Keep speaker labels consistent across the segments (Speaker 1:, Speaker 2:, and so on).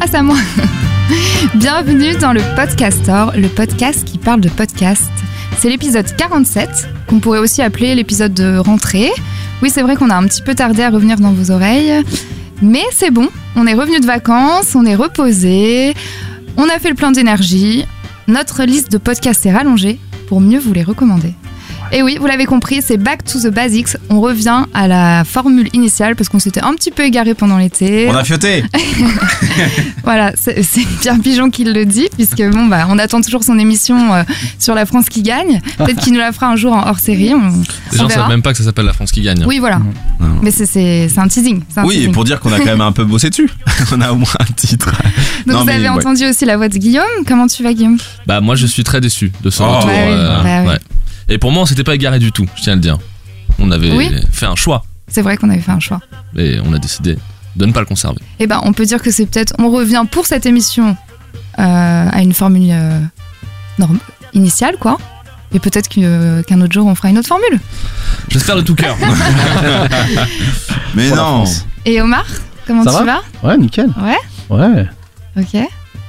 Speaker 1: Ah, Bienvenue dans le Podcastor, le podcast qui parle de podcast. C'est l'épisode 47, qu'on pourrait aussi appeler l'épisode de rentrée. Oui, c'est vrai qu'on a un petit peu tardé à revenir dans vos oreilles, mais c'est bon, on est revenu de vacances, on est reposé, on a fait le plein d'énergie, notre liste de podcasts est rallongée pour mieux vous les recommander. Et oui, vous l'avez compris, c'est Back to the Basics. On revient à la formule initiale parce qu'on s'était un petit peu égaré pendant l'été.
Speaker 2: On a fioté
Speaker 1: Voilà, c'est c'est Pierre Pigeon qui le dit, puisque bon, bah, on attend toujours son émission euh, sur la France qui gagne. Peut-être qu'il nous la fera un jour en hors série. on-
Speaker 3: Les
Speaker 1: On
Speaker 3: gens ne
Speaker 1: verra.
Speaker 3: savent même pas que ça s'appelle la France qui gagne.
Speaker 1: Oui, voilà.
Speaker 2: Non.
Speaker 1: Mais c'est- c'est c'est un teasing. c'est un
Speaker 2: Oui, et
Speaker 1: teasing.
Speaker 2: pour dire qu'on a quand même un peu bossé dessus. on a au moins un titre.
Speaker 1: Donc
Speaker 2: non,
Speaker 1: vous
Speaker 2: mais
Speaker 1: avez
Speaker 2: ouais.
Speaker 1: entendu aussi la voix de Guillaume. Comment tu vas, Guillaume
Speaker 3: Bah moi je suis très déçu de ce
Speaker 2: Oh.
Speaker 3: retour. euh,
Speaker 2: Ouais,
Speaker 1: oui, bah oui.
Speaker 3: Et pour moi on s'était pas égaré du tout, je tiens à le dire. On avait
Speaker 1: Oui.
Speaker 3: fait un choix
Speaker 1: C'est vrai qu'on avait fait un choix.
Speaker 3: et on a décidé de ne pas le conserver.
Speaker 1: Eh ben, on peut dire que c'est peut-être. On revient pour cette émission euh, à une formule euh, norm- initiale, quoi. Et peut-être que, euh, qu'un autre jour, on fera une autre formule.
Speaker 3: J'espère de tout cœur.
Speaker 2: Mais
Speaker 4: Pour la
Speaker 2: non
Speaker 4: France.
Speaker 1: Et Omar, comment
Speaker 4: Ça
Speaker 1: tu
Speaker 4: Ouais, nickel.
Speaker 1: vas Ouais
Speaker 4: Ouais,
Speaker 1: Ok.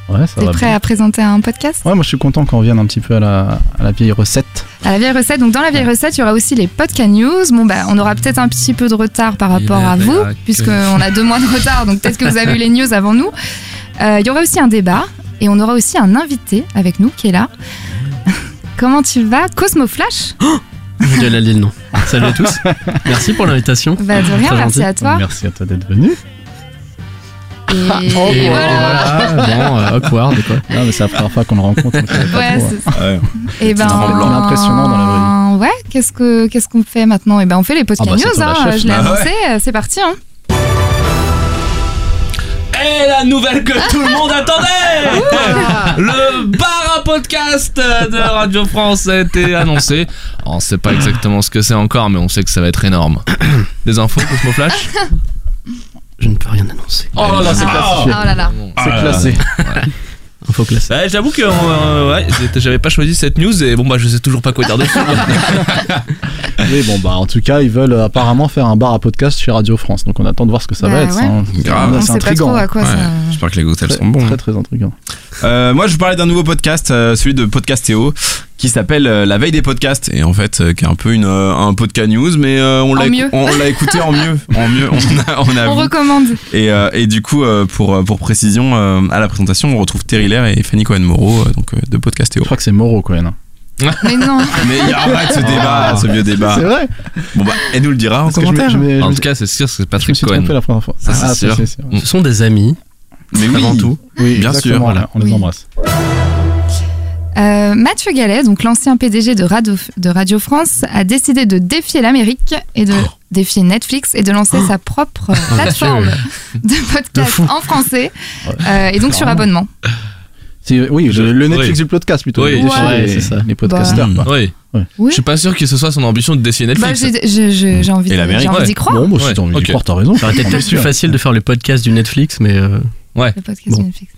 Speaker 4: ouais, ça
Speaker 1: T'es
Speaker 4: va.
Speaker 1: prêt
Speaker 4: bien.
Speaker 1: à présenter un podcast
Speaker 4: Ouais, moi je suis content qu'on revienne un petit peu à la, à la vieille recette.
Speaker 1: À la vieille recette, donc dans la vieille recette, il y aura aussi les podcast news. Bon, bah, on aura peut-être un petit peu de retard par
Speaker 3: Il
Speaker 1: rapport
Speaker 3: est
Speaker 1: à vous,
Speaker 3: vrai que-
Speaker 1: puisqu'on a deux mois de retard, donc peut-être que vous avez eu les news avant nous. Euh, il y aura aussi un débat et on aura aussi un invité avec nous qui est là. Comment tu vas Cosmo Flash
Speaker 5: Mondial à Lille, non. Salut à tous. Merci pour l'invitation.
Speaker 1: Bah, de rien,
Speaker 5: Très
Speaker 1: merci
Speaker 5: gentil.
Speaker 1: à toi.
Speaker 4: Merci à toi d'être venu.
Speaker 1: Et
Speaker 4: Ah,
Speaker 5: Et
Speaker 1: voilà.
Speaker 5: voilà, bon, euh, awkward quoi.
Speaker 4: Non, mais c'est la première fois qu'on le rencontre. donc, euh, pas
Speaker 1: Ouais,
Speaker 4: trop, euh,
Speaker 1: c'est-
Speaker 2: Ouais.
Speaker 1: et ben,
Speaker 4: tremblant. Impressionnant dans la vraie
Speaker 1: Ouais, qu'est-ce que qu'est-ce qu'on fait maintenant Et ben, on fait les podcast
Speaker 4: Ah bah, c'est
Speaker 1: news.
Speaker 4: toi la
Speaker 1: hein,
Speaker 4: chef.
Speaker 1: je l'ai
Speaker 2: Bah ouais.
Speaker 1: annoncé. euh, C'est parti. Hein.
Speaker 3: Et la nouvelle que tout le monde attendait Le bar à podcast de Radio France a été annoncé. Oh, On sait pas exactement ce que c'est encore, mais on sait que ça va être énorme. Des infos, Cosmo Flash
Speaker 5: Je ne peux rien annoncer.
Speaker 3: Oh là, c'est
Speaker 1: Oh
Speaker 3: classique.
Speaker 1: là là.
Speaker 4: hein. C'est
Speaker 2: Ah là là.
Speaker 4: classé.
Speaker 5: Info classée.
Speaker 3: Ouais, Eh, j'avoue que euh, ouais, j'étais- j'avais pas choisi cette news et bon bah je sais toujours pas quoi dire dessus.
Speaker 4: Oui, bon, bah en tout cas, ils veulent euh, apparemment faire un bar à podcast chez Radio France. Donc on attend de voir ce que ça
Speaker 1: Bah,
Speaker 4: va être.
Speaker 1: ouais.
Speaker 4: hein.
Speaker 2: Grave.
Speaker 4: C'est
Speaker 1: on sait pas
Speaker 4: intriguant.
Speaker 1: trop à quoi ça.
Speaker 2: Ouais, J'espère que les cocktails
Speaker 4: Très,
Speaker 2: sont bons. hein.
Speaker 4: très, très intriguant.
Speaker 2: Euh, moi, je vous parlais d'un nouveau podcast, euh, celui de Podcast Théo, qui s'appelle euh, La veille des podcasts, et en fait, euh, qui est un peu une, euh, un podcast news, mais euh, on l'a
Speaker 1: En
Speaker 2: écou-
Speaker 1: mieux.
Speaker 2: on l'a écouté en mieux, en mieux. On a, on a
Speaker 1: On
Speaker 2: vu.
Speaker 1: recommande.
Speaker 2: Et, euh, et du coup, euh, pour, euh, pour précision, euh, à la présentation, on retrouve Terry Lair et Fanny Cohen-Moreau, euh, donc euh, de Podcast Théo.
Speaker 4: Je crois que c'est Moreau, quoi. non
Speaker 1: Mais non.
Speaker 2: Mais il y a arrête ce débat, ce vieux débat.
Speaker 4: C'est vrai
Speaker 2: Bon bah, elle nous le dira en
Speaker 4: Parce que je me-
Speaker 2: commentaire.
Speaker 4: je me- je me-
Speaker 3: en tout cas, c'est sûr que c'est
Speaker 4: je me
Speaker 3: Patrick
Speaker 4: suis
Speaker 3: Cohen.
Speaker 4: trompé la première fois.
Speaker 3: Ça, c'est
Speaker 4: Ah,
Speaker 3: sûr.
Speaker 4: c'est-
Speaker 5: Ce sont des amis,
Speaker 2: Mais oui,
Speaker 5: avant tout.
Speaker 4: Oui,
Speaker 2: Bien
Speaker 4: exactement,
Speaker 2: sûr.
Speaker 4: voilà, On les
Speaker 1: Oui.
Speaker 4: embrasse.
Speaker 1: Euh, Mathieu Gallet, donc l'ancien PDG de Radio, de Radio France, a décidé de défier l'Amérique et de défier Netflix et de lancer sa propre plateforme de podcast en français
Speaker 4: Ouais.
Speaker 1: euh, et donc sur
Speaker 4: Clairement.
Speaker 1: abonnement.
Speaker 4: C'est- Oui, le, le
Speaker 3: Oui.
Speaker 4: Netflix du podcast plutôt.
Speaker 3: Oui.
Speaker 4: Les-
Speaker 5: Ouais,
Speaker 4: les-
Speaker 5: c'est ça.
Speaker 4: Les podcasters.
Speaker 2: Bah.
Speaker 4: quoi.
Speaker 3: Oui.
Speaker 1: Oui.
Speaker 3: Je suis pas sûr que ce soit son ambition de dessiner
Speaker 1: Bah,
Speaker 3: Netflix.
Speaker 1: j'ai je- je- j'ai envie
Speaker 2: Et
Speaker 1: de-
Speaker 2: l'Amérique,
Speaker 1: j'ai envie
Speaker 3: ouais.
Speaker 1: d'y croire.
Speaker 4: Bon, moi, si
Speaker 3: Ouais,
Speaker 4: t'as envie
Speaker 3: ok.
Speaker 4: d'y croire, t'as raison.
Speaker 5: Ça aurait été peut-être plus facile de faire le podcast du Netflix, mais euh,
Speaker 1: Le podcast
Speaker 5: Bon.
Speaker 1: Netflix.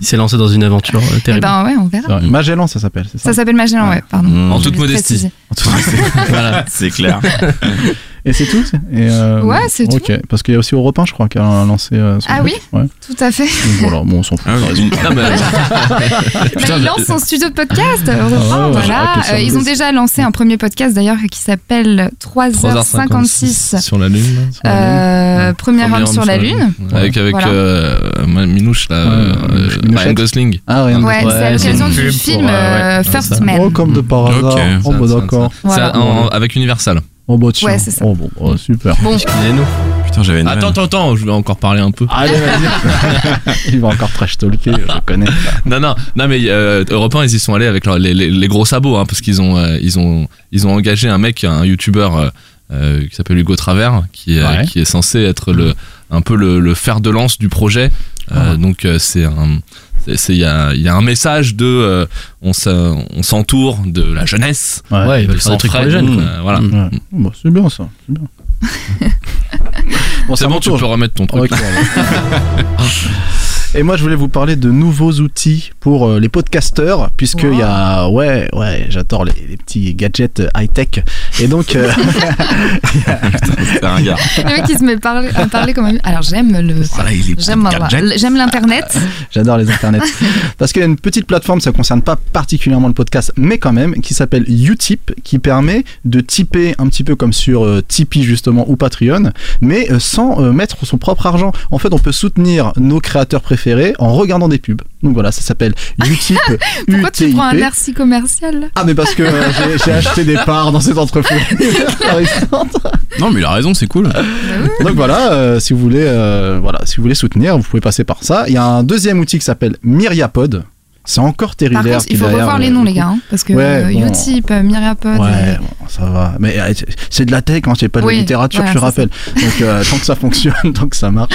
Speaker 5: il s'est lancé dans une aventure euh,
Speaker 1: Eh
Speaker 5: terrible.
Speaker 1: ben ouais, on verra.
Speaker 4: Ouais. Magellan, ça s'appelle, c'est ça,
Speaker 1: Ça s'appelle Magellan, ouais, pardon.
Speaker 2: Mmh.
Speaker 3: En
Speaker 1: Je
Speaker 3: toute
Speaker 1: voulais
Speaker 3: modestie.
Speaker 1: préciser. ben,
Speaker 5: Voilà.
Speaker 2: Oh, C'est clair.
Speaker 4: Et c'est tout c'est- et euh,
Speaker 1: Ouais, c'est tout.
Speaker 4: Ok, parce qu'il y a aussi Europe 1, je crois, qui a lancé euh, son
Speaker 1: Ah
Speaker 4: truc. Ouais.
Speaker 1: Tout à fait.
Speaker 4: Donc, voilà, bon, on s'en fout.
Speaker 3: Ah, bah,
Speaker 1: Bah, ils lancent son studio de podcast. euh, heureusement,
Speaker 4: ouais,
Speaker 1: voilà.
Speaker 4: j'aurais pu
Speaker 1: Euh, ils ont
Speaker 4: saluer.
Speaker 1: déjà lancé un premier podcast d'ailleurs qui s'appelle 3h56.
Speaker 3: 3h56 sur la lune.
Speaker 1: Euh, premier homme sur la Lune.
Speaker 3: Avec avec
Speaker 1: Voilà.
Speaker 3: euh, Minouche là,
Speaker 4: Ouais,
Speaker 3: euh,
Speaker 4: Minouchette.
Speaker 3: Ryan Gosling.
Speaker 4: Ah, rien de-
Speaker 1: Ouais, c'est à
Speaker 5: c'est une
Speaker 1: l'occasion du
Speaker 5: pub
Speaker 1: film
Speaker 5: pour, euh,
Speaker 1: euh,
Speaker 5: ouais,
Speaker 1: First
Speaker 5: c'est ça.
Speaker 1: Man.
Speaker 4: Oh, comme de par hasard.
Speaker 2: Ok,
Speaker 4: oh, bah,
Speaker 3: Ça, ça, ça.
Speaker 4: d'accord.
Speaker 1: Voilà.
Speaker 3: Ça, en- avec Universal.
Speaker 4: Oh, bah, tiens.
Speaker 1: Ouais, c'est ça.
Speaker 4: Oh, bon, oh, super.
Speaker 1: Bon,
Speaker 5: Excusez-nous.
Speaker 2: Putain, j'avais une
Speaker 3: Attends,
Speaker 2: rêve.
Speaker 3: attends, attends, je vais encore parler un peu.
Speaker 4: Allez, vas-y. Il va encore trash talker, je le connais.
Speaker 3: Non, non, non, mais euh, Europe 1, ils y sont allés avec leur- les, les- les gros sabots, hein, parce qu'ils ont, euh, ils ont, ils ont engagé un mec, un youtubeur euh, euh, qui s'appelle Hugo Travers, qui, euh,
Speaker 4: Ouais.
Speaker 3: qui est censé être le, un peu le, le fer de lance du projet. Euh, Donc, euh, c'est un. c'est- c'est- Il y a, il y a un message de euh, on s'a- on s'entoure de la jeunesse.
Speaker 5: Ouais, ils
Speaker 3: de
Speaker 5: veulent faire des trucs pour les
Speaker 3: s'entraide,
Speaker 5: jeunes. quoi.
Speaker 3: euh, voilà.
Speaker 5: Mm.
Speaker 4: Ouais. Bon, c'est bien ça. C'est bien. Bon,
Speaker 3: C'est
Speaker 4: à
Speaker 3: bon,
Speaker 4: mon
Speaker 3: tu
Speaker 4: tour,
Speaker 3: peux remettre ton
Speaker 4: Ok,
Speaker 3: truc.
Speaker 4: voilà.
Speaker 6: Et moi, je voulais vous parler de nouveaux outils pour euh, les podcasteurs, puisqu'il y a. Ouais, ouais, j'adore les, les petits gadgets euh, high-tech. Et donc. euh,
Speaker 2: C'est un gars.
Speaker 1: Le mec qui se met parler- à parler comme un- Alors j'aime le.
Speaker 2: Voilà, il est
Speaker 1: J'aime
Speaker 2: gadget.
Speaker 1: voilà, j'aime l'internet.
Speaker 6: J'adore les internets. Parce qu'il y a une petite plateforme, ça concerne pas particulièrement le podcast, mais quand même, qui s'appelle Utip, qui permet de typer un petit peu comme sur euh, Tipeee justement ou Patreon, mais euh, sans euh, mettre son propre argent. En fait, on peut soutenir nos créateurs préférés en regardant des pubs. Donc voilà, ça s'appelle Utip.
Speaker 1: Pourquoi tu
Speaker 6: UTIP.
Speaker 1: prends un air si commercial
Speaker 6: Ah mais parce que euh, j'ai- j'ai acheté des parts dans cette entreprise.
Speaker 1: Ah
Speaker 6: Par exemple.
Speaker 2: Non, mais il a raison, c'est cool.
Speaker 1: Bah
Speaker 6: Donc voilà, euh, si vous voulez, euh, voilà, si vous voulez soutenir, vous pouvez passer par ça. Il y a un deuxième outil qui s'appelle Myriapod. C'est encore
Speaker 1: Par
Speaker 6: terrible.
Speaker 1: contre, il faut revoir les noms, les gars, hein, parce que
Speaker 6: Ouais,
Speaker 1: euh,
Speaker 6: bon.
Speaker 1: Utip, euh, Myriapod, euh,
Speaker 6: Ouais, bon, ça va. Mais euh, c'est- c'est de la tech, hein, c'est pas de
Speaker 1: Oui,
Speaker 6: la littérature,
Speaker 1: voilà,
Speaker 6: je
Speaker 1: c'est
Speaker 6: rappelle. Donc euh, tant que ça fonctionne, tant que ça marche.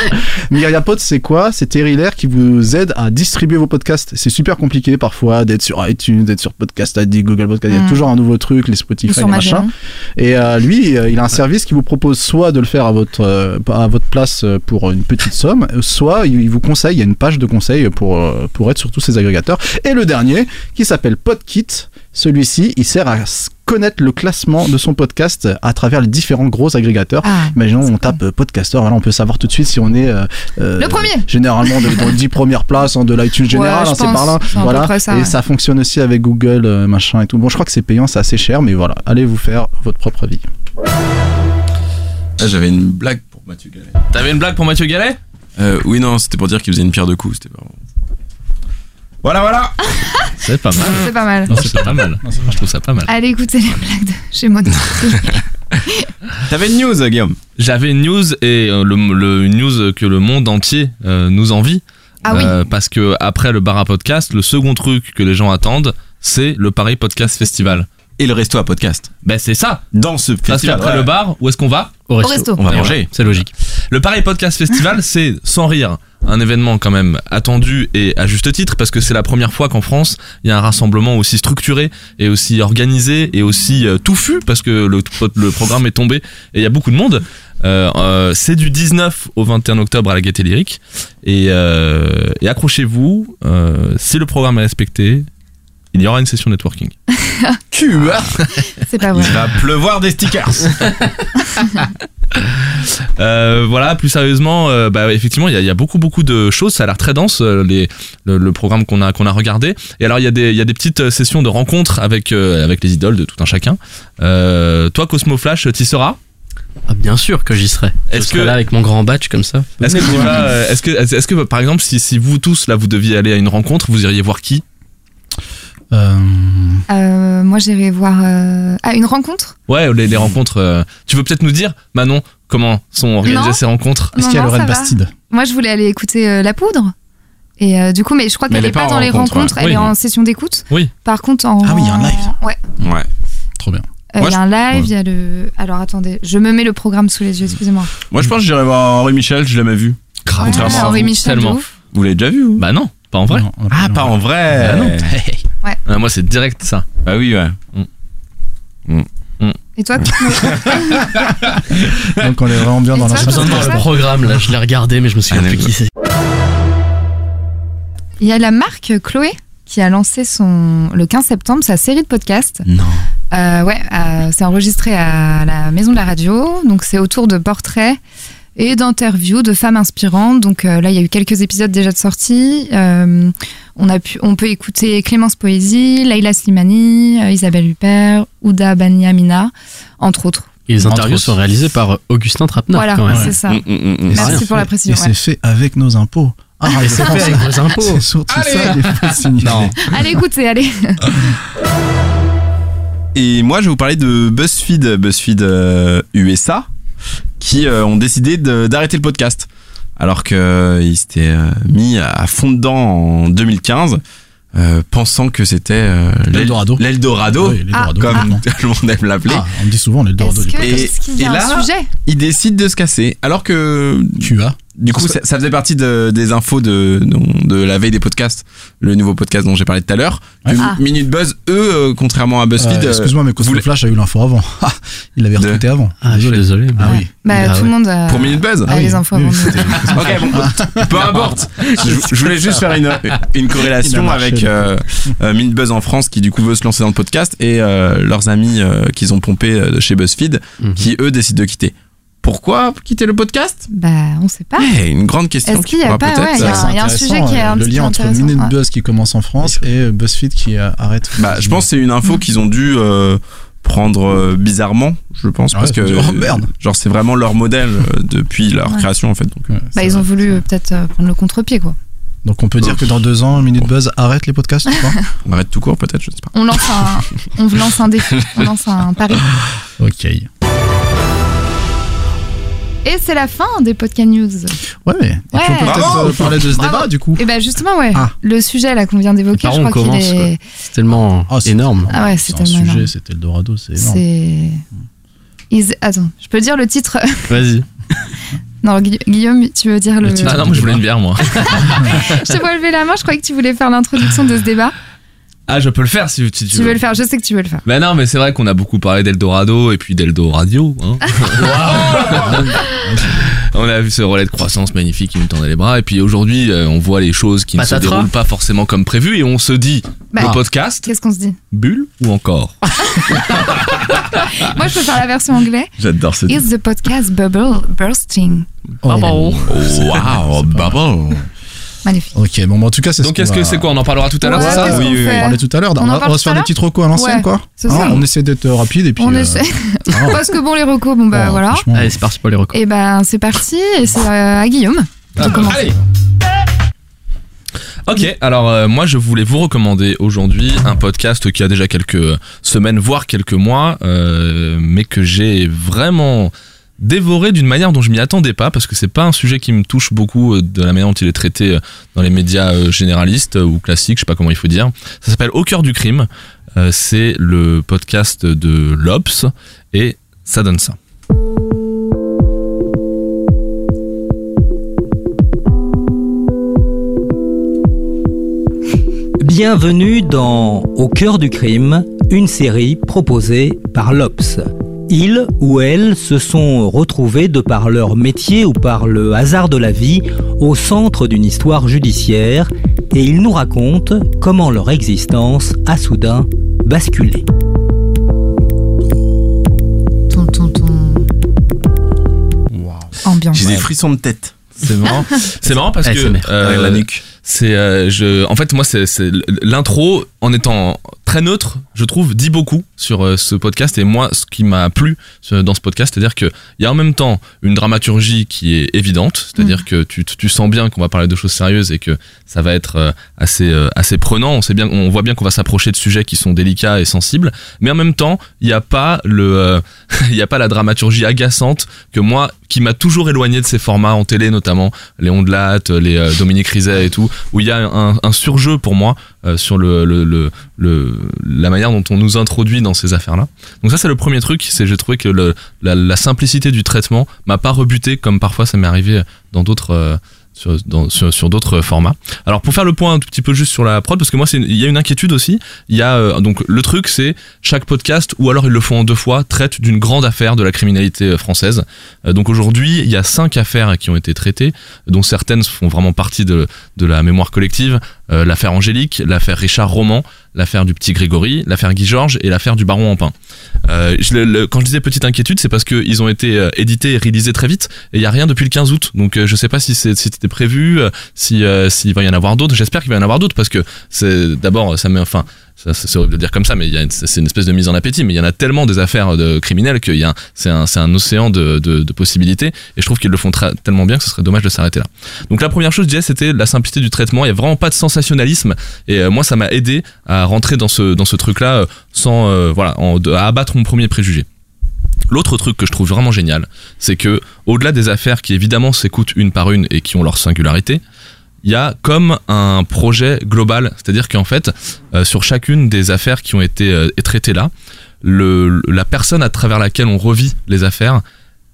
Speaker 6: Myriapod, c'est quoi C'est Terry Lair qui vous aide à distribuer vos podcasts. C'est super compliqué parfois d'être sur iTunes, d'être sur Podcast Addict, Google Podcast. Il y
Speaker 1: Mm.
Speaker 6: a toujours un nouveau truc, les
Speaker 1: ou
Speaker 6: Spotify, les
Speaker 1: sur
Speaker 6: machins.
Speaker 1: Magellan.
Speaker 6: Et euh, lui, euh, il a un service qui vous propose soit de le faire à votre, euh, à votre place euh, pour une petite somme, euh, soit il vous conseille, il y a une page de conseils pour, euh, pour être sur tous ces agrégateurs. Et le dernier, qui s'appelle PodKit, celui-ci, il sert à s- connaître le classement de son podcast à travers les différents gros agrégateurs.
Speaker 1: Ah,
Speaker 6: Imaginons,
Speaker 1: c'est
Speaker 6: on
Speaker 1: cool.
Speaker 6: tape euh, podcaster, voilà, on peut savoir tout de suite si on est euh, euh,
Speaker 1: Le premier.
Speaker 6: Généralement de- dans les 10 premières places hein, de l'iTunes général,
Speaker 1: je
Speaker 6: hein, c'est
Speaker 1: pense.
Speaker 6: par là.
Speaker 1: C'est à peu
Speaker 6: Voilà.
Speaker 1: près ça,
Speaker 6: et
Speaker 1: ouais.
Speaker 6: ça fonctionne aussi avec Google, euh, machin et tout. Bon, je crois que c'est payant, c'est assez cher, mais voilà, allez vous faire votre propre avis.
Speaker 2: Ah, J'avais une blague pour Mathieu Gallet.
Speaker 3: T'avais une blague pour Mathieu Gallet
Speaker 2: Euh, oui, non, c'était pour dire qu'il faisait une pierre de coups. C'était pas... Voilà, voilà.
Speaker 3: C'est pas mal.
Speaker 1: C'est pas mal.
Speaker 3: Non, c'est pas mal. Je trouve ça pas mal.
Speaker 1: Allez écoutez les blagues de chez moi.
Speaker 2: T'avais une news, Guillaume.
Speaker 3: J'avais une news et euh, le, le- une news que le monde entier euh, nous envie.
Speaker 1: Ah oui.
Speaker 3: Euh, parce que après le bar à podcast, le second truc que les gens attendent, c'est le Paris Podcast Festival.
Speaker 2: Et le resto à podcast.
Speaker 3: Ben c'est ça.
Speaker 2: Dans ce
Speaker 3: Ça c'est
Speaker 2: festival.
Speaker 3: après le bar. Où est-ce qu'on va
Speaker 5: Au
Speaker 1: Au resto.
Speaker 2: On va
Speaker 3: Et
Speaker 2: manger.
Speaker 5: C'est logique.
Speaker 3: Le Paris Podcast Festival, c'est sans rire un événement quand même attendu et à juste titre parce que c'est la première fois qu'en France il y a un rassemblement aussi structuré et aussi organisé et aussi euh, touffu parce que le, le programme est tombé et il y a beaucoup de monde. Euh, euh, c'est du 19 au 21 octobre à la Gaîté Lyrique et, euh, et accrochez-vous, euh, si le programme est respecté, il y aura une session networking.
Speaker 1: C'est pas
Speaker 2: Il
Speaker 1: vrai.
Speaker 2: va pleuvoir des stickers.
Speaker 3: Euh, voilà, plus sérieusement, euh, bah, effectivement, il y, a- il y a beaucoup beaucoup de choses. Ça a l'air très dense euh, les, le, le programme qu'on a qu'on a regardé. Et alors il y a des il y a des petites euh, sessions de rencontres avec euh, avec les idoles de tout un chacun. Euh, toi, Cosmo Flash, t'y seras
Speaker 5: Ah, bien sûr que j'y serai. Je
Speaker 3: Est-ce
Speaker 5: serai
Speaker 3: que-
Speaker 5: là avec mon grand badge comme ça
Speaker 3: Est-ce que tu vas, euh, Est-ce que est-ce que par exemple si si vous tous là vous deviez aller à une rencontre, vous iriez voir qui
Speaker 6: Euh,
Speaker 1: Euh, moi j'irai voir euh, ah une rencontre.
Speaker 3: Ouais, les, les rencontres. euh, tu veux peut-être nous dire, Manon, comment sont organisées
Speaker 1: Non.
Speaker 3: ces rencontres
Speaker 6: Est-ce
Speaker 1: Non,
Speaker 6: qu'il y a
Speaker 1: non,
Speaker 6: Lorraine
Speaker 1: ça va.
Speaker 6: Bastide
Speaker 1: Moi je voulais aller écouter euh, la poudre. Et euh, du coup, mais je crois
Speaker 2: Mais
Speaker 1: qu'elle
Speaker 2: elle
Speaker 1: est
Speaker 2: est pas
Speaker 1: pas
Speaker 2: en
Speaker 1: dans les
Speaker 2: rencontre, hein.
Speaker 1: rencontres, elle
Speaker 3: Oui.
Speaker 1: est en session d'écoute.
Speaker 3: Oui.
Speaker 1: Par contre, en.
Speaker 6: Ah oui, il y a un live.
Speaker 1: Ouais.
Speaker 2: Ouais.
Speaker 6: Trop bien.
Speaker 1: Euh, Il
Speaker 2: Moi,
Speaker 1: y a un live, il y a le. Alors attendez, je me mets le programme sous les yeux, excusez-moi.
Speaker 2: Moi, je pense que j'irai voir Henri Michel. Je l'ai jamais vu.
Speaker 3: Grave,
Speaker 2: contrairement à
Speaker 1: Ah, Henri
Speaker 3: vous,
Speaker 1: Michel, de
Speaker 3: tellement.
Speaker 1: ouf.
Speaker 2: Vous l'avez déjà vu vous
Speaker 3: Bah non, pas en vrai.
Speaker 6: Non, on a
Speaker 2: Ah,
Speaker 6: non.
Speaker 2: pas en vrai.
Speaker 5: Eh,
Speaker 3: Bah non. Ah, moi c'est direct ça.
Speaker 2: Bah oui, ouais.
Speaker 1: Et toi,
Speaker 6: Donc on est vraiment bien
Speaker 1: Et
Speaker 6: dans
Speaker 1: ça,
Speaker 6: la
Speaker 5: J'ai besoin de voir le programme là. Je l'ai regardé, mais je me souviens
Speaker 2: Ah,
Speaker 5: plus
Speaker 2: mais-
Speaker 5: qui c'est.
Speaker 1: il y a la marque Chloé qui a lancé son le 15 septembre sa série de podcasts.
Speaker 2: Non.
Speaker 1: Euh, ouais, euh, c'est enregistré à la Maison de la Radio, donc c'est autour de portraits et d'interviews de femmes inspirantes. Donc euh, là, il y a eu quelques épisodes déjà de sortie. Euh, on, a pu, on peut écouter Clémence Poésie, Laila Slimani, euh, Isabelle Huppert, Ouda Banyamina, entre autres.
Speaker 5: Et les
Speaker 6: Entre
Speaker 5: interviews
Speaker 6: autres.
Speaker 5: sont réalisées par euh, Augustin Trapnard
Speaker 1: voilà,
Speaker 5: quand même.
Speaker 1: c'est ça.
Speaker 2: Mm, mm,
Speaker 6: Bah,
Speaker 2: mm, mm.
Speaker 1: Merci
Speaker 5: rien
Speaker 1: pour la
Speaker 6: Et
Speaker 1: précision. ouais.
Speaker 6: c'est fait avec nos impôts. Ah,
Speaker 5: Et
Speaker 6: il
Speaker 5: c'est
Speaker 6: faut
Speaker 5: fait
Speaker 6: ça.
Speaker 5: avec vos impôts.
Speaker 6: C'est surtout ça, il faut signaler.
Speaker 3: Non.
Speaker 1: Allez, écoutez, allez.
Speaker 2: Et moi, je vais vous parler de BuzzFeed, BuzzFeed euh, USA, qui euh, ont décidé de- d'arrêter le podcast. Alors qu'ils s'étaient euh, mis à fond dedans en 2015, euh, pensant que c'était euh,
Speaker 6: L'Eldorado.
Speaker 2: l'Eldorado,
Speaker 6: Oui, l'Eldorado,
Speaker 2: comme
Speaker 6: complètement.
Speaker 2: tout le monde aime l'appeler.
Speaker 6: Ah, on me dit souvent l'Eldorado
Speaker 1: Ah. Est-ce
Speaker 6: du
Speaker 1: que-
Speaker 2: Et-
Speaker 1: est-ce qu'il y a
Speaker 2: et
Speaker 1: un
Speaker 2: là-
Speaker 1: sujet
Speaker 2: Ils décident de se casser. Alors que
Speaker 6: QA.
Speaker 2: Du coup, ça, ça faisait partie de- des infos de, de, de la veille des podcasts, le nouveau podcast dont j'ai parlé tout à l'heure. que
Speaker 1: Ah.
Speaker 2: Minute Buzz, eux, euh, contrairement à BuzzFeed,
Speaker 4: Euh, Excuse-moi, mais Cosmo
Speaker 2: voulez-
Speaker 4: Flash a eu l'info avant. Ah, il l'avait
Speaker 2: De-
Speaker 4: retweeté avant.
Speaker 5: Ah, je suis désolé.
Speaker 4: Ah oui.
Speaker 1: Bah,
Speaker 5: Ah
Speaker 1: tout
Speaker 5: ouais.
Speaker 1: le monde a,
Speaker 2: euh, pour Minute Buzz.
Speaker 1: a
Speaker 4: Ah oui.
Speaker 1: les infos
Speaker 4: Oui,
Speaker 1: avant nous.
Speaker 4: c'était-
Speaker 2: Ok, bon, peu- peu importe. Je, je voulais juste faire une, une
Speaker 4: Il a
Speaker 2: corrélation
Speaker 4: marché,
Speaker 2: avec
Speaker 4: le
Speaker 2: euh, euh, Minute Buzz en France qui du coup veut se lancer dans le podcast et euh, leurs amis euh, qu'ils ont pompés euh, de chez BuzzFeed
Speaker 5: Mhm.
Speaker 2: qui eux décident de quitter. Pourquoi quitter le podcast
Speaker 1: Bah, on sait pas.
Speaker 2: Eh, Une grande question.
Speaker 1: Est-ce qu'il y a
Speaker 2: qu'on va
Speaker 1: pas-
Speaker 2: peut-être,
Speaker 1: ouais, il y a-
Speaker 2: euh,
Speaker 4: C'est
Speaker 1: il y a un
Speaker 4: intéressant,
Speaker 1: sujet qui est
Speaker 4: euh,
Speaker 1: un
Speaker 4: le
Speaker 1: petit
Speaker 4: lien
Speaker 1: peu
Speaker 4: entre
Speaker 1: intéressant,
Speaker 4: Minute
Speaker 1: ouais.
Speaker 4: Buzz qui commence en France et BuzzFeed qui euh, arrête.
Speaker 2: Bah, je pense que c'est une
Speaker 1: Mhm.
Speaker 2: info qu'ils ont dû euh, prendre euh, bizarrement, je pense,
Speaker 4: Ouais,
Speaker 2: parce que
Speaker 4: oh, merde.
Speaker 2: Ah genre c'est vraiment leur modèle euh, depuis leur
Speaker 1: Ouais.
Speaker 2: création en fait. Donc,
Speaker 4: Ouais,
Speaker 1: Bah,
Speaker 4: c'est
Speaker 1: ils ont
Speaker 4: vrai.
Speaker 1: voulu euh, peut-être euh, prendre le contre-pied, quoi.
Speaker 4: Donc on peut dire que dans deux ans, Minute Buzz arrête les podcasts, tu crois
Speaker 2: on arrête tout court peut-être, je ne sais pas.
Speaker 1: On lance un, on lance un défi, on lance un pari.
Speaker 4: Ok.
Speaker 1: Et c'est la fin des podcast news.
Speaker 4: Ouais, mais on
Speaker 1: Ouais.
Speaker 4: peut peut-être
Speaker 2: Bravo.
Speaker 4: euh, parler de ce
Speaker 1: Bravo.
Speaker 4: débat du coup.
Speaker 1: Et bah justement, ouais.
Speaker 4: Ah.
Speaker 1: Le sujet là qu'on vient d'évoquer,
Speaker 5: Par
Speaker 1: je
Speaker 5: où on
Speaker 1: crois qu'il
Speaker 5: commence,
Speaker 1: est.
Speaker 5: C'est tellement
Speaker 6: Oh,
Speaker 4: Ah, c'est-
Speaker 5: énorme.
Speaker 1: Ah ouais, c'est
Speaker 4: un
Speaker 1: tellement énorme.
Speaker 4: sujet, c'était le Dorado, c'est énorme.
Speaker 1: C'est. Is- Attends, je peux dire le titre
Speaker 5: Vas-y.
Speaker 1: Non, Gui- Guillaume, tu veux dire le.
Speaker 4: Le titre.
Speaker 3: Ah non, moi je voulais une bière, moi.
Speaker 1: je te vois lever la main, je croyais que tu voulais faire l'introduction de ce débat.
Speaker 3: Ah, je peux le faire si tu,
Speaker 1: Tu veux le faire, je sais que tu veux le faire.
Speaker 3: Bah non, mais c'est vrai qu'on a beaucoup parlé d'Eldorado et puis d'Eldoradio. Hein. on a vu ce relais de croissance magnifique qui nous tendait les bras. Et puis aujourd'hui, euh, on voit les choses qui ne se
Speaker 5: Patatras.
Speaker 3: déroulent pas forcément comme prévu. Et on se dit,
Speaker 1: Bah,
Speaker 3: le podcast,
Speaker 1: Qu'est-ce qu'on se dit
Speaker 3: bulle ou encore
Speaker 1: Moi, je peux faire la version anglaise.
Speaker 2: J'adore ce
Speaker 1: Is the podcast bubble bursting
Speaker 4: Oh.
Speaker 2: Wow, bubble.
Speaker 1: Magnifique.
Speaker 4: Ok, bon, bah, en tout cas, c'est
Speaker 3: bah Donc
Speaker 4: ce
Speaker 3: est-ce
Speaker 4: qu'on
Speaker 3: que
Speaker 4: va-
Speaker 3: c'est quoi On en parlera tout à l'heure,
Speaker 1: Ouais,
Speaker 3: c'est ça
Speaker 1: qu'est-ce
Speaker 2: oui,
Speaker 1: qu'on
Speaker 2: oui, oui.
Speaker 1: fait
Speaker 4: On parlait tout à l'heure.
Speaker 1: On en
Speaker 4: On, va- on
Speaker 1: parle
Speaker 4: va
Speaker 1: tout
Speaker 4: se faire
Speaker 1: à
Speaker 4: des
Speaker 1: l'heure
Speaker 4: petits recos à l'ancienne,
Speaker 1: Ouais,
Speaker 4: quoi.
Speaker 1: c'est
Speaker 4: Hein,
Speaker 1: ça.
Speaker 4: on essaie d'être euh, rapide et puis.
Speaker 1: On
Speaker 4: euh,
Speaker 1: essaie.
Speaker 4: ah,
Speaker 1: Parce que bon, les recos, bon bah
Speaker 6: Oh,
Speaker 4: bon,
Speaker 1: voilà.
Speaker 4: Oh, franchement,
Speaker 5: Allez, c'est parti pour les recours.
Speaker 1: Et ben, c'est parti, et c'est euh, à Guillaume.
Speaker 3: Ah,
Speaker 1: Tu commences.
Speaker 3: Allez Ok, alors euh, moi je voulais vous recommander aujourd'hui un podcast qui a déjà quelques semaines, voire quelques mois, euh, mais que j'ai vraiment dévoré d'une manière dont je m'y attendais pas, parce que c'est pas un sujet qui me touche beaucoup euh, de la manière dont il est traité euh, dans les médias euh, généralistes euh, ou classiques, je sais pas comment il faut dire. Ça s'appelle Au cœur du crime, Euh, c'est le podcast de Lops, et ça donne ça.
Speaker 7: Bienvenue dans Au cœur du crime, une série proposée par l'Obs. Ils ou elles se sont retrouvés de par leur métier ou par le hasard de la vie au centre d'une histoire judiciaire et ils nous racontent comment leur existence a soudain basculé.
Speaker 1: Ton, ton, ton. Ambiance.
Speaker 2: J'ai des frissons de tête.
Speaker 3: C'est marrant. c'est marrant parce
Speaker 5: ASMR.
Speaker 3: que euh,
Speaker 2: derrière la nuque.
Speaker 3: C'est euh, je en fait moi c'est c'est l'intro en étant très neutre, je trouve dit beaucoup sur euh, ce podcast et moi ce qui m'a plu sur- dans ce podcast, c'est-à-dire que il y a en même temps une dramaturgie qui est évidente, c'est-à-dire que tu, tu- tu sens bien qu'on va parler de choses sérieuses et que ça va être euh, assez euh, assez prenant, on sait bien on voit bien qu'on va s'approcher de sujets qui sont délicats et sensibles, mais en même temps, il n'y a pas le euh, il y a pas la dramaturgie agaçante que moi qui m'a toujours éloigné de ces formats en télé notamment les Ondelates, les euh, Dominique Rizet et tout, où il y a un, un surjeu pour moi euh, sur le, le, le, le- la manière dont on nous introduit dans ces affaires-là. Donc ça, c'est le premier truc, c'est j'ai trouvé que le, la, la simplicité du traitement m'a pas rebuté comme parfois ça m'est arrivé dans d'autres euh, sur, dans- sur, sur d'autres formats. Alors pour faire le point un tout petit peu juste sur la prod, parce que moi c'est une- il y a une inquiétude aussi. Il y a euh, donc le truc c'est chaque podcast ou alors ils le font en deux fois traite d'une grande affaire de la criminalité euh, française. Euh, donc aujourd'hui il y a cinq affaires qui ont été traitées, dont certaines font vraiment partie de, de la mémoire collective. Euh, l'affaire Angélique, l'affaire Richard Roman, l'affaire du petit Grégory, l'affaire Guy Georges et l'affaire du baron Ampin. Euh, je le- le- quand je disais petite inquiétude, c'est parce qu'ils ont été euh, édités et réalisés très vite et il n'y a rien depuis le 15 août. Donc euh, je sais pas si c'est- si c'était prévu, euh, si, euh, s'il va y en avoir d'autres. J'espère qu'il va y en avoir d'autres parce que c'est d'abord, ça met enfin. ça, C'est horrible de dire comme ça, mais il y a une- c'est une espèce de mise en appétit. Mais il y en a tellement des affaires euh, de criminels que c'est un, c'est un océan de, de- de possibilités. Et je trouve qu'ils le font tra- tellement bien que ce serait dommage de s'arrêter là. Donc la première chose, je disais, c'était la simplicité du traitement. Il n'y a vraiment pas de sensationnalisme. Et euh, moi, ça m'a aidé à rentrer dans ce, dans ce truc-là euh, sans, euh, voilà, en- de- à abattre mon premier préjugé. L'autre truc que je trouve vraiment génial, c'est que, au-delà des affaires qui évidemment s'écoutent une par une et qui ont leur singularité, il y a comme un projet global. C'est-à-dire qu'en fait, euh, sur chacune des affaires qui ont été euh, traitées là, le, la personne à travers laquelle on revit les affaires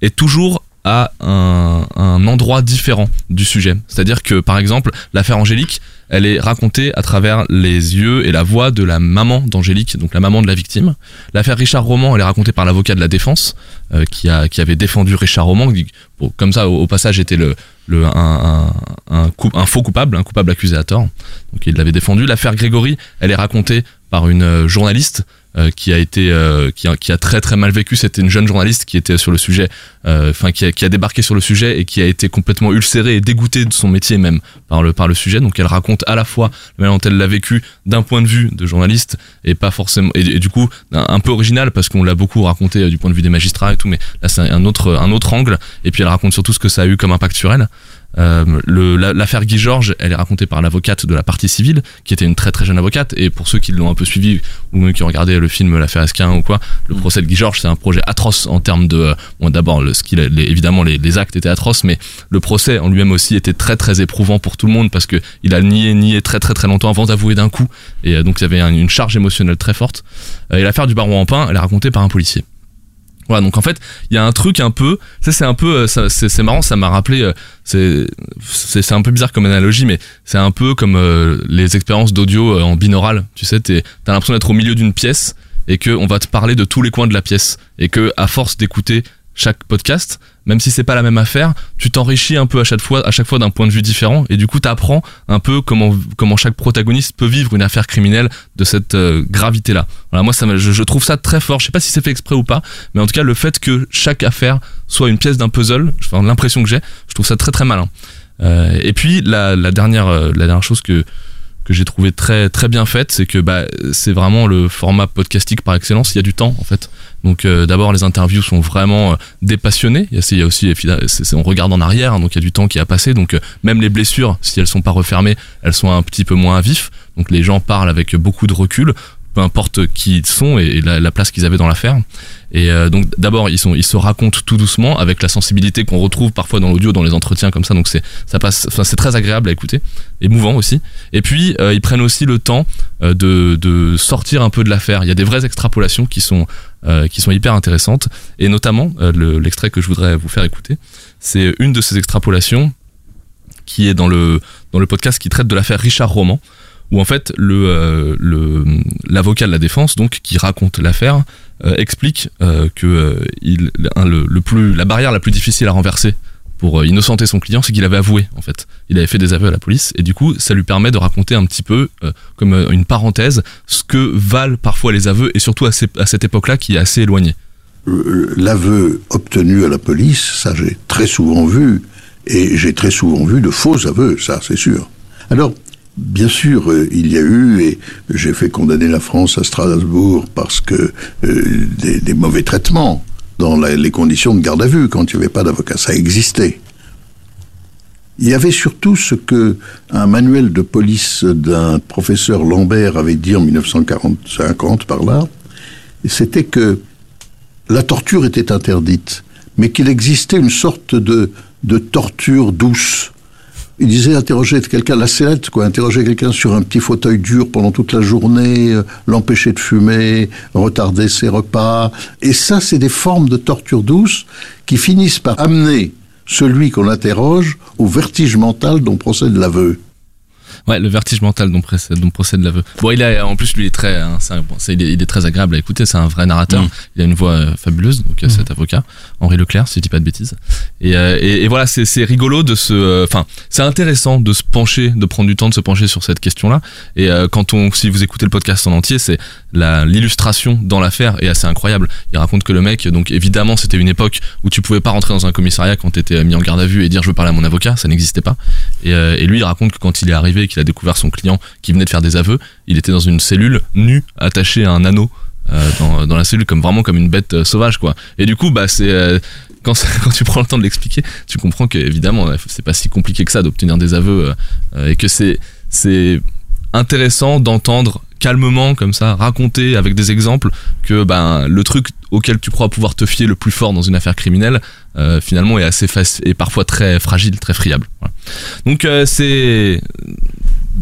Speaker 3: est toujours à- à un, un endroit différent du sujet. C'est-à-dire que, par exemple, l'affaire Angélique, elle est racontée à travers les yeux et la voix de la maman d'Angélique, donc la maman de la victime. L'affaire Richard Roman, elle est racontée par l'avocat de la défense, euh, qui, a, qui avait défendu Richard Roman, qui, bon, comme ça, au, au passage, était le, le, un, un, un, coup- un faux coupable, un coupable accusé à tort. Donc il l'avait défendu. L'affaire Grégory, elle est racontée par une euh, journaliste euh, qui a été, euh, qui, a, qui a très très mal vécu. C'était une jeune journaliste qui était sur le sujet, euh, enfin qui, a, qui a débarqué sur le sujet et qui a été complètement ulcérée et dégoûtée de son métier même par le par le sujet. Donc elle raconte à la fois la manière dont elle l'a vécu d'un point de vue de journaliste et pas forcément et, et du coup un, un peu original parce qu'on l'a beaucoup raconté euh, du point de vue des magistrats et tout, mais là c'est un autre un autre angle. Et puis elle raconte surtout ce que ça a eu comme impact sur elle. Euh, le- la- L'affaire Guy Georges, elle est racontée par l'avocate de la partie civile, qui était une très très jeune avocate. Et pour ceux qui l'ont un peu suivi ou même qui ont regardé le film L'affaire Asquin ou quoi, le procès de Guy Georges, c'est un projet atroce en termes de. euh, Bon, d'abord, le, ce qu'il a- les- évidemment, les, les actes étaient atroces, mais le procès en lui-même aussi était très très éprouvant pour tout le monde parce que il a nié, nié très très très longtemps avant d'avouer d'un coup. Et euh, donc il y avait un- une charge émotionnelle très forte. Euh, et l'affaire du baron en pain, elle est racontée par un policier. Voilà, donc en fait, il y a un truc un peu. Ça, c'est un peu. euh, ça- C'est c'est marrant, ça m'a rappelé. euh, c'est c'est c'est un peu bizarre comme analogie mais c'est un peu comme euh, les expériences d'audio euh, en binaural tu sais t'es- t'as l'impression d'être au milieu d'une pièce et que on va te parler de tous les coins de la pièce et que à force d'écouter chaque podcast même si c'est pas la même affaire tu t'enrichis un peu à chaque fois à chaque fois d'un point de vue différent et du coup t'apprends un peu comment comment chaque protagoniste peut vivre une affaire criminelle de cette gravité là voilà moi ça me- je, je trouve ça très fort je sais pas si c'est fait exprès ou pas mais en tout cas le fait que chaque affaire soit une pièce d'un puzzle enfin, l'impression que j'ai je trouve ça très très malin euh, et puis la, la dernière euh, la dernière chose que que j'ai trouvé très très bien faite, c'est que bah c'est vraiment le format podcastique par excellence. Il y a du temps en fait. Donc euh, d'abord les interviews sont vraiment euh, dépassionnées. Il y a, c'est- il y a aussi évidemment, c'est- c'est- on regarde en arrière, hein, donc il y a du temps qui a passé. Donc euh, même les blessures, si elles sont pas refermées, elles sont un petit peu moins à vif. Donc les gens parlent avec beaucoup de recul, peu importe qui ils sont et, et la, la place qu'ils avaient dans l'affaire. Et euh, donc d'abord ils sont ils se racontent tout doucement avec la sensibilité qu'on retrouve parfois dans l'audio, dans les entretiens comme ça. Donc c'est ça passe, enfin, c'est très agréable à écouter, émouvant aussi. Et puis euh, ils prennent aussi le temps euh, de, de sortir un peu de l'affaire. Il y a des vraies extrapolations qui sont euh, qui sont hyper intéressantes. Et notamment euh, le- l'extrait que je voudrais vous faire écouter, c'est une de ces extrapolations qui est dans le dans le podcast qui traite de l'affaire Richard Roman, où en fait le euh, le l'avocat de la défense donc qui raconte l'affaire euh, explique euh, que euh, il, un- le, le plus la barrière la plus difficile à renverser pour euh, innocenter son client, c'est qu'il avait avoué en fait. Il avait fait des aveux à la police et du coup, ça lui permet de raconter un petit peu, euh, comme euh, une parenthèse, ce que valent parfois les aveux et surtout à, ces- à cette époque-là qui est assez éloignée.
Speaker 8: euh, l'aveu obtenu à la police, ça j'ai très souvent vu, et j'ai très souvent vu de faux aveux, ça c'est sûr. Alors, bien sûr, euh, il y a eu, et j'ai fait condamner la France à Strasbourg parce que euh, des, des mauvais traitements dans la- les conditions de garde à vue, quand il n'y avait pas d'avocat, ça existait. Il y avait surtout ce que un manuel de police d'un professeur Lambert avait dit en 1940-50 par là, c'était que la torture était interdite, mais qu'il existait une sorte de, de torture douce. Il disait interroger quelqu'un, la sellette, quoi, interroger quelqu'un sur un petit fauteuil dur pendant toute la journée, euh, l'empêcher de fumer, retarder ses repas. Et ça, c'est des formes de torture douce qui finissent par amener celui qu'on interroge au vertige mental dont procède l'aveu.
Speaker 3: Ouais, le vertige mental dont précède, dont procède l'aveu. Bon, il a, en plus, lui, il est très, hein, c'est un- bon, c'est- il, est, il est très agréable à écouter. C'est un vrai narrateur. Il a une voix euh, fabuleuse, donc euh, cet avocat, Henri Leclerc, si je dis pas de bêtises. Et, euh, et, et voilà, c'est c'est rigolo de se, euh, enfin, c'est intéressant de se pencher, de prendre du temps de se pencher sur cette question-là. Et euh, quand on, si vous écoutez le podcast en entier, c'est la l'illustration dans l'affaire est assez incroyable. Il raconte que le mec, donc évidemment, c'était une époque où tu pouvais pas rentrer dans un commissariat quand t'étais euh, mis en garde à vue et dire je veux parler à mon avocat, ça n'existait pas. Et, euh, et lui, il raconte que quand il est arrivé et qu'il a découvert son client qui venait de faire des aveux, il était dans une cellule nue, attaché à un anneau euh, dans, dans la cellule, comme vraiment comme une bête euh, sauvage, quoi. Et du coup, bah, c'est euh, quand, ça- quand tu prends le temps de l'expliquer, tu comprends que évidemment, euh, c'est pas si compliqué que ça d'obtenir des aveux euh, euh, et que c'est c'est intéressant d'entendre calmement comme ça raconter avec des exemples que ben le truc auquel tu crois pouvoir te fier le plus fort dans une affaire criminelle euh, finalement est assez faci- et parfois très fragile très friable Voilà. Donc euh, c'est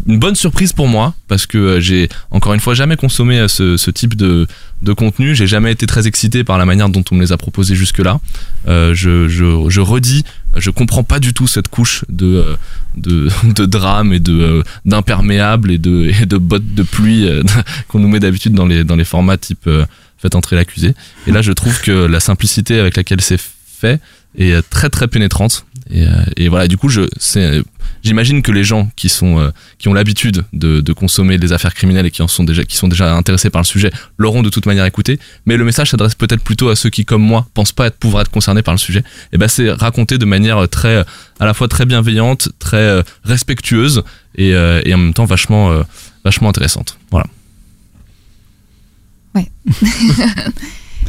Speaker 3: une bonne surprise pour moi parce que euh, j'ai encore une fois jamais consommé euh, ce, ce type de, de contenu. J'ai jamais été très excité par la manière dont on me les a proposés jusque-là. Euh, je, je, je redis, je comprends pas du tout cette couche de, euh, de, de drame et de euh, d'imperméable et de, et de bottes de pluie euh, qu'on nous met d'habitude dans les, dans les formats type euh, faites entrer l'accusé. Et là, je trouve que la simplicité avec laquelle c'est fait est euh, très très pénétrante. Et, euh, et voilà, du coup, je c'est euh, j'imagine que les gens qui sont euh, qui ont l'habitude de, de consommer des affaires criminelles et qui en sont déjà qui sont déjà intéressés par le sujet l'auront de toute manière écouté. Mais le message s'adresse peut-être plutôt à ceux qui, comme moi, pensent pas être pouvoir être concernés par le sujet. Et ben, c'est raconté de manière euh, très euh, à la fois très bienveillante, très euh, respectueuse et, euh, et en même temps vachement euh, vachement intéressante. Voilà.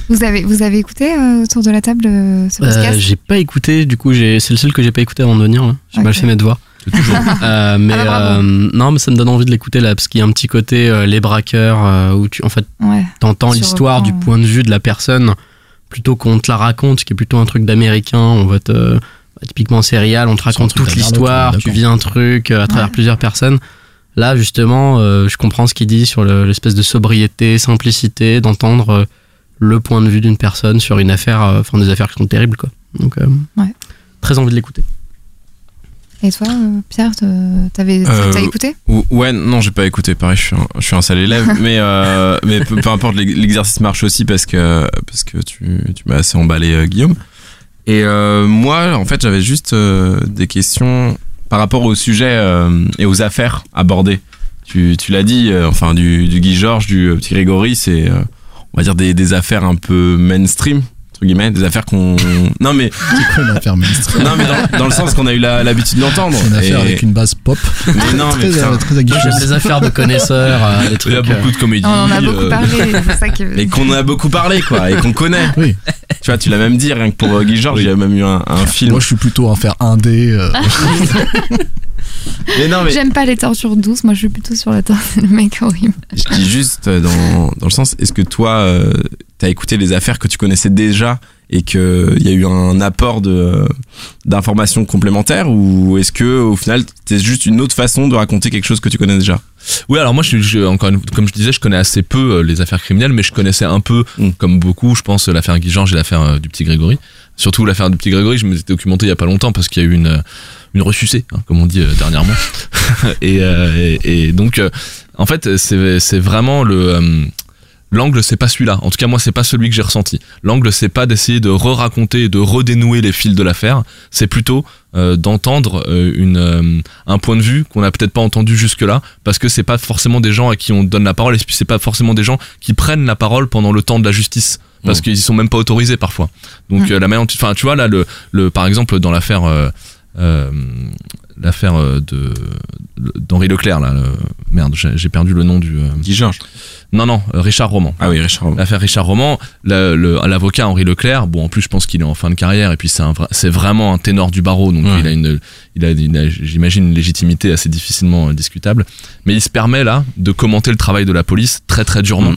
Speaker 1: Vous avez, vous avez écouté euh, autour de la table euh, ce
Speaker 5: Euh,
Speaker 1: podcast
Speaker 5: j'ai pas écouté, du coup, j'ai- c'est le seul que j'ai pas écouté avant de venir. là. J'ai mal
Speaker 1: Ok.
Speaker 5: fait mes devoirs.
Speaker 3: C'est toujours
Speaker 5: Euh, mais
Speaker 1: Ah bah, bravo.
Speaker 5: euh, non, mais ça me donne envie de l'écouter là, parce qu'il y a un petit côté euh, les braqueurs euh, où tu en fait
Speaker 1: Ouais.
Speaker 5: t'entends
Speaker 1: Sur-
Speaker 5: l'histoire du
Speaker 1: ouais.
Speaker 5: point de vue de la personne plutôt qu'on te la raconte, ce qui est plutôt un truc d'américain. On va te bah, typiquement serial, on te raconte
Speaker 4: truc
Speaker 5: toute
Speaker 4: d'Arnaud,
Speaker 5: l'histoire,
Speaker 4: on est
Speaker 5: tu vis un truc euh, à travers plusieurs personnes. Là, justement, euh, je comprends ce qu'il dit sur le- l'espèce de sobriété, simplicité, d'entendre euh, le point de vue d'une personne sur une affaire, euh, enfin des affaires qui sont terribles, quoi. Donc, euh,
Speaker 1: Ouais.
Speaker 5: très envie de l'écouter.
Speaker 1: Et toi, euh, Pierre, te- t'avais,
Speaker 2: Euh,
Speaker 1: t'as écouté
Speaker 2: Ou- Ouais, non, j'ai pas écouté. Pareil, je suis un, je suis un sale élève, mais euh, mais peu, peu importe, l'ex- l'exercice marche aussi parce que parce que tu tu m'as assez emballé, euh, Guillaume. Et euh, moi, en fait, j'avais juste euh, des questions par rapport au sujet euh, et aux affaires abordées. Tu, tu l'as dit, euh, enfin du, du Guy Georges, du euh, petit Grégory, c'est euh, on va dire des, des affaires un peu mainstream entre guillemets, des affaires qu'on non mais
Speaker 4: une affaire ministre.
Speaker 2: non mais dans, dans le sens qu'on a eu la- l'habitude d'entendre.
Speaker 4: Une affaire
Speaker 2: Et-
Speaker 4: avec une base pop.
Speaker 2: mais non, mais
Speaker 4: très,
Speaker 2: putain,
Speaker 4: euh, très aguicheuse.
Speaker 5: J'aime les affaires de connaisseurs, euh, les
Speaker 2: il y
Speaker 5: trucs.
Speaker 2: a
Speaker 5: euh,
Speaker 2: beaucoup de comédies.
Speaker 1: On en a beaucoup
Speaker 2: euh,
Speaker 1: parlé, c'est ça que.
Speaker 2: et qu'on a beaucoup parlé quoi et qu'on connaît
Speaker 4: Oui.
Speaker 2: tu vois tu l'as même dit rien que pour euh, Guy Georges il y a même eu un, un film
Speaker 4: Moi, je suis plutôt un faire indé. euh,
Speaker 1: Ah,
Speaker 2: mais non mais
Speaker 1: J'aime pas les tortures douces, moi je suis plutôt sur la torture, le mec horrible.
Speaker 2: je dis juste euh, dans, dans le sens est-ce que toi euh, t'as écouté les affaires que tu connaissais déjà et que il y a eu un apport de euh, d'informations complémentaires ou est-ce que au final c'est juste une autre façon de raconter quelque chose que tu connais déjà
Speaker 3: Oui, alors moi, je, je- encore une- comme je disais, je connais assez peu euh, les affaires criminelles, mais je connaissais un peu,
Speaker 2: Mm.
Speaker 3: comme beaucoup, je pense, euh, l'affaire Guy Georges et l'affaire euh, du petit Grégory. Surtout l'affaire du petit Grégory, je me suis documenté il y a pas longtemps parce qu'il y a eu une, euh, une ressucée, hein, comme on dit euh, dernièrement. et, euh, et, et donc, euh, en fait, c'est c'est vraiment le. euh, L'angle, c'est pas celui-là. En tout cas, moi, c'est pas celui que j'ai ressenti. L'angle, c'est pas d'essayer de re-raconter, et de redénouer les fils de l'affaire. C'est plutôt euh, d'entendre euh, une, euh, un point de vue qu'on n'a peut-être pas entendu jusque-là, parce que c'est pas forcément des gens à qui on donne la parole, et puis c'est pas forcément des gens qui prennent la parole pendant le temps de la justice, parce
Speaker 2: Mmh.
Speaker 3: qu'ils y sont même pas autorisés parfois. Donc
Speaker 1: Mmh.
Speaker 3: euh, la manière, dont tu- enfin tu vois là le, le par exemple dans l'affaire euh, euh, l'affaire euh, de d'Henri Leclerc là, le- merde j'ai j'ai perdu le nom du euh,
Speaker 2: Guy Georges
Speaker 3: non non euh, Richard Roman.
Speaker 2: ah oui Richard
Speaker 3: L'affaire Richard Roman, le- le- l'avocat Henri Leclerc, bon en plus je pense qu'il est en fin de carrière et puis c'est un vrai- c'est vraiment un ténor du barreau donc
Speaker 2: Ouais.
Speaker 3: il a une il a, il a, j'imagine une légitimité assez difficilement euh, discutable mais il se permet là de commenter le travail de la police très très durement
Speaker 2: Mm.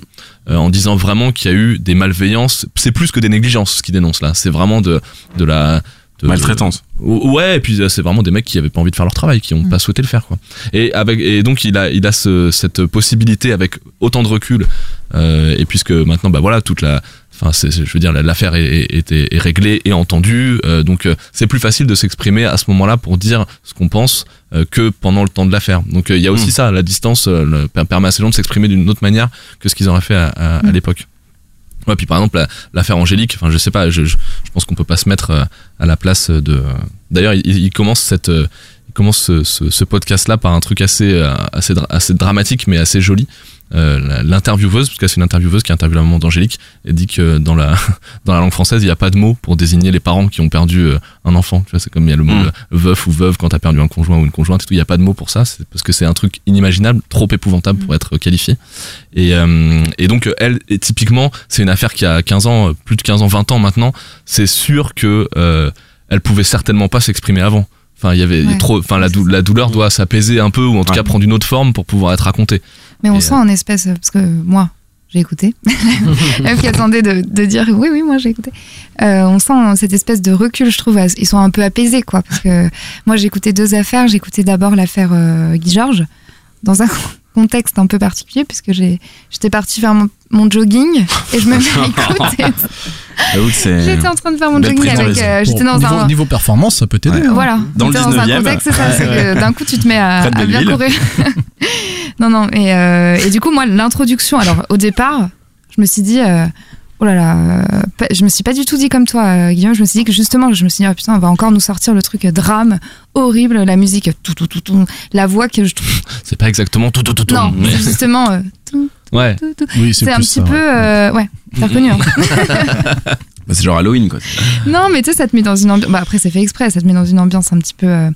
Speaker 3: euh, en disant vraiment qu'il y a eu des malveillances, c'est plus que des négligences ce qu'il dénonce là, c'est vraiment de de la
Speaker 2: Euh,
Speaker 3: de-
Speaker 2: maltraitance
Speaker 3: Ou- Ouais, et puis euh, c'est vraiment des mecs qui avaient pas envie de faire leur travail, qui ont
Speaker 1: Mm.
Speaker 3: pas souhaité le faire, quoi. Et avec, et donc il a, il a ce- cette possibilité avec autant de recul, euh, et puisque maintenant, bah voilà, toute la, enfin, c'est- c'est- je veux dire, la- l'affaire est, est, est- est réglée et entendue, euh, donc euh, c'est plus facile de s'exprimer à ce moment-là pour dire ce qu'on pense euh, que pendant le temps de l'affaire. Donc euh, il y a aussi
Speaker 2: Mm.
Speaker 3: ça, la distance euh, le- per- permet à ces gens de s'exprimer d'une autre manière que ce qu'ils auraient fait à, à- à
Speaker 1: Mm.
Speaker 3: l'époque. Ouais, puis par exemple la- l'affaire Angélique, enfin je sais pas, je, je, je pense qu'on peut pas se mettre euh, à la place de. D'ailleurs, il, il commence cette, euh, il commence ce, ce- ce podcast-là par un truc assez, euh, assez, dra- assez dramatique mais assez joli. Euh, la- l'intervieweuse, parce que c'est une intervieweuse qui interviewe la maman d'Angélique, et dit que dans la, dans la langue française, il n'y a pas de mot pour désigner les parents qui ont perdu euh, un enfant. Tu vois, c'est comme il y a le mot
Speaker 2: Mm.
Speaker 3: euh, veuf ou veuve quand t'as perdu un conjoint ou une conjointe et tout. Il n'y a pas de mot pour ça, c'est parce que c'est un truc inimaginable, trop épouvantable
Speaker 1: Mm.
Speaker 3: pour être qualifié. Et, euh, et donc, euh, elle, et typiquement, c'est une affaire qui a 15 ans, euh, plus de 15 ans, 20 ans maintenant. C'est sûr que euh, elle pouvait certainement pas s'exprimer avant. Enfin, il y avait il y a
Speaker 1: Ouais.
Speaker 3: trop. Enfin, la, dou- la douleur doit s'apaiser un peu ou en tout
Speaker 2: Ouais.
Speaker 3: cas prendre une autre forme pour pouvoir être racontée.
Speaker 1: Mais on
Speaker 3: Et,
Speaker 1: sent en espèce, euh, parce que moi, j'ai écouté. La meuf qui attendait de, de dire oui, oui, moi j'ai écouté. Euh, on sent cette espèce de recul, je trouve. à- Ils sont un peu apaisés, quoi. Parce que moi, j'ai écouté deux affaires. J'ai écouté d'abord l'affaire euh, Guy Georges, dans un contexte un peu particulier, puisque j'ai- j'étais partie faire mon, mon jogging et je me mets à écouter.
Speaker 2: J'avoue que bah c'est.
Speaker 1: j'étais en train de faire mon
Speaker 2: Belle
Speaker 1: jogging
Speaker 2: prise de
Speaker 1: avec.
Speaker 2: raison.
Speaker 1: euh, j'étais
Speaker 4: Pour-
Speaker 1: dans
Speaker 4: niveau,
Speaker 1: un.
Speaker 4: niveau performance, ça peut t'aider.
Speaker 2: Ouais.
Speaker 4: hein.
Speaker 1: Voilà,
Speaker 2: Dans le
Speaker 1: j'étais dans un
Speaker 2: 19e.
Speaker 1: contexte, c'est ça,
Speaker 2: Ouais,
Speaker 1: c'est que d'un coup tu te mets à,
Speaker 2: Près de
Speaker 1: à bien
Speaker 2: Belleville.
Speaker 1: courir. non, non, et, euh, et du coup, moi, l'introduction, alors au départ, je me suis dit, euh, oh là là, euh, pas- je me suis pas du tout dit comme toi, euh, Guillaume, je me suis dit que justement, je me suis dit, oh putain, on va encore nous sortir le truc euh, drame, horrible, la musique, tout, tout, tout, tout, la voix que je trouve.
Speaker 3: C'est pas exactement tout, tout, tout, tout.
Speaker 1: Non,
Speaker 3: mais-
Speaker 1: c'est justement, euh, tout,
Speaker 3: Ouais.
Speaker 1: tout, tout.
Speaker 4: Oui,
Speaker 1: C'est un
Speaker 4: plus
Speaker 1: petit
Speaker 4: ça,
Speaker 1: peu,
Speaker 4: ouais.
Speaker 1: euh, ouais, t'as reconnu, hein.
Speaker 2: Bah, c'est genre Halloween, quoi.
Speaker 1: Non, mais tu sais, ça te met dans une ambiance. Bah, après, c'est fait exprès. Ça te met dans une ambiance un petit peu, euh,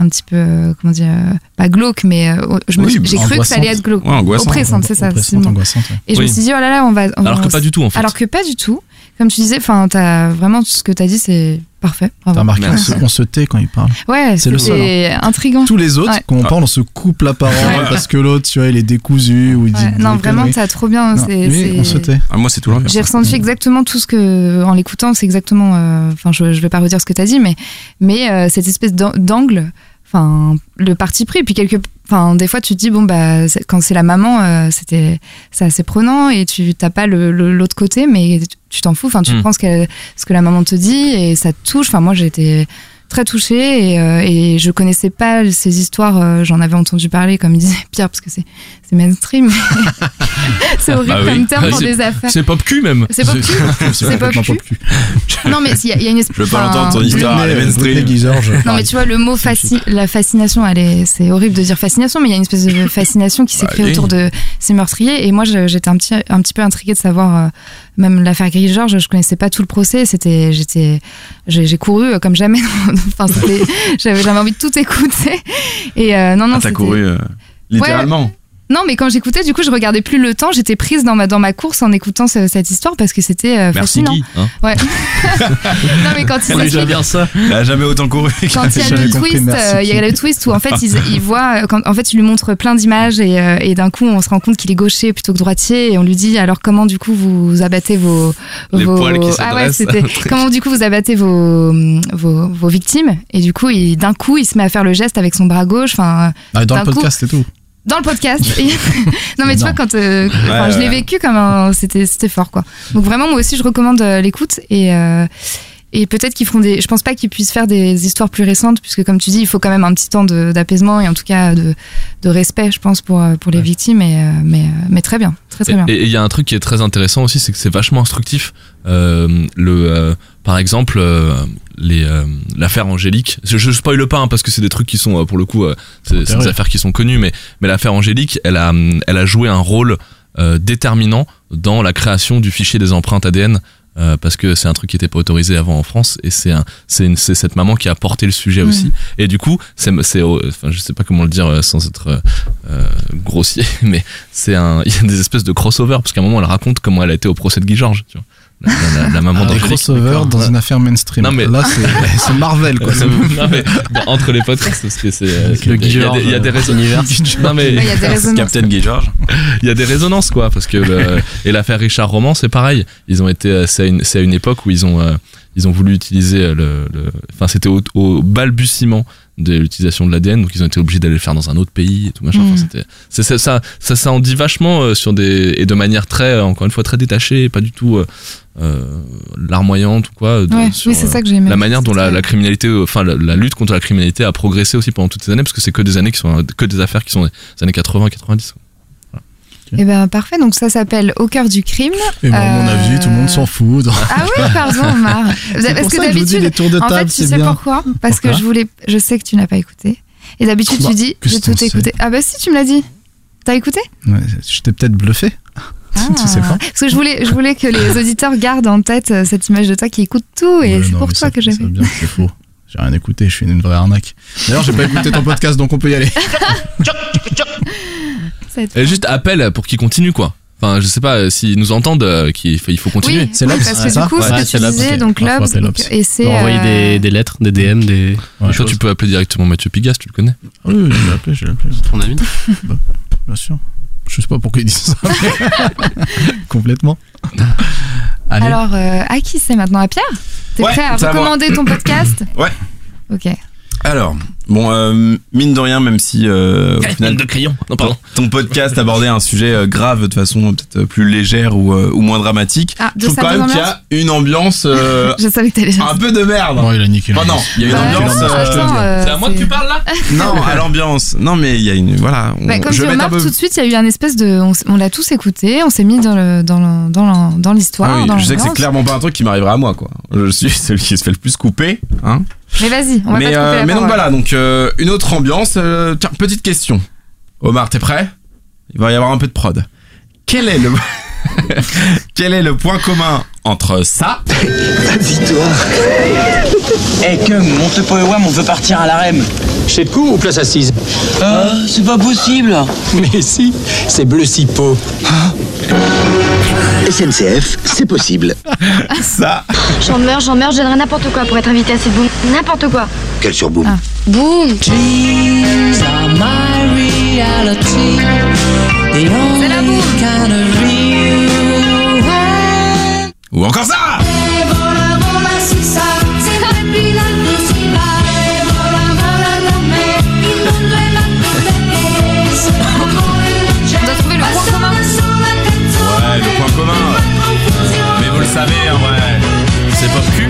Speaker 1: un petit peu, euh, comment dire, euh, pas glauque, mais euh, je me
Speaker 2: Oui,
Speaker 1: suis- j'ai cru que ça allait
Speaker 4: angoissante.
Speaker 1: être glauque.
Speaker 2: Ouais, angoissant.
Speaker 1: Oppressante, c'est ça. c'est
Speaker 4: Oppressante,
Speaker 1: le mot.
Speaker 4: angoissante, ouais.
Speaker 1: Et je me
Speaker 3: Oui.
Speaker 1: suis dit, oh là là, on va. on
Speaker 3: Alors
Speaker 1: va-
Speaker 3: que pas du tout en fait.
Speaker 1: Alors que pas du tout. Comme tu disais, enfin, t'as vraiment ce que t'as dit, c'est parfait. bravo.
Speaker 4: T'as remarqué, on
Speaker 3: Merci.
Speaker 4: se, on se tait quand il parle.
Speaker 1: Ouais,
Speaker 4: C'est le seul, hein.
Speaker 1: c'est intrigant.
Speaker 4: Tous les autres,
Speaker 1: Ouais.
Speaker 4: quand on parle, on se coupe la parole
Speaker 1: Ouais.
Speaker 4: parce que l'autre, tu vois, il est décousu ou il dit.
Speaker 1: Ouais,
Speaker 4: des
Speaker 1: non, vraiment,
Speaker 4: conneries.
Speaker 1: t'as trop bien.
Speaker 4: Non,
Speaker 1: c'est-
Speaker 4: lui, on
Speaker 1: c'est-
Speaker 4: se tait.
Speaker 2: Ah, moi, c'est tout l'envers.
Speaker 1: J'ai
Speaker 3: Mm.
Speaker 1: ressenti exactement tout ce que, en l'écoutant, c'est exactement. euh, Enfin, je, je vais pas redire ce que t'as dit, mais mais euh, cette espèce d'an- d'angle, enfin, le parti pris, puis quelque, enfin, des fois tu te dis bon bah c'est- quand c'est la maman, euh, c'était c'est assez prenant et tu t'as pas le- le- l'autre côté, mais tu- tu t'en fous. Enfin, tu
Speaker 3: Mm.
Speaker 1: prends ce que ce que la maman te dit et ça te touche. Enfin, moi j'ai été très touchée et, euh, et je connaissais pas ces histoires. euh, J'en avais entendu parler, comme il disait Pierre, parce que c'est c'est mainstream. c'est horrible
Speaker 3: Bah oui.
Speaker 1: comme terme pour
Speaker 3: Ouais,
Speaker 1: des affaires.
Speaker 3: C'est pop cul même.
Speaker 1: C'est pas cul. C'est pas
Speaker 4: complètement
Speaker 1: cul. Non, mais il y, a- il y a une espèce.
Speaker 2: Je veux pas l'entendre, ton
Speaker 1: enfin,
Speaker 2: histoire,
Speaker 4: Whitney-
Speaker 2: elle est mainstream.
Speaker 4: Whitney George,
Speaker 1: Non, mais
Speaker 4: pareil.
Speaker 1: tu vois, le mot faci- la fascination, elle est, c'est horrible de dire fascination, mais il y a une espèce de fascination qui s'est créée
Speaker 2: Bah, allez.
Speaker 1: autour de ces meurtriers. Et moi, je- j'étais un petit, un petit peu intriguée de savoir, euh, même l'affaire Gris Georges, je connaissais pas tout le procès. C'était, j'étais, j'ai j'ai couru euh, comme jamais. enfin, c'était- j'avais jamais envie de tout écouter. Et euh, non, non,
Speaker 2: Ah, t'as
Speaker 1: c'était-
Speaker 2: couru euh, littéralement.
Speaker 1: Non, mais quand j'écoutais, du coup, je regardais plus le temps. J'étais prise dans ma, dans ma course en écoutant ce- cette histoire parce que c'était euh,
Speaker 3: Merci
Speaker 1: fascinant.
Speaker 3: Guy. hein.
Speaker 1: Non, mais quand
Speaker 5: euh,
Speaker 1: ils
Speaker 3: J'aime
Speaker 1: expliquent-
Speaker 3: bien ça.
Speaker 2: Elle a jamais autant couru.
Speaker 1: quand il y a
Speaker 4: J'avais
Speaker 1: le
Speaker 4: compris,
Speaker 1: twist,
Speaker 4: merci.
Speaker 1: euh, il y a le twist où en fait ils, ils voient, euh, quand, en fait ils lui montrent plein d'images et, euh, et d'un coup on se rend compte qu'il est gaucher plutôt que droitier et on lui dit alors comment du coup vous abattez vos,
Speaker 3: Les
Speaker 1: vos-
Speaker 3: poils qui
Speaker 1: ah ouais
Speaker 3: s'adressent.
Speaker 1: c'était comment du coup vous abattez vos vos, vos victimes et du coup il- d'un coup il se met à faire le geste avec son bras gauche enfin
Speaker 4: Ah, Dans
Speaker 1: D'un
Speaker 4: le
Speaker 1: coup-
Speaker 4: podcast et tout.
Speaker 1: dans le podcast Et- non mais tu vois
Speaker 4: Énorme.
Speaker 1: quand euh, enfin, je
Speaker 2: ouais,
Speaker 1: l'ai
Speaker 2: ouais.
Speaker 1: vécu comme un c'était c'était fort quoi donc vraiment moi aussi je recommande euh, l'écoute et euh, et peut-être qu'ils feront des. Je pense pas qu'ils puissent faire des histoires plus récentes, puisque comme tu dis, il faut quand même un petit temps de- d'apaisement et en tout cas de, de respect, je pense, pour, euh, pour les victimes. Et, euh, mais, euh, mais très bien, très très bien.
Speaker 3: Et et il y a un truc qui est très intéressant aussi, c'est que c'est vachement instructif. Euh, le, euh, par exemple, euh, les euh, l'affaire Angélique. Je, je spoil pas hein, parce que c'est des trucs qui sont euh, pour le coup, euh, c'est c'est des
Speaker 4: Intérêt.
Speaker 3: affaires qui sont connues, mais mais l'affaire Angélique, elle a hum, elle a joué un rôle euh, déterminant dans la création du fichier des empreintes ADN. euh, parce que c'est un truc qui était pas autorisé avant en France et c'est un- c'est une- c'est cette maman qui a porté le sujet
Speaker 1: Mhm.
Speaker 3: aussi et du coup c'est c'est euh, enfin je sais pas comment le dire euh, sans être euh, euh, grossier mais c'est un il y a des espèces de crossover parce qu'à un moment elle raconte comment elle a été au procès de Guy Georges tu vois la, la- la- la
Speaker 6: Ah,
Speaker 3: maman
Speaker 4: Des
Speaker 3: d'Angélique.
Speaker 2: euh,
Speaker 4: crossovers dans une affaire mainstream.
Speaker 3: Non, mais-
Speaker 4: Là, c'est c'est Marvel, quoi.
Speaker 3: Non, mais dans- entre les podcasts parce que c'est euh,
Speaker 5: Avec le
Speaker 3: il y a des-
Speaker 5: Georges,
Speaker 3: il y a des
Speaker 5: euh,
Speaker 3: résonances non mais
Speaker 1: Ouais, Il y a des résonances.
Speaker 2: Captain Gay George.
Speaker 3: il y a des résonances quoi parce que le- et l'affaire Richard Roman c'est pareil ils ont été euh, c'est à une c'est à une époque où ils ont euh, ils ont voulu utiliser euh, le le- enfin c'était au, au balbutiement de l'utilisation de l'ADN donc ils ont été obligés d'aller le faire dans un autre pays et tout machin
Speaker 1: Mm.
Speaker 3: Enfin, c'était c'est ça ça, ça ça en dit vachement euh, sur des et de manière très euh, encore une fois très détachée pas du tout euh, euh, larmoyante ou quoi de-
Speaker 1: Ouais,
Speaker 3: sur,
Speaker 1: oui, c'est
Speaker 3: euh,
Speaker 1: ça que j'ai aimé.
Speaker 3: la manière dont la,
Speaker 1: C'est-
Speaker 3: la criminalité, euh, enfin la, la lutte contre la criminalité a progressé aussi pendant toutes ces années, parce que c'est que des années qui sont euh, que des affaires qui sont des années 80-90.
Speaker 1: Eh ben parfait, donc ça s'appelle Au cœur du crime.
Speaker 4: Et moi, à mon
Speaker 1: Euh,
Speaker 4: avis, tout le monde s'en fout.
Speaker 1: Ah ouais, pardon, Omar.
Speaker 4: C'est
Speaker 1: Parce
Speaker 4: pour
Speaker 1: que
Speaker 4: ça que je vous dis
Speaker 1: d'habitude,
Speaker 4: les tours de
Speaker 1: En fait,
Speaker 4: table,
Speaker 1: tu
Speaker 4: c'est
Speaker 1: sais
Speaker 4: bien.
Speaker 1: pourquoi Parce que
Speaker 4: Pourquoi
Speaker 1: je voulais. Je sais que tu n'as pas écouté. Et d'habitude,
Speaker 4: Bah,
Speaker 1: tu dis
Speaker 4: qu'est-ce
Speaker 1: j'ai
Speaker 4: qu'on
Speaker 1: tout
Speaker 4: sait
Speaker 1: écouté. Ah bah si, tu me l'as dit. T'as écouté Ah.
Speaker 4: Ouais, Je t'ai peut-être bluffé. Tu sais pas.
Speaker 1: Parce que je voulais, je voulais que les auditeurs gardent en tête euh, cette image de toi qui écoute tout et
Speaker 4: Ouais,
Speaker 1: c'est
Speaker 4: non,
Speaker 1: pour
Speaker 4: mais
Speaker 1: toi
Speaker 4: ça-
Speaker 1: que j'ai
Speaker 4: ça
Speaker 1: fait.
Speaker 4: bien, C'est faux. J'ai rien écouté, je suis une vraie arnaque. D'ailleurs, j'ai pas écouté ton podcast, donc on peut y aller.
Speaker 1: Ça va être-
Speaker 3: Et juste appel pour qu'ils continuent quoi. Enfin, je sais pas euh, s'ils nous entendent, euh, qu'il faut, il faut continuer.
Speaker 1: Oui,
Speaker 4: C'est
Speaker 1: oui,
Speaker 4: l'Obs,
Speaker 1: parce
Speaker 4: c'est
Speaker 1: que
Speaker 4: ça
Speaker 1: du coup, ce
Speaker 5: Ouais,
Speaker 1: que
Speaker 5: c'est
Speaker 1: tu
Speaker 5: l'Obs,
Speaker 1: disais,
Speaker 4: ok.
Speaker 1: donc
Speaker 4: Faut
Speaker 1: l'Obs,
Speaker 4: appeler
Speaker 1: donc,
Speaker 4: l'Obs.
Speaker 1: et c'est.
Speaker 5: Leur envoyer
Speaker 1: euh,
Speaker 5: des, des lettres, des DM, des.
Speaker 4: Ouais.
Speaker 3: Toi, tu peux appeler directement Mathieu Pigas, tu le connais.
Speaker 1: Ah
Speaker 4: Oui, oui, je l'ai appelé, je l'ai appelé,
Speaker 5: Ton ami
Speaker 4: bien sûr. Je sais pas pourquoi ils disent ça. mais- Complètement. Allez,
Speaker 1: Alors, euh, à qui c'est maintenant À Pierre T'es
Speaker 2: Ouais,
Speaker 1: prêt à
Speaker 2: c'est à moi.
Speaker 1: recommander ton podcast
Speaker 2: Ouais.
Speaker 1: Ok.
Speaker 2: Alors, Bon, euh, mine de rien, même si euh, au final,
Speaker 3: de crayon. Non, pardon.
Speaker 2: ton podcast abordait un sujet euh, grave de façon peut-être plus légère ou, euh, ou moins dramatique,
Speaker 1: Ah,
Speaker 2: je
Speaker 1: de
Speaker 2: trouve
Speaker 1: ça,
Speaker 2: quand même qu'il y a une ambiance euh,
Speaker 1: Je savais que t'allais dire
Speaker 2: un peu de merde.
Speaker 4: Non, il a niqué.
Speaker 2: Enfin non, il y a une
Speaker 4: Ouais,
Speaker 1: ça. Bah,
Speaker 2: ambiance.
Speaker 4: non,
Speaker 2: euh,
Speaker 1: Attends, euh,
Speaker 3: C'est à moi que
Speaker 1: c'est-
Speaker 3: tu parles là
Speaker 2: non, à l'ambiance. Non, mais il y a une voilà. on-
Speaker 1: Bah, comme
Speaker 2: je
Speaker 1: tu
Speaker 2: vais mettre un
Speaker 1: remarques,
Speaker 2: peu.
Speaker 1: tout de suite, il y a eu un espèce de. On, s- on l'a tous écouté, on s'est mis dans le dans le- dans le- dans l'histoire.
Speaker 2: Ah oui,
Speaker 1: dans
Speaker 2: je sais que c'est
Speaker 1: l'ambiance.
Speaker 2: clairement pas un truc qui m'arrivera à moi quoi. Je suis celui qui se fait le plus couper, hein.
Speaker 1: Mais vas-y, on va pas
Speaker 2: mais
Speaker 1: te couper
Speaker 2: euh,
Speaker 1: la
Speaker 2: mais
Speaker 1: parole.
Speaker 2: donc voilà, donc euh, une autre ambiance. euh, tiens, petite question. Omar, t'es prêt Il va y avoir un peu de prod. Quel est le quel est le point commun entre ça
Speaker 9: Eh que monte pas le WAM, on veut partir à la REM. Euh,
Speaker 10: Chez de coup ou place assise
Speaker 9: c'est pas possible. Hein
Speaker 10: Mais si, c'est bleu cipo.
Speaker 9: SNCF, c'est possible.
Speaker 2: ça
Speaker 11: J'en meurs, j'en meurs, je donnerai n'importe quoi pour être invité à cette boum. N'importe quoi.
Speaker 8: Quel surboom
Speaker 1: Ah.
Speaker 11: Boum
Speaker 2: ou encore ça
Speaker 1: On doit trouver le point commun.
Speaker 2: Ouais, le point commun. Mais vous le savez en vrai. C'est pas plus.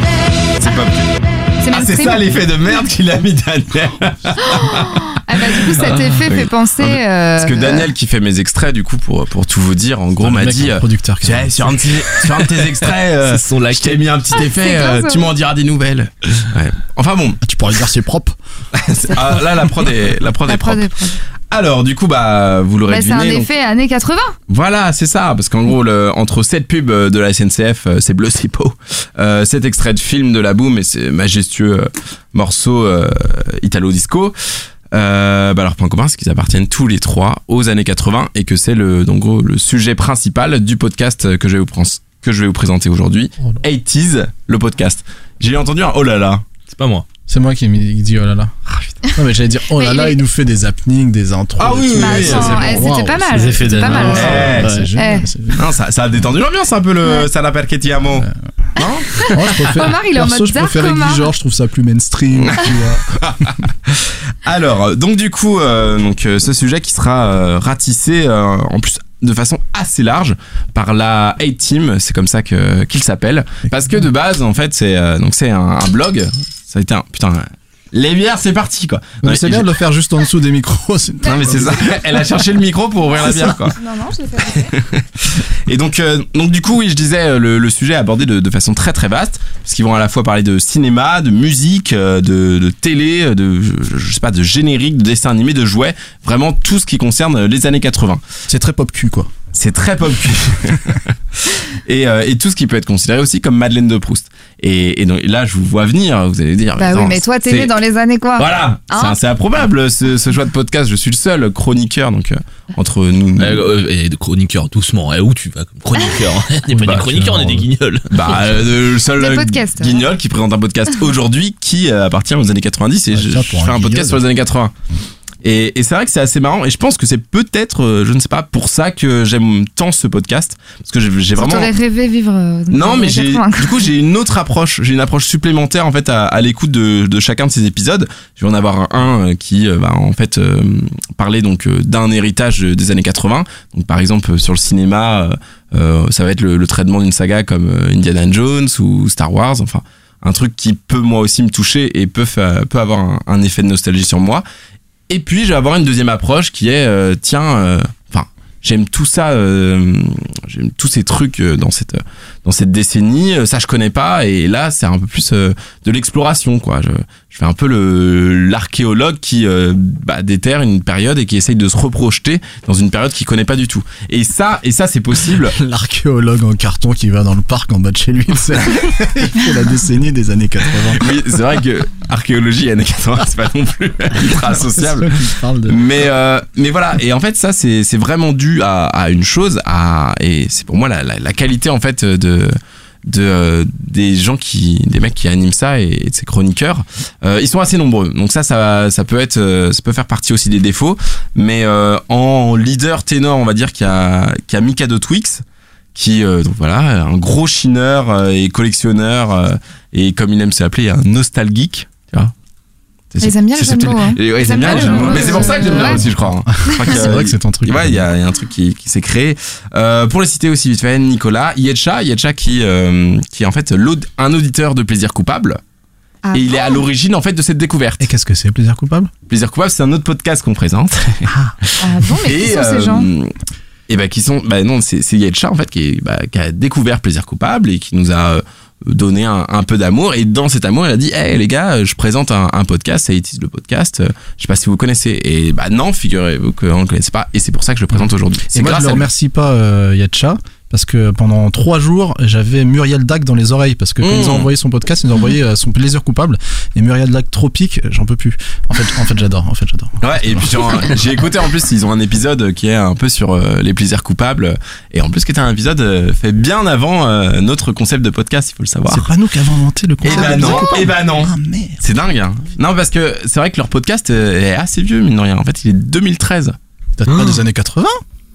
Speaker 2: C'est pas plus.
Speaker 1: C'est
Speaker 2: Ah, c'est
Speaker 1: mainstream.
Speaker 2: ça l'effet de merde qu'il a mis Daniel.
Speaker 1: Ah bah, du coup, cet effet
Speaker 2: oui. Ah,
Speaker 1: fait penser. euh,
Speaker 2: Parce que Daniel qui fait mes extraits du coup pour pour tout vous dire, en gros m'a dit euh,
Speaker 4: producteur.
Speaker 2: Tu sais, sur, un de tes- sur un de tes extraits, euh, je t'ai mis un petit effet, euh,
Speaker 1: grave.
Speaker 2: tu m'en diras des nouvelles. Ouais. Enfin bon,
Speaker 4: Ah, Tu pourrais dire c'est propre.
Speaker 2: c'est- ah, là la prod est, la prod
Speaker 1: la
Speaker 2: est
Speaker 1: prod
Speaker 2: propre.
Speaker 1: est propre.
Speaker 2: Alors du coup, bah, vous l'aurez
Speaker 1: Bah, c'est un
Speaker 2: deviné. donc-
Speaker 1: effet années 80.
Speaker 2: Voilà, c'est ça, parce qu'en gros, le, entre cette pub euh, de la SNCF, euh, c'est Bleu Cipo, euh, cet extrait de film de la Boom et ces majestueux euh, morceaux euh, italo-disco, euh, bah, leur point commun, c'est qu'ils appartiennent tous les trois aux années 80 et que c'est le, donc, gros, le sujet principal du podcast euh, que je vais vous, pren- que je vais vous présenter aujourd'hui, 80s, le podcast. J'ai entendu un oh là là.
Speaker 3: C'est pas moi.
Speaker 4: C'est moi qui ai mis- qui dis oh là là. Non mais j'allais dire oh
Speaker 1: Ah, Mais
Speaker 4: là
Speaker 1: il
Speaker 4: là,
Speaker 1: est-
Speaker 4: il nous fait des happenings, des intros.
Speaker 2: Ah
Speaker 4: des
Speaker 2: oui,
Speaker 4: trucs.
Speaker 2: oui,
Speaker 1: Bah,
Speaker 2: oui,
Speaker 1: attends,
Speaker 2: c'est
Speaker 1: eh,
Speaker 4: bon.
Speaker 1: c'était pas
Speaker 4: Waouh,
Speaker 1: mal.
Speaker 5: ces effets
Speaker 1: C'était pas mal.
Speaker 5: d'annonce.
Speaker 1: ça.
Speaker 4: Ouais,
Speaker 2: Eh,
Speaker 4: c'est génial, c'est-
Speaker 2: Non, ça, ça a détendu l'ambiance un peu le
Speaker 1: Ouais.
Speaker 2: ça l'appelle que ti amo. Non
Speaker 4: Moi, je préfère,
Speaker 1: Omar, il est en
Speaker 4: perso,
Speaker 1: mode
Speaker 4: je préfère
Speaker 1: dark,
Speaker 4: Guy
Speaker 1: Omar.
Speaker 4: Georges, je trouve ça plus mainstream. tu vois.
Speaker 2: Alors, euh, donc du coup, euh, donc euh, ce sujet qui sera euh, ratissé euh, en plus de façon assez large par la A-Team, c'est comme ça que qu'il s'appelle, parce que de base en fait c'est euh, donc c'est un, un blog, ça a été un putain. euh, Les bières, c'est parti quoi.
Speaker 4: Non, mais c'est bien de le faire juste en dessous des micros. c'est-
Speaker 2: Non mais c'est ça. Elle a cherché le micro pour ouvrir la bière quoi.
Speaker 1: Non, non, je l'ai fait.
Speaker 2: Et donc, euh, donc du coup, oui, je disais, euh, le, le sujet est abordé de, de façon très très vaste, parce qu'ils vont à la fois parler de cinéma, de musique, euh, de, de télé, euh, de je, je- je sais pas, de générique, de dessin animé, de jouets, vraiment tout ce qui concerne euh, les années 80.
Speaker 4: C'est très pop cul, quoi.
Speaker 2: C'est très pop culture. et, euh, et tout ce qui peut être considéré aussi comme Madeleine de Proust. Et, et donc là, je vous vois venir, vous allez dire.
Speaker 1: Bah oui,
Speaker 2: attends,
Speaker 1: mais toi, t'es
Speaker 2: c'est-
Speaker 1: né dans les années quoi
Speaker 2: Voilà,
Speaker 1: Hein
Speaker 2: c'est- c'est improbable ce, ce choix de podcast. Je suis le seul chroniqueur, donc euh, entre nous,
Speaker 3: euh, Et chroniqueur, doucement. Et où tu vas comme chroniqueur hein? On n'est pas
Speaker 2: Bah,
Speaker 3: des chroniqueurs, on est des guignols.
Speaker 2: Bah, euh, le seul
Speaker 1: Des
Speaker 2: euh,
Speaker 1: podcasts, hein.
Speaker 2: guignol qui présente un podcast aujourd'hui qui euh, appartient aux années 90 et
Speaker 4: Ouais,
Speaker 2: je,
Speaker 4: Bah, tiens,
Speaker 2: je fais
Speaker 4: pour
Speaker 2: un
Speaker 4: un
Speaker 2: podcast
Speaker 4: guignol.
Speaker 2: sur les années 80. Et, et c'est vrai que c'est assez marrant et je pense que c'est peut-être, euh, je ne sais pas, pour ça que j'aime tant ce podcast parce que j'ai j'ai
Speaker 1: Quand
Speaker 2: vraiment.
Speaker 1: T'aurais rêvé vivre. euh, dans
Speaker 2: Non,
Speaker 1: les
Speaker 2: mais j'ai,
Speaker 1: années 80, quoi.
Speaker 2: du coup, j'ai une autre approche. J'ai une approche supplémentaire, en fait, à, à l'écoute de, de chacun de ces épisodes. Je vais en avoir un euh, qui euh, va, en fait, euh, parler donc euh, d'un héritage euh, des années 80. Donc, par exemple, euh, sur le cinéma, euh, euh, ça va être le, le traitement d'une saga comme euh, Indiana Jones ou Star Wars. Enfin, un truc qui peut, moi aussi, me toucher et peut, fa- peut avoir un, un effet de nostalgie sur moi. Et puis, je vais avoir une deuxième approche qui est, euh, tiens, euh, enfin, j'aime tout ça, euh, j'aime tous ces trucs euh, dans cette dans cette décennie, euh, ça je connais pas et là c'est un peu plus euh, de l'exploration quoi. Je, je fais un peu le l'archéologue qui euh, bah, déterre une période et qui essaye de se reprojeter dans une période qu'il connaît pas du tout. Et ça et ça c'est possible.
Speaker 4: L'archéologue en carton qui va dans le parc en bas de chez lui. tu sais. il fait la décennie des années 80.
Speaker 2: Oui, c'est vrai que archéologie années 80 c'est pas non plus ultra
Speaker 4: C'est
Speaker 2: associable.
Speaker 4: ça qu'il parle de-
Speaker 2: Mais euh, mais voilà et en fait ça c'est c'est vraiment dû à, à une chose à et c'est pour moi la, la, la qualité en fait de de euh, des gens qui des mecs qui animent ça et, et de ces chroniqueurs Euh, ils sont assez nombreux donc ça ça ça peut être euh, ça peut faire partie aussi des défauts mais euh, en leader ténor on va dire qu'il y a qu'il y a Mika de Twix qui euh, donc voilà un gros chineur euh, et collectionneur euh, et comme il aime se l'appeler un nostalgique tu vois
Speaker 1: Ils aiment bien les
Speaker 2: c'est
Speaker 1: jeux de
Speaker 2: subtil.
Speaker 1: mots, hein.
Speaker 2: Et ouais, ils aiment bien les jeux de mots. Mais c'est pour ça que j'aime bien
Speaker 1: Ouais.
Speaker 2: aussi, je crois. hein. Je crois qu'il y a-
Speaker 6: C'est vrai que c'est un truc.
Speaker 2: Ouais, il y, a il y a un truc qui, qui s'est créé. Euh, pour les citer aussi vite fait, Nicolas, Yetcha, Yetcha qui, euh, qui est en fait l'aud- un auditeur de Plaisir Coupable.
Speaker 1: Ah.
Speaker 2: Et il est à l'origine en fait de cette découverte.
Speaker 6: Et qu'est-ce que c'est, plaisir coupable
Speaker 2: Plaisir Coupable, c'est un autre podcast qu'on présente.
Speaker 1: Ah bon, mais qui
Speaker 2: et,
Speaker 1: sont
Speaker 2: euh,
Speaker 1: ces gens
Speaker 2: Et bah, qui sont. Bah, non, c'est c'est Yetcha en fait qui, est- bah, qui a découvert Plaisir Coupable et qui nous a euh, donné un, un peu d'amour. Et dans cet amour, elle a dit Hey les gars, euh, je présente un, un podcast, ça utilise le podcast. euh, Je sais pas si vous connaissez. Et bah, non, figurez-vous qu'on ne le connaissait pas. Et c'est pour ça que je le présente aujourd'hui.
Speaker 6: Et
Speaker 2: C'est
Speaker 6: moi, je
Speaker 2: grâce
Speaker 6: le
Speaker 2: à lui.
Speaker 6: remercie pas, euh, Yatcha, parce que pendant trois jours, j'avais Muriel Dac dans les oreilles, parce que quand
Speaker 4: Mmh.
Speaker 2: Mm.
Speaker 6: ils ont envoyé son podcast, ils ont envoyé euh, son plaisir coupable. Et Muriel Dac tropique, j'en peux plus. En fait, en fait, j'adore. En fait, j'adore.
Speaker 2: Ouais, et puis genre, j'ai écouté en plus, ils ont un épisode qui est un peu sur euh, les plaisirs coupables. Et en plus, qui était un épisode euh, fait bien avant euh, notre concept de podcast, il faut le savoir.
Speaker 6: C'est pas nous qui avons inventé le
Speaker 2: Et
Speaker 6: concept.
Speaker 2: bah
Speaker 6: de
Speaker 2: non,
Speaker 6: plaisir coupable.
Speaker 2: et bah non.
Speaker 6: Ah merde.
Speaker 2: C'est dingue. hein. Non, parce que c'est vrai que leur podcast euh, est assez vieux, mine de rien. En fait, il est 2013.
Speaker 6: Date pas des années 80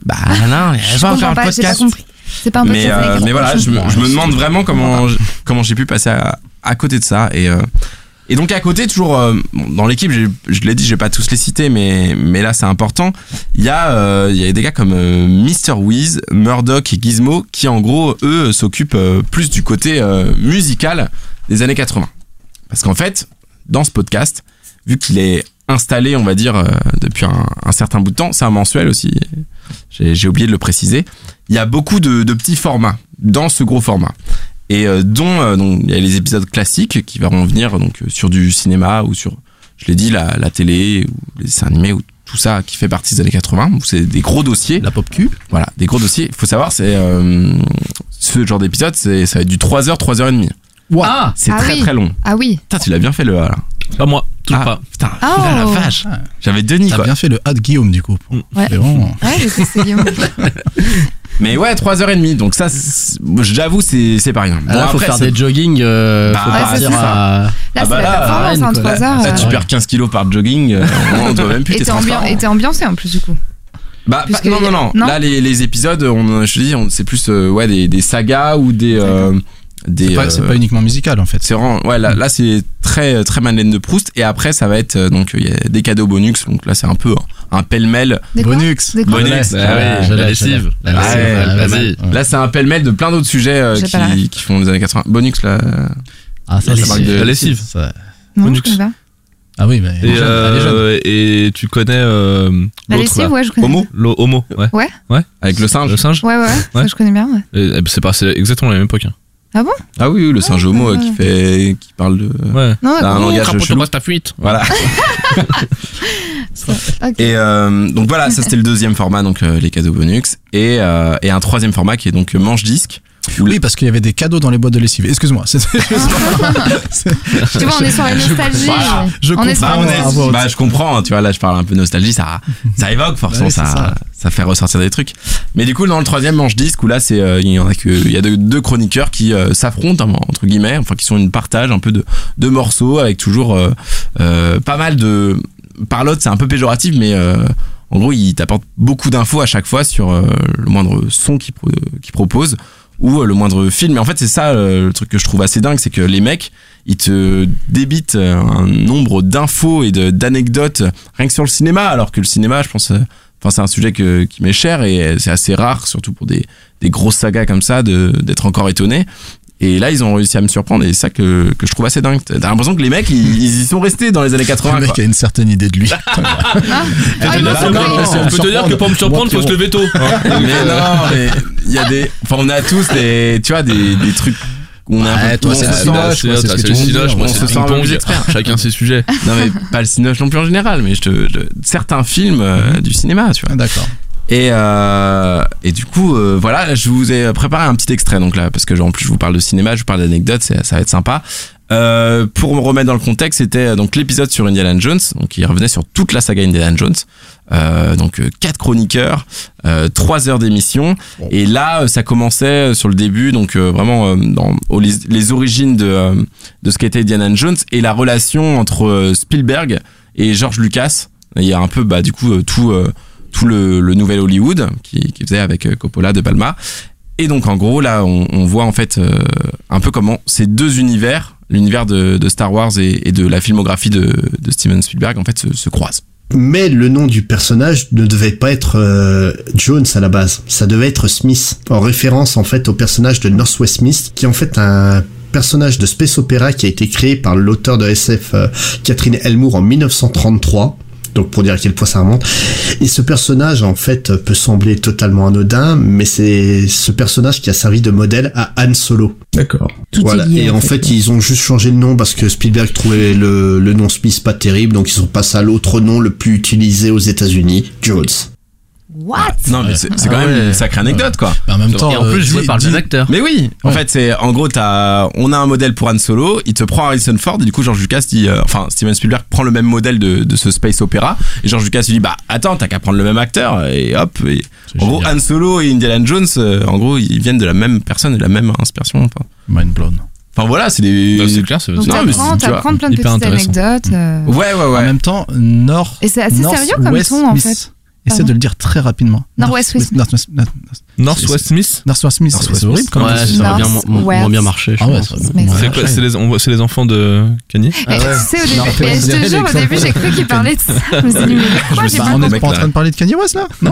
Speaker 2: Bah non, il y
Speaker 1: Je comprends pas, j'ai pas compris. C'est pas un
Speaker 2: Mais,
Speaker 1: podcast,
Speaker 2: euh,
Speaker 1: avec-
Speaker 2: mais voilà, je me, je me demande vraiment comment, je- comment j'ai pu passer à, à côté de ça. Et, euh, et donc à côté, toujours euh, bon, dans l'équipe, j'ai- je l'ai dit, je vais pas tous les citer, mais, mais là c'est important. Il y, a, euh, il y a des gars comme euh, Mr. Wiz, Murdoch et Gizmo qui en gros, eux, s'occupent euh, plus du côté euh, musical des années 80. Parce qu'en fait, dans ce podcast, vu qu'il est installé, on va dire, euh, depuis un, un certain bout de temps, c'est un mensuel aussi, j'ai j'ai oublié de le préciser, il y a beaucoup de, de petits formats dans ce gros format. Et euh, dont euh, donc, il y a les épisodes classiques qui vont venir donc, euh, sur du cinéma ou sur, je l'ai dit, la, la télé ou les dessins animés ou tout ça qui fait partie des années 80. où C'est des gros dossiers.
Speaker 6: La pop cul
Speaker 2: Voilà, des gros dossiers. Il faut savoir, c'est euh, ce genre d'épisode, c'est- ça va être du 3h, 3h30.
Speaker 3: Ah
Speaker 2: C'est
Speaker 1: Ah
Speaker 2: très
Speaker 1: oui.
Speaker 2: très long.
Speaker 1: Ah oui.
Speaker 2: Putain, tu l'as bien fait le A là.
Speaker 3: Pas moi, toujours
Speaker 2: Ah.
Speaker 3: pas.
Speaker 2: Putain,
Speaker 1: Oh.
Speaker 2: putain, la vache. J'avais Denis
Speaker 6: T'as
Speaker 2: quoi.
Speaker 6: bien fait le A de Guillaume du coup.
Speaker 1: Ouais.
Speaker 6: C'est vraiment-
Speaker 1: Ouais, j'ai essayé.
Speaker 2: Mais ouais, 3h30. Donc ça, c'est- j'avoue, c'est c'est pas rien.
Speaker 5: Ah, là,
Speaker 2: Bon,
Speaker 5: faut
Speaker 2: après,
Speaker 5: faire
Speaker 2: c'est-
Speaker 5: des jogging, euh,
Speaker 2: Bah,
Speaker 5: faut
Speaker 2: ouais,
Speaker 5: partir
Speaker 1: c'est
Speaker 5: à.
Speaker 2: Ah
Speaker 1: Là, c'est
Speaker 2: bah là,
Speaker 1: la
Speaker 5: Rennes,
Speaker 1: performance en
Speaker 5: quoi.
Speaker 1: 3 heures.
Speaker 2: Là, Bah, tu
Speaker 1: euh,
Speaker 2: perds 15 kilos par jogging, euh, on doit même plus
Speaker 1: Et
Speaker 2: t'es
Speaker 1: t'es ambian-
Speaker 2: transparent.
Speaker 1: et t'es ambiancé en plus, du coup.
Speaker 2: Bah, pas-
Speaker 1: puisque-
Speaker 2: non, non, non,
Speaker 1: non
Speaker 2: Là, les, les épisodes, on, je te dis, on- c'est plus euh, ouais, des, des sagas ou des. euh, des
Speaker 6: C'est pas, c'est
Speaker 2: euh,
Speaker 6: pas uniquement musical en fait.
Speaker 2: c'est vraiment- ouais, là, là, c'est très, très Madeleine de Proust. Et après, ça va être. euh, Donc, il y a des cadeaux bonus. Donc là, c'est un peu un, un pêle-mêle.
Speaker 1: Des quoi
Speaker 6: Bonux.
Speaker 1: Des quoi
Speaker 2: Bonux.
Speaker 6: Bonux.
Speaker 2: Bah ouais,
Speaker 6: je l'ai,
Speaker 3: la
Speaker 6: je l'ai.
Speaker 3: lessive.
Speaker 5: Ah
Speaker 3: La lessive,
Speaker 2: Ouais,
Speaker 3: ouais,
Speaker 6: ouais,
Speaker 3: vas-y.
Speaker 6: ouais.
Speaker 2: Là, c'est un pêle-mêle de plein d'autres sujets euh,
Speaker 1: J'ai pas la
Speaker 2: qui, qui font les années 80. Bonux, là.
Speaker 6: Ah,
Speaker 2: ça, ça marque de-
Speaker 3: La lessive.
Speaker 6: ça-
Speaker 1: Non,
Speaker 3: Bonux.
Speaker 1: je connais pas.
Speaker 6: Ah oui, mais.
Speaker 3: Et,
Speaker 6: Elle est jeune.
Speaker 3: euh, et tu connais euh,
Speaker 1: La
Speaker 3: l'autre
Speaker 1: lessive,
Speaker 3: là
Speaker 1: Bah, ouais, je connais.
Speaker 2: Homo,
Speaker 3: Le homo, ouais.
Speaker 1: Ouais.
Speaker 2: avec le singe.
Speaker 3: Le singe
Speaker 1: Ouais, ouais, ouais, ça, je connais bien, ouais.
Speaker 3: Et, eh ben, C'est pas c'est exactement la même époque. hein.
Speaker 2: Ah oui, oui, le singe homo euh, qui, fait, qui parle de.
Speaker 3: Ouais.
Speaker 1: Non,
Speaker 2: Bah, un
Speaker 1: gros,
Speaker 2: langage
Speaker 3: Crapaud,
Speaker 2: chelou.
Speaker 3: t'embrasses ta fuite.
Speaker 2: Voilà.
Speaker 1: ok.
Speaker 2: Et euh, donc voilà, ça c'était le deuxième format, donc euh, les cadeaux bonus. Et, euh, et un troisième format qui est donc euh, manche disque. où
Speaker 6: Oui, parce qu'il y avait des cadeaux dans les boîtes de lessive. Excuse-moi. c'est-
Speaker 1: Tu vois, on est sur la nostalgie.
Speaker 2: Voilà,
Speaker 6: je
Speaker 1: on est sur
Speaker 2: Bah,
Speaker 1: la
Speaker 6: comprends.
Speaker 2: on
Speaker 1: nostalgie.
Speaker 6: Ah,
Speaker 2: est-
Speaker 6: bon,
Speaker 2: bah, je comprends, hein, tu vois, là je parle un peu nostalgie, ça, ça évoque forcément,
Speaker 6: Ouais, Bah c'est
Speaker 2: ça, ça.
Speaker 6: ça.
Speaker 2: fait ressortir des trucs. Mais du coup, dans le troisième manche disque, où là c'est, euh, il y en a que, il y a deux, deux chroniqueurs qui euh, s'affrontent, hein, entre guillemets, enfin qui sont une partage un peu de, de morceaux, avec toujours euh, euh, pas mal de. Par l'autre, c'est un peu péjoratif, mais euh, en gros, ils t'apportent beaucoup d'infos à chaque fois sur euh, le moindre son qu'ils pro- qu'ils proposent ou euh, le moindre film. Et en fait, c'est ça euh, le truc que je trouve assez dingue, c'est que les mecs, ils te débitent euh, un nombre d'infos et de- d'anecdotes euh, rien que sur le cinéma, alors que le cinéma, je pense, euh, enfin c'est un sujet que, qui m'est cher et euh, c'est assez rare, surtout pour des, des grosses sagas comme ça, de- d'être encore étonné. Et là, ils ont réussi à me surprendre et c'est ça que, que je trouve assez dingue. T'as l'impression que les mecs, ils, ils y sont restés dans les années 80.
Speaker 6: Le mec
Speaker 2: quoi.
Speaker 6: a une certaine idée de lui.
Speaker 1: Ah, il
Speaker 3: Je peux
Speaker 1: m'a
Speaker 3: te dire
Speaker 1: surpris.
Speaker 6: non,
Speaker 3: que-
Speaker 6: non,
Speaker 3: je peux te dire que pour me surprendre, faut se lever tôt. hein.
Speaker 2: Mais non, mais il y a des. Enfin, on a tous des. Tu vois, des, des trucs. On a un peu-
Speaker 6: toi,
Speaker 2: on
Speaker 6: c'est
Speaker 2: se
Speaker 6: la
Speaker 2: sent-
Speaker 6: finale. cinoche,
Speaker 3: c'est
Speaker 6: moi, c'est ce
Speaker 3: c'est
Speaker 6: que
Speaker 3: le
Speaker 6: tu me dis,
Speaker 3: cinoche,
Speaker 6: on
Speaker 3: moi
Speaker 2: se
Speaker 3: c'est le
Speaker 2: sent un peu
Speaker 3: ping-pong.
Speaker 2: expert.
Speaker 3: Chacun ses sujets.
Speaker 2: Non, mais pas le cinoche non plus en général, mais je te, je- certains films euh, du cinéma, tu vois.
Speaker 6: Ah, D'accord.
Speaker 2: Et, euh, et du coup, euh, voilà, je vous ai préparé un petit extrait, donc là, parce que genre, en plus, je vous parle de cinéma, je vous parle d'anecdotes, c'est- ça va être sympa. Euh, pour me remettre dans le contexte, c'était euh, donc l'épisode sur Indiana Jones, donc il revenait sur toute la saga Indiana Jones. Euh, donc euh, quatre chroniqueurs, euh, trois heures d'émission, et là euh, ça commençait euh, sur le début, donc euh, vraiment euh, dans aux- les, les origines de euh, de ce qu'était Indiana Jones et la relation entre euh, Spielberg et George Lucas. Il y a un peu bah du coup euh, tout euh, tout le, le nouvel Hollywood qui, qui faisait avec euh, Coppola de Palma. Et donc en gros là on, on voit en fait euh, un peu comment ces deux univers l'univers de, de Star Wars et, et de la filmographie de, de Steven Spielberg en fait se, se croisent.
Speaker 12: Mais le nom du personnage ne devait pas être euh, Jones à la base, ça devait être Smith, en référence en fait au personnage de Northwest Smith, qui est en fait un personnage de space opéra qui a été créé par l'auteur de SF euh, Catherine Elmour en 1933. Donc pour dire à quel point ça remonte. Et ce personnage en fait peut sembler totalement anodin, mais c'est ce personnage qui a servi de modèle à Han Solo.
Speaker 13: D'accord.
Speaker 12: Tout voilà. est lié, et en fait, ils ont juste changé le nom parce que Spielberg trouvait le, le nom Smith pas terrible, donc ils sont passés à l'autre nom le plus utilisé aux États-Unis, Jones.
Speaker 2: What Non, mais c'est c'est quand même une sacrée anecdote, quoi.
Speaker 6: Bah, en même temps,
Speaker 5: Et en plus,
Speaker 6: euh,
Speaker 5: joué
Speaker 6: dis-
Speaker 5: par le même
Speaker 6: dis-
Speaker 5: acteur.
Speaker 2: Mais oui, en fait, c'est en gros, t'as, on a un modèle pour Han Solo, il te prend Harrison Ford, et du coup, George Lucas dit, euh, enfin, Steven Spielberg prend le même modèle de, de ce space opéra, et George Lucas lui dit, bah attends, t'as qu'à prendre le même acteur, et hop. Et, en gros, Han Solo et Indiana Jones, euh, en gros, ils viennent de la même personne et de la même inspiration. Enfin,
Speaker 6: Mind blown.
Speaker 2: Enfin, voilà, c'est des.
Speaker 3: Bah, c'est clair, c'est-
Speaker 2: Non,
Speaker 1: Donc
Speaker 2: mais
Speaker 1: t'apprends
Speaker 2: c'est- tu vois,
Speaker 1: t'apprends plein de
Speaker 2: hyper
Speaker 1: petites
Speaker 2: intéressant.
Speaker 1: anecdotes. euh,
Speaker 2: Ouais, ouais, ouais.
Speaker 6: En même temps, Nord.
Speaker 1: Et c'est assez
Speaker 6: North
Speaker 1: sérieux comme
Speaker 6: West
Speaker 1: ton, en
Speaker 6: Smith.
Speaker 1: fait.
Speaker 6: Essaie
Speaker 1: Pardon.
Speaker 6: de le dire très rapidement.
Speaker 1: Northwest
Speaker 6: North-
Speaker 1: Smith.
Speaker 6: North- North- North- North-
Speaker 3: Northwest Smith
Speaker 6: Northwest Smith, c'est horrible quand
Speaker 5: Ouais,
Speaker 6: même.
Speaker 5: ça aurait bien,
Speaker 1: North,
Speaker 5: moins- moins
Speaker 1: West.
Speaker 5: bien marché, je
Speaker 6: Ah ouais,
Speaker 5: pense.
Speaker 6: ça aurait
Speaker 1: Mais-
Speaker 6: bien
Speaker 3: C'est
Speaker 6: marché.
Speaker 3: quoi C'est les, on voit- c'est les enfants de Kanye
Speaker 1: Mais tu sais, au début,
Speaker 6: Non,
Speaker 1: mais je te
Speaker 6: c'est-
Speaker 1: jure, au début, j'ai cru qu'il parlait de ça. Je me suis dit, mais pourquoi j'ai
Speaker 6: Bah,
Speaker 1: pas
Speaker 6: on
Speaker 2: compris.
Speaker 6: n'est pas en train de parler de Kanye West là Non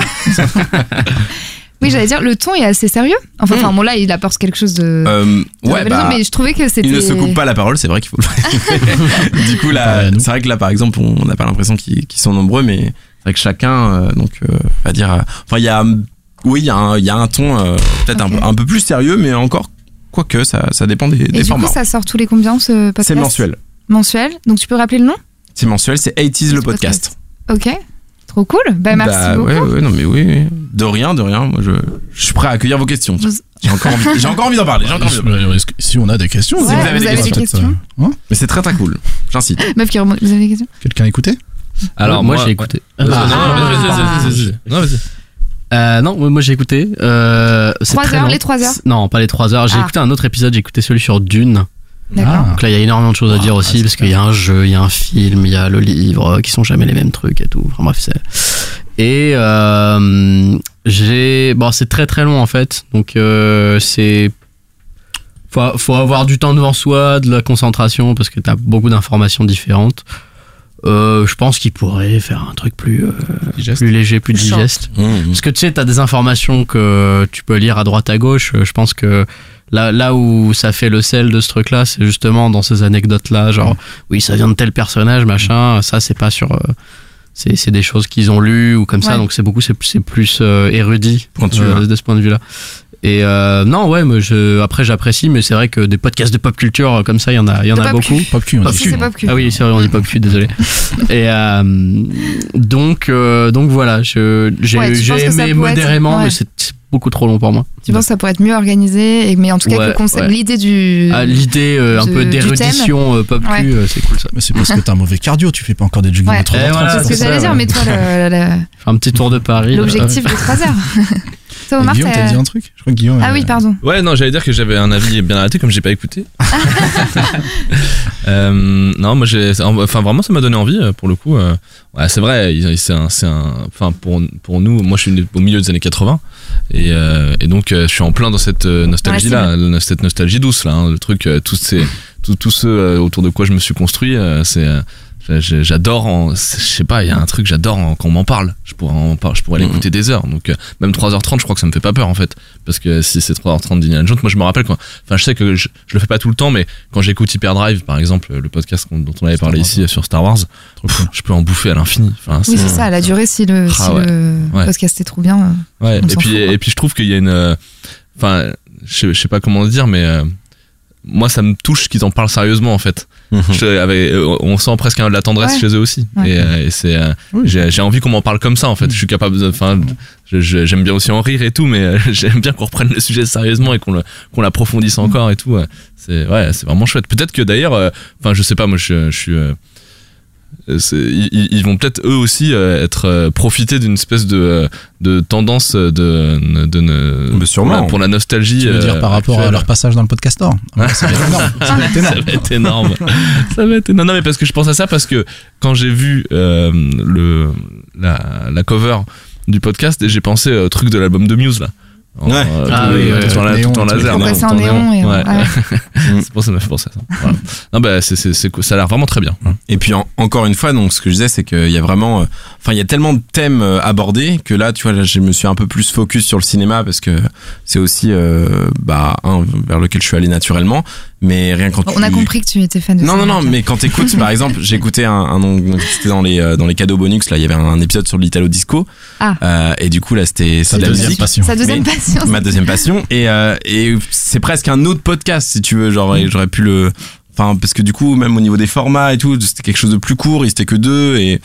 Speaker 1: Oui, j'allais dire, le ton est assez sérieux. Enfin,
Speaker 2: Mm.
Speaker 1: enfin, bon, là, il apporte quelque chose de.
Speaker 2: Euh,
Speaker 1: de
Speaker 2: ouais,
Speaker 1: rébellion,
Speaker 2: bah.
Speaker 1: Ah, mais je trouvais que c'était.
Speaker 2: Il ne se coupe pas la parole, c'est vrai qu'il faut le Du coup, là, c'est vrai que là, par exemple, on n'a pas l'impression qu'ils qu'ils sont nombreux, mais c'est vrai que chacun, euh, donc, euh, on va dire. euh, Enfin, il y a. Oui, il y, a un- il y a un ton euh, peut-être un
Speaker 1: Ok.
Speaker 2: peu- un, peu plus sérieux, mais encore, quoique, ça, ça dépend des,
Speaker 1: Et
Speaker 2: des
Speaker 1: du
Speaker 2: formats.
Speaker 1: coup, ça sort tous les combien ce podcast
Speaker 2: C'est mensuel.
Speaker 1: Mensuel. Donc, tu peux rappeler le nom
Speaker 2: C'est mensuel, c'est 80s le podcast.
Speaker 1: Ok. Trop cool. Bah, merci
Speaker 2: Bah,
Speaker 1: beaucoup.
Speaker 2: ouais, ouais, non, mais oui, oui. De rien, de rien. Moi, je, je suis prêt à accueillir vos questions.
Speaker 1: Vous-
Speaker 2: J'ai encore envie, j'ai encore envie d'en parler. j'ai encore envie d'en parler.
Speaker 6: Est-ce que- Si on a des questions,
Speaker 1: Ouais,
Speaker 6: on va
Speaker 1: vous
Speaker 6: peut-être,
Speaker 1: avez des
Speaker 6: euh,
Speaker 1: questions
Speaker 6: hein
Speaker 2: Mais c'est très très cool. J'incite.
Speaker 1: Meuf qui remonte. Vous avez des questions
Speaker 6: Quelqu'un a écouté
Speaker 3: Alors,
Speaker 5: moi, j'ai écouté.
Speaker 3: Ah, Non, non,
Speaker 5: Euh,
Speaker 1: Ah.
Speaker 3: non, vas-y, vas-y, vas-y, vas-y. Non, vas-y.
Speaker 5: Euh, non, moi moi, j'ai écouté. Euh, c'est
Speaker 1: Trois
Speaker 5: très
Speaker 1: heures,
Speaker 5: long.
Speaker 1: les trois heures
Speaker 5: C'est- Non, pas les 3 heures. J'ai
Speaker 1: Ah.
Speaker 5: écouté un autre épisode, j'ai écouté celui sur Dune.
Speaker 6: Ah.
Speaker 1: D'accord.
Speaker 5: Donc là, il y a énormément de choses à
Speaker 1: ah,
Speaker 5: dire aussi, parce qu'il y a un jeu, il y a un film, il y a le livre, euh, qui sont jamais les mêmes trucs et tout. Enfin bref, c'est. Et euh, j'ai. Bon, c'est très très long en fait, donc euh, c'est. Faut, faut avoir du temps devant soi, de la concentration, parce que t'as beaucoup d'informations différentes. Euh, je pense qu'il pourrait faire un truc plus, euh,
Speaker 3: Digeste.
Speaker 5: plus léger, plus
Speaker 1: Plus simple.
Speaker 5: digeste.
Speaker 2: Mmh.
Speaker 5: Parce que tu sais, t'as des informations que tu peux lire à droite à gauche. Euh, Je pense que là, là où ça fait le sel de ce truc-là, c'est justement dans ces anecdotes-là.
Speaker 1: Mm.
Speaker 5: Genre, oui, ça vient de tel personnage, machin. Ça, c'est pas sur. euh, c'est c'est des choses qu'ils ont lues ou comme ça.
Speaker 1: Ouais.
Speaker 5: Donc, c'est beaucoup, c'est c'est plus euh, érudit
Speaker 2: Pointu,
Speaker 5: euh,
Speaker 2: ouais.
Speaker 5: de ce point de vue-là. Et euh, non, ouais, mais je, après, j'apprécie, mais c'est vrai que des podcasts de pop culture euh, comme ça, il y en a, il y en
Speaker 1: De
Speaker 5: a
Speaker 1: pop
Speaker 5: beaucoup.
Speaker 6: Pop cul, on
Speaker 5: Pop
Speaker 6: dit.
Speaker 1: Si c'est pop cul.
Speaker 5: Ah oui, c'est vrai, on dit pas cul, désolé. Et euh, donc, euh, donc voilà, je- j'ai
Speaker 1: Ouais, tu
Speaker 5: j'ai
Speaker 1: penses que ça
Speaker 5: aimé
Speaker 1: pourrait être-
Speaker 5: modérément,
Speaker 1: ouais.
Speaker 5: mais c'est c'est beaucoup trop long pour moi.
Speaker 1: Tu penses que ça pourrait être mieux organisé et- Mais en tout cas, que
Speaker 5: Ouais,
Speaker 1: le concept,
Speaker 5: ouais.
Speaker 1: l'idée du.
Speaker 5: Ah, L'idée euh, un
Speaker 1: de-
Speaker 5: peu
Speaker 1: du thème.
Speaker 5: d'érudition euh, pop cul,
Speaker 1: Ouais.
Speaker 5: euh, c'est cool ça.
Speaker 6: Mais c'est parce que t'as un mauvais cardio, tu fais pas encore des jogging
Speaker 1: Ouais.
Speaker 6: de 3
Speaker 5: Eh voilà,
Speaker 1: c'est ce que
Speaker 5: c'est ça,
Speaker 1: j'allais dire,
Speaker 5: ouais. bah,
Speaker 1: mais toi, le- le-
Speaker 5: Faire un petit tour de Paris. euh,
Speaker 1: l'objectif de 3 heures. Toi, Omar,
Speaker 6: Guillaume,
Speaker 1: t'as-
Speaker 6: t'as dit un truc Je crois que Guillaume.
Speaker 1: Ah
Speaker 6: euh,
Speaker 1: oui, pardon.
Speaker 3: Ouais, non, j'allais dire que j'avais un avis bien arrêté, comme j'ai pas écouté. Euh, non, moi, j'ai, enfin, vraiment, ça m'a donné envie, euh, pour le coup. euh. Ouais, c'est vrai, il- c'est un, c'est un, enfin, pour, pour nous, moi, je suis né au milieu des années 80, et, euh, et donc, euh, je suis en plein dans cette euh, nostalgie-là, le- cette nostalgie douce, là, hein, le truc, euh, tous ces, tout, tout ce euh, autour de quoi je me suis construit, euh, c'est, euh, j'ai- j'ai- J'adore, en- c'est- je sais pas, il y a un truc, j'adore en- quand on m'en parle. Je pourrais, en par- je pourrais l'écouter des heures. Donc, euh, même 3h30, je crois que ça me fait pas peur en fait. Parce que si c'est 3h30 d'Indiana Jones, moi je me rappelle quand. Enfin, je sais que je, je le fais pas tout le temps, mais quand j'écoute Hyperdrive, par exemple, le podcast qu'on- dont on avait parlé
Speaker 6: Wars.
Speaker 3: ici euh, sur Star Wars, pff, je peux en bouffer à l'infini. Enfin,
Speaker 1: Oui, c'est ça, la durée, si le,
Speaker 3: Ah
Speaker 1: si
Speaker 3: ouais.
Speaker 1: le
Speaker 3: Ouais.
Speaker 1: podcast est trop bien. euh,
Speaker 3: Ouais,
Speaker 1: On
Speaker 3: et
Speaker 1: s'en
Speaker 3: puis,
Speaker 1: fout, quoi.
Speaker 3: et puis je trouve qu'il y a une. euh, Enfin, je, sais- je sais pas comment le dire, mais euh, moi ça me touche qu'ils en parlent sérieusement en fait.
Speaker 2: hum,
Speaker 6: Mhm.
Speaker 3: Je- avec- euh, on sent presque un- de la tendresse
Speaker 1: Ouais.
Speaker 3: chez eux aussi.
Speaker 1: Ouais. Mhm.
Speaker 3: Et, euh, et c'est, euh, j'ai, j'ai envie qu'on m'en parle comme ça en fait. Je suis capable de. Enfin, je- je- j'aime bien aussi en rire et tout, mais euh, j'aime bien qu'on reprenne le sujet sérieusement et qu'on, le- qu'on l'approfondisse
Speaker 1: Mhm.
Speaker 3: encore et tout. euh. C'est, ouais, c'est vraiment chouette. Peut-être que d'ailleurs, euh, enfin, je sais pas, moi je, je suis. euh, euh, c'est- ils, ils- ils vont peut-être eux aussi euh, être euh, profiter d'une espèce de, euh, de tendance euh, de, de ne-
Speaker 2: Mais sûrement.
Speaker 3: pour la, pour la nostalgie.
Speaker 6: Tu veux dire
Speaker 3: euh,
Speaker 6: par rapport à
Speaker 3: actuelle.
Speaker 6: leur passage dans le podcast Nord Ah, Ça va être énorme. Ça va être
Speaker 3: Ça
Speaker 6: énorme.
Speaker 3: va être énorme. ça va être énorme. Non, mais parce que je pense à ça parce que quand j'ai vu euh, le la, la cover du podcast, j'ai pensé au truc de l'album de Muse là. en,
Speaker 2: Ouais.
Speaker 3: euh,
Speaker 2: Ah
Speaker 3: tout-
Speaker 2: oui,
Speaker 3: euh,
Speaker 2: ouais,
Speaker 3: tout en
Speaker 2: ouais,
Speaker 3: la- tout en
Speaker 2: néon,
Speaker 3: laser. hein.
Speaker 2: tout en
Speaker 1: passer
Speaker 3: tout
Speaker 1: en néon et-
Speaker 3: Ouais.
Speaker 1: ouais.
Speaker 3: c'est pour ça, ça fait penser à ça. Voilà. Non, bah, c'est, c'est, c'est, cool. ça a l'air vraiment très bien.
Speaker 2: Et puis en- encore une fois, donc ce que je disais, c'est qu'il y a vraiment, euh, enfin il y a tellement de thèmes euh, abordés que là, tu vois, là, je me suis un peu plus focus sur le cinéma parce que c'est aussi, euh, bah, un vers lequel je suis allé naturellement, mais rien quand
Speaker 1: Bon,
Speaker 2: tu-
Speaker 1: on a compris que tu étais fan de
Speaker 2: non, non,
Speaker 1: cinéma,
Speaker 2: non,
Speaker 1: toi.
Speaker 2: mais quand t'écoutes, par exemple, j'ai écouté un, un donc, c'était dans les, euh, dans les cadeaux bonus, là, il y avait un, un épisode sur l'Italo Disco.
Speaker 1: Ah.
Speaker 2: Euh, et du coup, là, c'était, c'est de la
Speaker 6: deuxième
Speaker 2: musique.
Speaker 6: passion.
Speaker 1: Sa deuxième
Speaker 2: Mais-
Speaker 1: passion.
Speaker 2: Ma deuxième passion. Et, euh, et c'est presque un autre podcast, si tu veux. Genre,
Speaker 1: Mm.
Speaker 2: et j'aurais pu le, enfin, parce que du coup, même au niveau des formats et tout, c'était quelque chose de plus court, il était que deux et,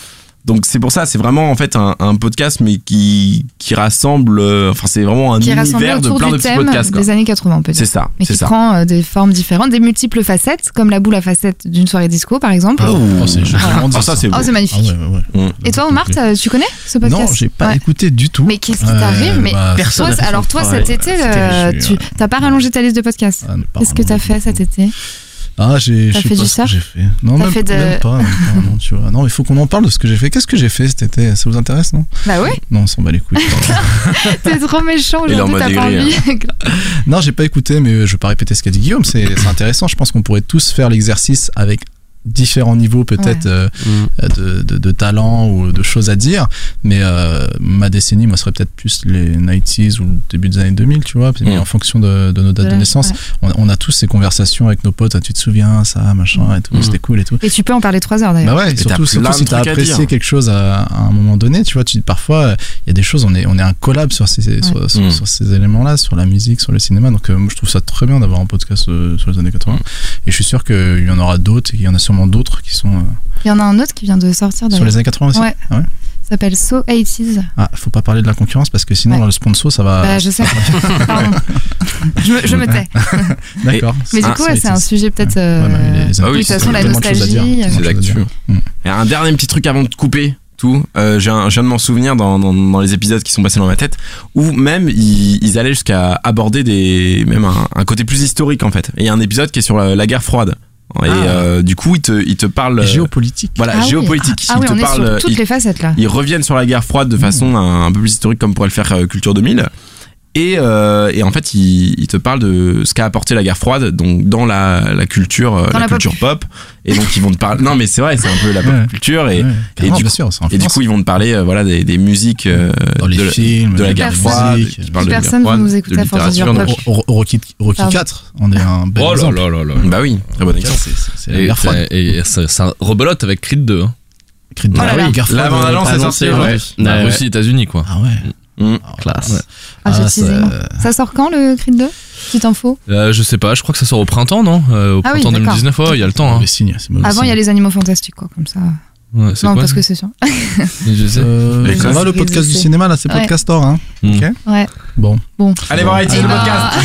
Speaker 2: donc c'est pour ça, c'est vraiment en fait un, un podcast mais qui qui rassemble, euh, enfin c'est vraiment un
Speaker 1: qui est rassemblé
Speaker 2: univers de
Speaker 1: autour
Speaker 2: plein
Speaker 1: du
Speaker 2: de petits
Speaker 1: thème
Speaker 2: podcasts. quoi.
Speaker 1: des années 80 peut-être.
Speaker 2: C'est ça,
Speaker 1: Mais
Speaker 2: c'est
Speaker 1: qui
Speaker 2: ça.
Speaker 1: prend euh, des formes différentes, des multiples facettes, comme la boule à facettes d'une soirée disco par exemple.
Speaker 6: Oh,
Speaker 2: Ouh.
Speaker 6: c'est génial.
Speaker 2: Ah, ça, c'est
Speaker 1: Oh,
Speaker 2: beau.
Speaker 1: c'est magnifique. Mm.
Speaker 6: Ah ouais, ouais, ouais.
Speaker 1: Et toi Omar, t'as- tu connais ce
Speaker 6: Non,
Speaker 1: podcast
Speaker 6: j'ai pas
Speaker 1: Ouais.
Speaker 6: écouté du tout.
Speaker 1: Mais qu'est-ce qui
Speaker 6: Euh,
Speaker 1: t'arrive Mais toi,
Speaker 6: bah, personne n'a fait
Speaker 1: alors
Speaker 6: son
Speaker 1: toi
Speaker 6: travail.
Speaker 1: cet
Speaker 2: Ah,
Speaker 1: été,
Speaker 6: C'était
Speaker 1: euh,
Speaker 6: reçu,
Speaker 1: tu
Speaker 6: ouais.
Speaker 1: t'as pas rallongé ta liste de podcasts.
Speaker 6: Ah, ne pas
Speaker 1: Qu'est-ce que t'as fait cet été
Speaker 6: Ah, j'ai.
Speaker 1: T'as
Speaker 6: je
Speaker 1: fait
Speaker 6: sais pas
Speaker 1: du
Speaker 6: ce que
Speaker 1: surf
Speaker 6: J'ai fait. Non,
Speaker 1: T'as
Speaker 6: même,
Speaker 1: fait de-
Speaker 6: même pas. même pas, non, tu vois. Non, il faut qu'on en parle de ce que j'ai fait. Qu'est-ce que j'ai fait cet été Ça vous intéresse, non
Speaker 1: Bah ouais,
Speaker 6: Non, on s'en bat les couilles.
Speaker 1: t'es trop méchant
Speaker 2: Il est en
Speaker 1: aujourd'hui, t'as
Speaker 2: mode
Speaker 1: pas
Speaker 2: aigri,
Speaker 1: envie.
Speaker 6: non, j'ai pas écouté, mais euh, je vais pas répéter ce qu'a dit Guillaume. C'est c'est intéressant. Je pense qu'on pourrait tous faire l'exercice avec différents niveaux peut-être euh, de, de, de talent ou de choses à dire mais euh, ma décennie moi serait peut-être plus les 90s ou le début des années 2000 tu vois mais
Speaker 2: Mm.
Speaker 6: en fonction de, de nos dates
Speaker 1: De
Speaker 6: de,
Speaker 1: la-
Speaker 6: naissance on, on a tous ces conversations avec nos potes Ah, tu te souviens ça machin et tout
Speaker 2: Mm.
Speaker 6: c'était cool et tout
Speaker 1: Et tu peux en parler trois heures d'ailleurs.
Speaker 6: bah ouais,
Speaker 2: Et t'as
Speaker 6: surtout, surtout
Speaker 2: plein de
Speaker 6: si t'as
Speaker 2: trucs à
Speaker 6: apprécié
Speaker 2: dire.
Speaker 6: quelque chose à, à un moment donné, tu vois, tu, parfois, euh, il y a des choses, on est, on est un collab sur ces, sur, sur-
Speaker 2: Mm.
Speaker 6: sur ces éléments-là, sur la musique, sur le cinéma. Donc, euh, moi, je trouve ça très bien d'avoir un podcast euh, sur les années 80.
Speaker 2: Mm.
Speaker 6: Et je suis sûr qu'il y en aura d'autres, et qu'il y en a sûrement d'autres qui sont euh,
Speaker 1: Il y en a un autre qui vient de sortir
Speaker 6: sur
Speaker 1: d'ailleurs.
Speaker 6: les années 80 aussi.
Speaker 1: Ah bah Ouais.
Speaker 6: Ah ouais
Speaker 1: Ça s'appelle So 80s.
Speaker 6: Ah, faut pas parler de la concurrence parce que sinon,
Speaker 1: Ouais.
Speaker 6: dans le sponsor, ça va.
Speaker 1: Bah je sais. Pardon. Je me- je me tais.
Speaker 6: D'accord.
Speaker 1: Mais du
Speaker 2: Ah,
Speaker 1: coup, ouais,
Speaker 6: c'est-
Speaker 1: c'est un
Speaker 6: c'est-
Speaker 1: sujet peut-être. euh,
Speaker 6: Ouais, mais les- les
Speaker 2: Bah oui,
Speaker 6: années
Speaker 1: de toute
Speaker 2: c'est
Speaker 1: façon, la
Speaker 6: tellement de choses à dire,
Speaker 1: nostalgie. euh,
Speaker 6: tellement de
Speaker 2: C'est
Speaker 6: choses à
Speaker 2: l'actu.
Speaker 6: dire. Mm.
Speaker 2: Et un dernier petit truc avant de couper tout. Euh, j'ai un, je viens de m'en souvenir dans, dans, dans les épisodes qui sont passés dans ma tête, où même ils, ils allaient jusqu'à aborder des, même un, un côté plus historique en fait. Et il y a un épisode qui est sur la, la guerre froide. Et euh, du coup, ils te, ils te parlent. euh,
Speaker 6: Géopolitique.
Speaker 2: voilà,
Speaker 1: Ah oui.
Speaker 2: géopolitique.
Speaker 1: Ah
Speaker 2: ils
Speaker 1: oui,
Speaker 2: te
Speaker 1: on est
Speaker 2: parlent, euh,
Speaker 1: sur toutes
Speaker 2: ils-
Speaker 1: les facettes là.
Speaker 2: ils reviennent sur la guerre froide de façon un, un peu plus historique comme pourrait le faire euh, Culture 2000. Et, euh, et en fait, ils ils te parlent de ce qu'a apporté la guerre froide donc dans la, la culture, euh,
Speaker 1: Dans
Speaker 2: la,
Speaker 1: la pop.
Speaker 2: culture pop. Et donc ils vont te parler. Non, mais c'est vrai, c'est un peu la pop
Speaker 6: Ouais.
Speaker 2: culture. Et,
Speaker 6: Ouais, carrément,
Speaker 2: du
Speaker 6: bien
Speaker 2: coup-
Speaker 6: sûr, ça
Speaker 2: et du
Speaker 6: influence.
Speaker 2: coup, ils vont te parler euh, voilà des, des musiques euh,
Speaker 6: dans les
Speaker 2: de, la-
Speaker 6: films,
Speaker 2: de la
Speaker 6: dans
Speaker 2: guerre
Speaker 6: les
Speaker 2: froide.
Speaker 6: musiques.
Speaker 2: qui parlent de la
Speaker 1: Personne
Speaker 2: guerre
Speaker 1: ne
Speaker 2: froide,
Speaker 1: nous écoute
Speaker 2: de
Speaker 1: à force de dire pop.
Speaker 2: littérature. donc-
Speaker 6: Ro- Ro- Rocky, Rocky
Speaker 1: Pardon.
Speaker 6: 4, on est un bel
Speaker 3: Oh là
Speaker 6: exemple.
Speaker 3: là là là.
Speaker 2: Bah oui, très bon exemple.
Speaker 6: C'est- c'est- C'est la
Speaker 3: Et,
Speaker 6: guerre froide.
Speaker 3: et- et ça, ça rebelote avec Creed 2. Hein.
Speaker 6: Écrite de
Speaker 1: Oh là là.
Speaker 6: guerre froide,
Speaker 2: La bande
Speaker 6: euh,
Speaker 2: annonce est
Speaker 6: annoncée,
Speaker 2: sortie
Speaker 6: ouais.
Speaker 2: aujourd'hui.
Speaker 3: La
Speaker 5: Ouais. Oh,
Speaker 3: Russie, États-Unis, quoi.
Speaker 6: Ah ouais.
Speaker 2: Mm.
Speaker 5: Classe.
Speaker 1: Ah, j'ai
Speaker 6: ça-
Speaker 1: teasé, moi. Ça sort quand le Creed 2 Petite info.
Speaker 3: Euh, je sais pas, je crois que ça sort au printemps, non Euh, Au
Speaker 1: Ah oui,
Speaker 3: printemps
Speaker 1: d'accord.
Speaker 3: 2019, ouais, il y a le temps. Hein.
Speaker 6: Mauvais signe, Bah, c'est mauvais
Speaker 1: Avant, il y
Speaker 6: signe.
Speaker 1: a les animaux fantastiques, quoi, comme ça.
Speaker 3: Ouais, c'est
Speaker 1: Non,
Speaker 3: quoi
Speaker 1: parce que c'est sûr.
Speaker 3: Je sais.
Speaker 6: Euh,
Speaker 2: Les
Speaker 6: ça
Speaker 2: classes.
Speaker 6: va le podcast du
Speaker 1: Ouais.
Speaker 6: cinéma là, c'est
Speaker 1: Ouais.
Speaker 6: Podcastor hein.
Speaker 3: Mm.
Speaker 6: Ok.
Speaker 1: Ouais.
Speaker 6: Bon.
Speaker 1: Bon.
Speaker 2: Allez voir
Speaker 1: Eh
Speaker 2: iTunes, le
Speaker 1: ben-
Speaker 2: podcast.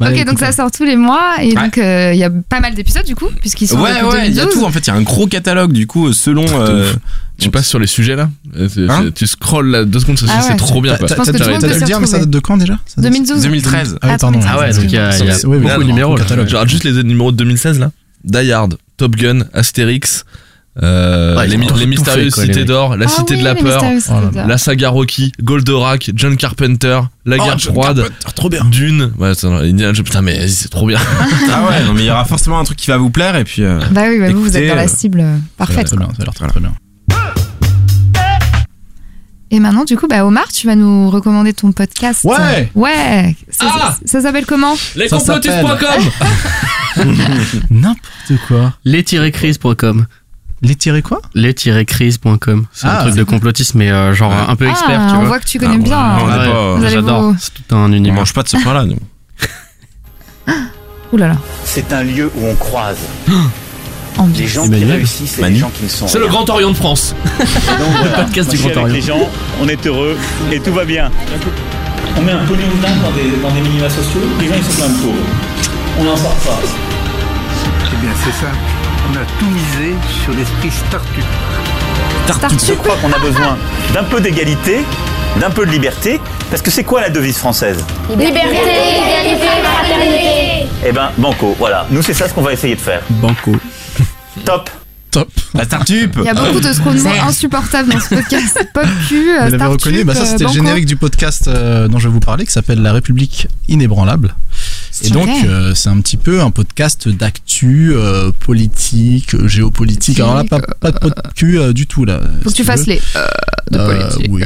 Speaker 6: Bah,
Speaker 1: ok,
Speaker 6: écoute,
Speaker 1: donc ça sort tous les mois et
Speaker 2: Ouais.
Speaker 1: donc euh, il y a pas mal d'épisodes du coup, puisqu'ils sont
Speaker 2: Ouais,
Speaker 1: depuis
Speaker 2: ouais, il y a
Speaker 1: 2012.
Speaker 2: tout. En fait, il y a un gros catalogue du coup selon. euh,
Speaker 3: Tu passes sur les sujets là Euh, c'est-
Speaker 2: Hein
Speaker 3: c'est- Tu scrolls là, deux secondes, ça,
Speaker 1: Ah
Speaker 3: c'est
Speaker 1: ouais.
Speaker 3: trop bien.
Speaker 6: T'as
Speaker 3: Quoi.
Speaker 1: Je
Speaker 6: t'as-
Speaker 1: pense
Speaker 6: t'as
Speaker 1: que tout le
Speaker 6: dû
Speaker 1: monde
Speaker 6: t'as
Speaker 1: peut
Speaker 6: dû
Speaker 1: se
Speaker 6: le dire, mais ça
Speaker 1: retrouver.
Speaker 6: date de quand déjà Ça date-
Speaker 1: 2012.
Speaker 2: 2013.
Speaker 6: Ah oui,
Speaker 1: Ah,
Speaker 6: pardon.
Speaker 1: donc
Speaker 5: Ah ouais, donc il y a,
Speaker 6: Ça,
Speaker 5: il y a
Speaker 6: c'est- oui,
Speaker 5: beaucoup
Speaker 6: voilà,
Speaker 5: de
Speaker 6: dans
Speaker 5: numéros.
Speaker 6: le
Speaker 5: là.
Speaker 6: catalogue.
Speaker 3: Genre juste les numéros de 2016 là Die Hard, Top Gun, Astérix, euh,
Speaker 5: Ouais,
Speaker 3: les,
Speaker 5: ils
Speaker 3: mi-
Speaker 5: ont
Speaker 3: les
Speaker 5: tout
Speaker 3: mystérieuses
Speaker 5: fait, quoi, les
Speaker 3: cités
Speaker 5: mecs.
Speaker 3: d'or, La
Speaker 1: Ah
Speaker 3: cité
Speaker 1: oui,
Speaker 3: de la
Speaker 1: les
Speaker 3: peur,
Speaker 1: Mystérieuses Cités
Speaker 6: Oh là
Speaker 1: d'Or.
Speaker 3: La saga Rocky, Goldorak, John Carpenter, La
Speaker 6: Oh,
Speaker 3: guerre
Speaker 6: John
Speaker 3: froide,
Speaker 6: Carpenter, Trop bien.
Speaker 3: Dune. Ouais, ça, non, Indiana Jones, putain, mais vas-y, c'est trop bien.
Speaker 2: Ah ouais, non, mais il y aura forcément un truc qui va vous plaire et puis. euh,
Speaker 1: Bah oui, bah vous, vous êtes
Speaker 2: Écoutez,
Speaker 1: dans
Speaker 2: euh,
Speaker 1: la cible euh, parfaite.
Speaker 6: Très
Speaker 1: quoi.
Speaker 6: bien, ça a l'air très très bien.
Speaker 1: Et maintenant, du coup, bah Omar, tu vas nous recommander ton podcast.
Speaker 6: Ouais.
Speaker 1: Ouais. Ça,
Speaker 3: Ah
Speaker 1: ça- ça s'appelle comment
Speaker 3: Lescomplotistes.com
Speaker 6: N'importe quoi.
Speaker 5: Les-crises.com.
Speaker 6: Les tirer quoi
Speaker 5: Les-crises.com. C'est
Speaker 6: Ah,
Speaker 5: un truc
Speaker 6: c'est-
Speaker 5: de complotisme, mais euh, genre un peu expert,
Speaker 1: ah,
Speaker 5: tu
Speaker 1: on
Speaker 5: vois.
Speaker 1: voit que tu connais
Speaker 2: Ah,
Speaker 1: bien.
Speaker 2: on est pas-
Speaker 1: Vous allez
Speaker 5: J'adore.
Speaker 1: vous-
Speaker 5: C'est tout un
Speaker 2: On
Speaker 5: univers.
Speaker 2: mange pas de ce pain-là, nous.
Speaker 1: Ouh là là.
Speaker 9: C'est un lieu où on croise. Les
Speaker 1: Ambiance.
Speaker 9: gens qui
Speaker 5: Emmanuel
Speaker 9: réussissent et
Speaker 2: Manu
Speaker 9: les gens qui ne sont
Speaker 3: C'est le
Speaker 9: rien.
Speaker 3: Grand Orient de France.
Speaker 9: Et donc, voilà,
Speaker 5: podcast du
Speaker 9: on est
Speaker 5: Grand
Speaker 9: avec
Speaker 5: Orient.
Speaker 9: les gens, on est heureux et tout va bien. On met un polymoutin dans des, dans des minima sociaux, les gens ils sont quand même pauvres. On n'en sort pas.
Speaker 13: Eh bien, c'est ça. On a tout misé sur l'esprit start-up.
Speaker 9: Je crois qu'on a besoin d'un peu d'égalité, d'un peu de liberté, parce que c'est quoi la devise française
Speaker 11: Liberté, égalité, fraternité.
Speaker 9: Eh ben, banco, voilà. Nous c'est ça ce qu'on va essayer de faire.
Speaker 5: Banco.
Speaker 9: Top
Speaker 6: Top.
Speaker 2: La Startup
Speaker 1: Il y a beaucoup de
Speaker 2: Ouais.
Speaker 1: scrollements insupportables dans ce podcast. Pop cul,
Speaker 6: Vous
Speaker 1: euh,
Speaker 6: l'avez
Speaker 1: Startup,
Speaker 6: reconnu, bah ça
Speaker 1: euh,
Speaker 6: c'était le
Speaker 1: Banco.
Speaker 6: générique du podcast euh, dont je vous parlais qui s'appelle La République inébranlable. Et
Speaker 1: Super.
Speaker 6: donc euh, c'est un petit peu un podcast d'actu euh, politique, euh, géopolitique. Alors là pas, pas de podcast cul euh, du tout là.
Speaker 1: Faut que
Speaker 6: si
Speaker 1: tu fasses les euh, de
Speaker 6: Euh,
Speaker 1: politique.
Speaker 6: oui,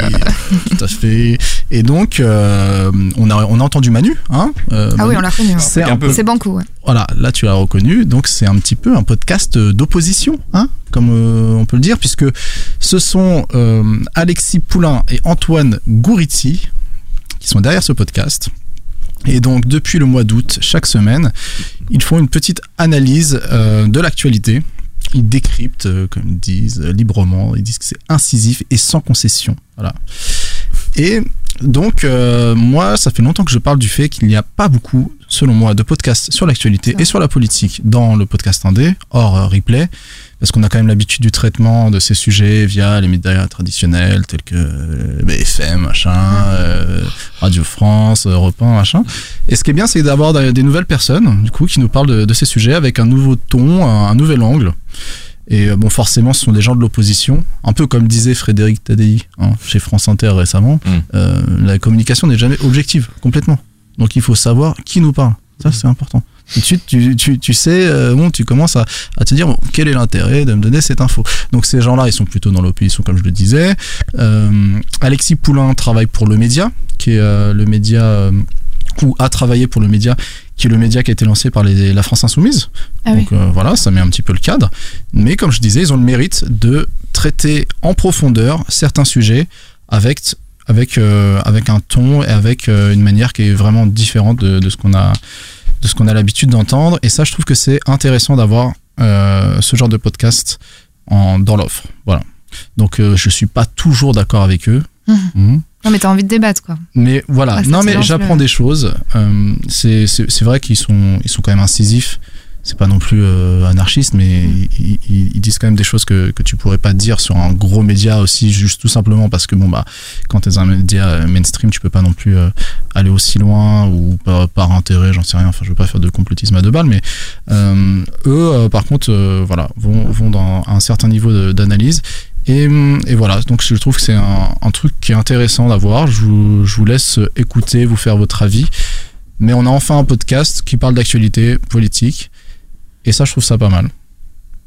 Speaker 6: tout à fait. Et donc euh, on a on a entendu Manu, hein euh,
Speaker 1: Ah oui,
Speaker 6: Manu.
Speaker 1: on l'a reconnu. hein.
Speaker 6: C'est un peu-
Speaker 1: C'est Banco, ouais.
Speaker 6: Voilà, là tu l'as reconnu, donc c'est un petit peu un podcast euh, d'opposition, hein, comme euh, on peut le dire, puisque ce sont euh, Alexis Poulain et Antoine Gouriti qui sont derrière ce podcast. Et donc depuis le mois d'août, chaque semaine, ils font une petite analyse euh, de l'actualité. Ils décryptent, euh, comme ils disent, euh, librement, ils disent que c'est incisif et sans concession. Voilà. Et donc, euh, moi, ça fait longtemps que je parle du fait qu'il n'y a pas beaucoup, selon moi, de podcasts sur l'actualité et sur la politique dans le podcast indé, hors euh, replay, parce qu'on a quand même l'habitude du traitement de ces sujets via les médias traditionnels tels que euh, BFM, machin, euh, Radio France, Europe 1, machin. Et ce qui est bien, c'est d'avoir des des nouvelles personnes, du coup, qui nous parlent de, de ces sujets avec un nouveau ton, un, un nouvel angle. Et euh, bon, forcément, ce sont des gens de l'opposition, un peu comme disait Frédéric Tadei hein, chez France Inter récemment. euh, la communication n'est jamais objective, complètement. Donc il faut savoir qui nous parle. Ça, c'est important. Tout de suite, tu, tu, tu sais, euh, bon, tu commences à, à te dire bon, quel est l'intérêt de me donner cette info. Donc ces gens-là, ils sont plutôt dans l'opposition, comme je le disais. Euh, Alexis Poulain travaille pour Le Média, qui est euh, le média. euh, ou a travaillé pour le média, qui est le média qui a été lancé par les- la France Insoumise.
Speaker 1: Ah
Speaker 6: Donc euh, voilà, ça met un petit peu le cadre. Mais comme je disais, ils ont le mérite de traiter en profondeur certains sujets avec, avec, euh, avec un ton et avec euh, une manière qui est vraiment différente de, de ce qu'on a de ce qu'on a l'habitude d'entendre. Et ça, je trouve que c'est intéressant d'avoir euh, ce genre de podcast en, dans l'offre. Voilà. Donc euh, je suis pas toujours d'accord avec eux.
Speaker 1: Mhm.
Speaker 6: Mhm.
Speaker 1: Non, mais t'as envie de débattre, quoi.
Speaker 6: Mais voilà,
Speaker 1: Ah, c'est
Speaker 6: non mais
Speaker 1: excellent,
Speaker 6: j'apprends
Speaker 1: celui-là.
Speaker 6: des choses. Euh, c'est c'est- c'est vrai qu'ils sont, ils sont quand même incisifs. C'est pas non plus euh, anarchiste, mais ils, ils- ils disent quand même des choses que, que tu pourrais pas dire sur un gros média aussi, juste tout simplement parce que bon bah quand t'es dans un média euh, mainstream, tu peux pas non plus euh, aller aussi loin ou par, par intérêt, j'en sais rien. Enfin, je veux pas faire de complotisme à deux balles, mais euh, eux, euh, par contre, euh, voilà, vont, vont dans un certain niveau de- d'analyse et, hum, et voilà, donc je trouve que c'est un, un truc qui est intéressant d'avoir. Je vous, je vous laisse euh, écouter, vous faire votre avis. Mais on a enfin un podcast qui parle d'actualité politique. Et ça, je trouve ça pas mal.
Speaker 1: Euh,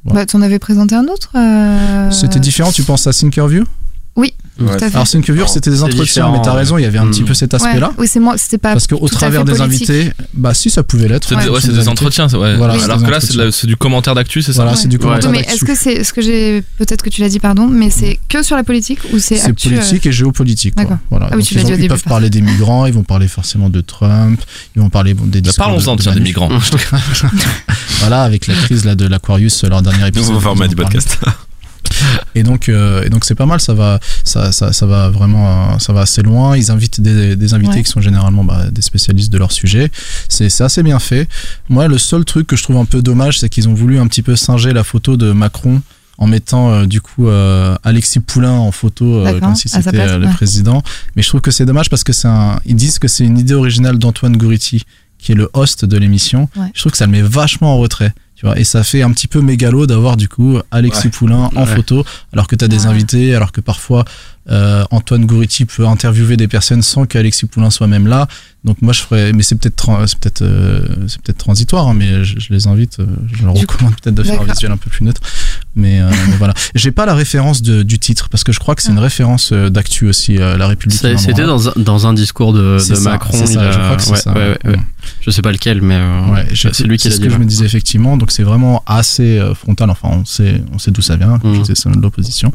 Speaker 6: Ouais.
Speaker 1: Bah, t'en avais présenté un autre euh,
Speaker 6: C'était différent, tu penses à Thinkerview
Speaker 1: Oui, tout à fait.
Speaker 6: Alors Thinkerview, c'était des
Speaker 5: C'est
Speaker 6: entretiens,
Speaker 5: différent,
Speaker 6: mais t'as raison, il y avait un
Speaker 5: ouais.
Speaker 3: Hmm.
Speaker 6: petit peu cet
Speaker 1: Ouais,
Speaker 6: aspect-là.
Speaker 1: Oui, c'est moi, c'était pas.
Speaker 6: Parce qu'au
Speaker 1: tout à
Speaker 6: travers
Speaker 1: fait
Speaker 6: des
Speaker 1: politique.
Speaker 6: invités, bah si, ça pouvait l'être.
Speaker 3: C'est des, ouais, c'est
Speaker 6: Nous
Speaker 3: des
Speaker 6: invités.
Speaker 3: entretiens, ça, ouais.
Speaker 6: Voilà,
Speaker 3: Alors que
Speaker 6: c'est des
Speaker 3: là, c'est de la- c'est du commentaire d'actu, c'est ça
Speaker 6: Voilà, c'est du
Speaker 1: Oui,
Speaker 6: commentaire
Speaker 1: mais est-ce
Speaker 6: d'actu.
Speaker 1: que c'est ce que j'ai peut-être que tu l'as dit pardon mais c'est que sur la politique ou c'est
Speaker 6: Mm. C'est
Speaker 1: actu, euh,
Speaker 6: politique et géopolitique. quoi.
Speaker 1: D'accord.
Speaker 6: Voilà.
Speaker 1: Ah oui,
Speaker 6: Donc,
Speaker 1: tu
Speaker 6: ils
Speaker 1: l'as
Speaker 6: ont-
Speaker 1: dit au
Speaker 6: ils
Speaker 1: début,
Speaker 6: peuvent
Speaker 1: pardon.
Speaker 6: parler des migrants, ils vont parler forcément de Trump, ils vont parler bon, des discours
Speaker 3: Bah, parlons-en,
Speaker 6: de- de
Speaker 3: tiens, des
Speaker 6: Manu.
Speaker 3: migrants.
Speaker 6: voilà, avec la crise là, de l'Aquarius, leur dernier épisode.
Speaker 2: Nouveau
Speaker 6: ils
Speaker 2: format
Speaker 6: en
Speaker 2: du
Speaker 6: parlaient.
Speaker 2: podcast.
Speaker 6: Et donc, euh, et donc c'est pas mal, ça va, ça, ça, ça va vraiment, euh, ça va assez loin. Ils invitent des, des invités
Speaker 1: Ouais.
Speaker 6: qui sont généralement bah, des spécialistes de leur sujet. C'est c'est assez bien fait. Moi, le seul truc que je trouve un peu dommage, c'est qu'ils ont voulu un petit peu singer la photo de Macron en mettant euh, du coup euh, Alexis Poulain en photo euh,
Speaker 1: D'accord,
Speaker 6: comme si
Speaker 1: à sa
Speaker 6: c'était
Speaker 1: place,
Speaker 6: euh, le
Speaker 1: ouais.
Speaker 6: président. Mais je trouve que c'est dommage parce que c'est un, ils disent que c'est une idée originale d'Antoine Gouriti qui est le host de l'émission.
Speaker 1: Ouais.
Speaker 6: Je trouve que ça le met vachement en retrait. Tu vois, et ça fait un petit peu mégalo d'avoir du coup Alexis
Speaker 2: Ouais.
Speaker 6: Poulain
Speaker 2: Ouais.
Speaker 6: en photo, alors que tu as des invités, alors que parfois euh, Antoine Gouriti peut interviewer des personnes sans qu'Alexis Poulain soit même là. Donc moi je ferais, mais c'est peut-être tran- c'est peut-être euh, c'est peut-être transitoire, hein, mais je, je les invite, euh, je leur
Speaker 1: Du
Speaker 6: recommande peut-être de faire un
Speaker 1: d'accord.
Speaker 6: visuel un peu plus neutre. Mais, euh, mais voilà, j'ai pas la référence de- du titre parce que je crois que c'est une référence euh, d'actu aussi, euh, la République.
Speaker 5: C'est- C'était dans, un- dans un discours de,
Speaker 6: C'est
Speaker 5: de
Speaker 6: ça,
Speaker 5: Macron.
Speaker 6: c'est ça,
Speaker 5: il a-
Speaker 6: je crois que c'est
Speaker 5: ouais,
Speaker 6: ça. Mm.
Speaker 5: ouais, ouais, ouais. Je sais pas lequel, mais euh,
Speaker 6: Ouais, j'ai-
Speaker 5: c'est lui qui l'a
Speaker 6: ce
Speaker 5: dit.
Speaker 6: que je
Speaker 5: ouais.
Speaker 6: me disais effectivement. Donc c'est vraiment assez euh, frontal. Enfin, on sait, on sait d'où ça vient.
Speaker 1: Mm.
Speaker 6: comme je disais, C'est de l'opposition.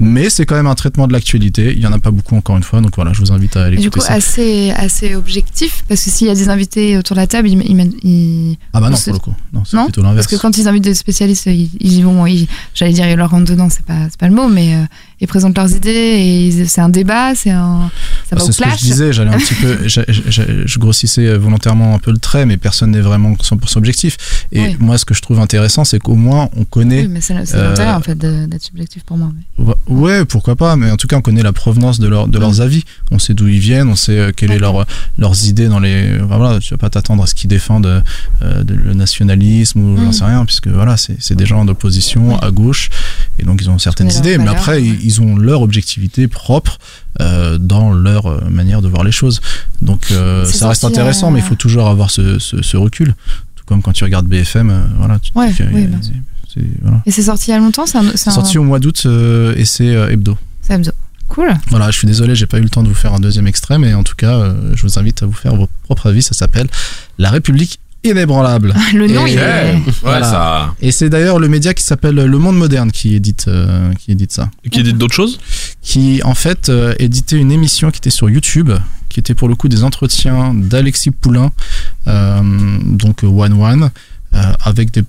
Speaker 6: Mais c'est quand même un traitement de l'actualité. Il y en a pas beaucoup encore une fois. Donc voilà, je vous invite à aller
Speaker 1: Et du
Speaker 6: écouter
Speaker 1: coup
Speaker 6: ça.
Speaker 1: assez assez objectif parce que s'il y a des invités autour de la table ils, ils- ils-
Speaker 6: Ah bah non
Speaker 1: on se-
Speaker 6: pour le coup. Non, c'est
Speaker 1: non
Speaker 6: plutôt l'inverse.
Speaker 1: parce que quand ils invitent des spécialistes ils, ils y vont ils- j'allais dire ils leur rentrent dedans c'est pas c'est pas le mot mais euh, et présentent leurs idées et ils- c'est un débat, c'est un. Ça va
Speaker 6: Bah,
Speaker 1: au
Speaker 6: c'est ce que
Speaker 1: clash.
Speaker 6: je disais, j'allais un petit peu, j'a- j'a- je grossissais volontairement un peu le trait, mais personne n'est vraiment 100% objectif. Et
Speaker 1: Oui.
Speaker 6: moi, ce que je trouve intéressant, c'est qu'au moins, on connaît.
Speaker 1: Oui, mais c'est c'est
Speaker 6: euh,
Speaker 1: l'intérêt en fait de- d'être subjectif pour moi.
Speaker 6: Ouais, Ouais, pourquoi pas, mais en tout cas, on connaît la provenance de, leur- de leurs avis. On sait d'où ils viennent, on sait euh, quelles sont leurs idées dans les. euh, enfin, Voilà, tu vas pas t'attendre à ce qu'ils défendent euh, de- le nationalisme ou
Speaker 1: Mm.
Speaker 6: j'en sais rien, puisque voilà, c'est c'est des gens d'opposition à gauche, et donc ils ont certaines
Speaker 4: connais leurs
Speaker 6: idées, mais
Speaker 4: valeurs,
Speaker 6: après, ils, ils ont leur objectivité propre euh, dans leur euh, manière de voir les choses. Donc euh,
Speaker 1: C'est
Speaker 6: ça reste
Speaker 1: sorti,
Speaker 6: intéressant,
Speaker 1: euh,
Speaker 6: mais il faut toujours avoir ce, ce- ce recul. Tout comme quand tu regardes BFM, euh, voilà, tu te
Speaker 1: Ouais,
Speaker 6: dis que,
Speaker 1: oui,
Speaker 6: euh,
Speaker 1: bien sûr.
Speaker 6: c'est- voilà.
Speaker 1: Et c'est sorti il y a longtemps, c'est un.
Speaker 6: C'est sorti au mois d'août euh, et c'est euh, hebdo.
Speaker 1: ça me- Cool.
Speaker 6: Voilà, je suis désolé, j'ai pas eu le temps de vous faire un deuxième extrait, mais en tout cas, euh, je vous invite à vous faire vos propres avis. Ça s'appelle La République inébranlable.
Speaker 1: Le nom,
Speaker 6: Et-
Speaker 1: Ah,
Speaker 6: euh,
Speaker 1: il est- Ouais,
Speaker 2: ça-
Speaker 6: Et c'est d'ailleurs le média qui s'appelle Le Monde Moderne qui édite, euh, qui édite ça.
Speaker 3: Qui dit d'autres choses
Speaker 6: Qui, en fait, euh, éditait une émission qui était sur YouTube, qui était pour le coup des entretiens d'Alexis Poulain, euh, donc euh, One One, euh, avec des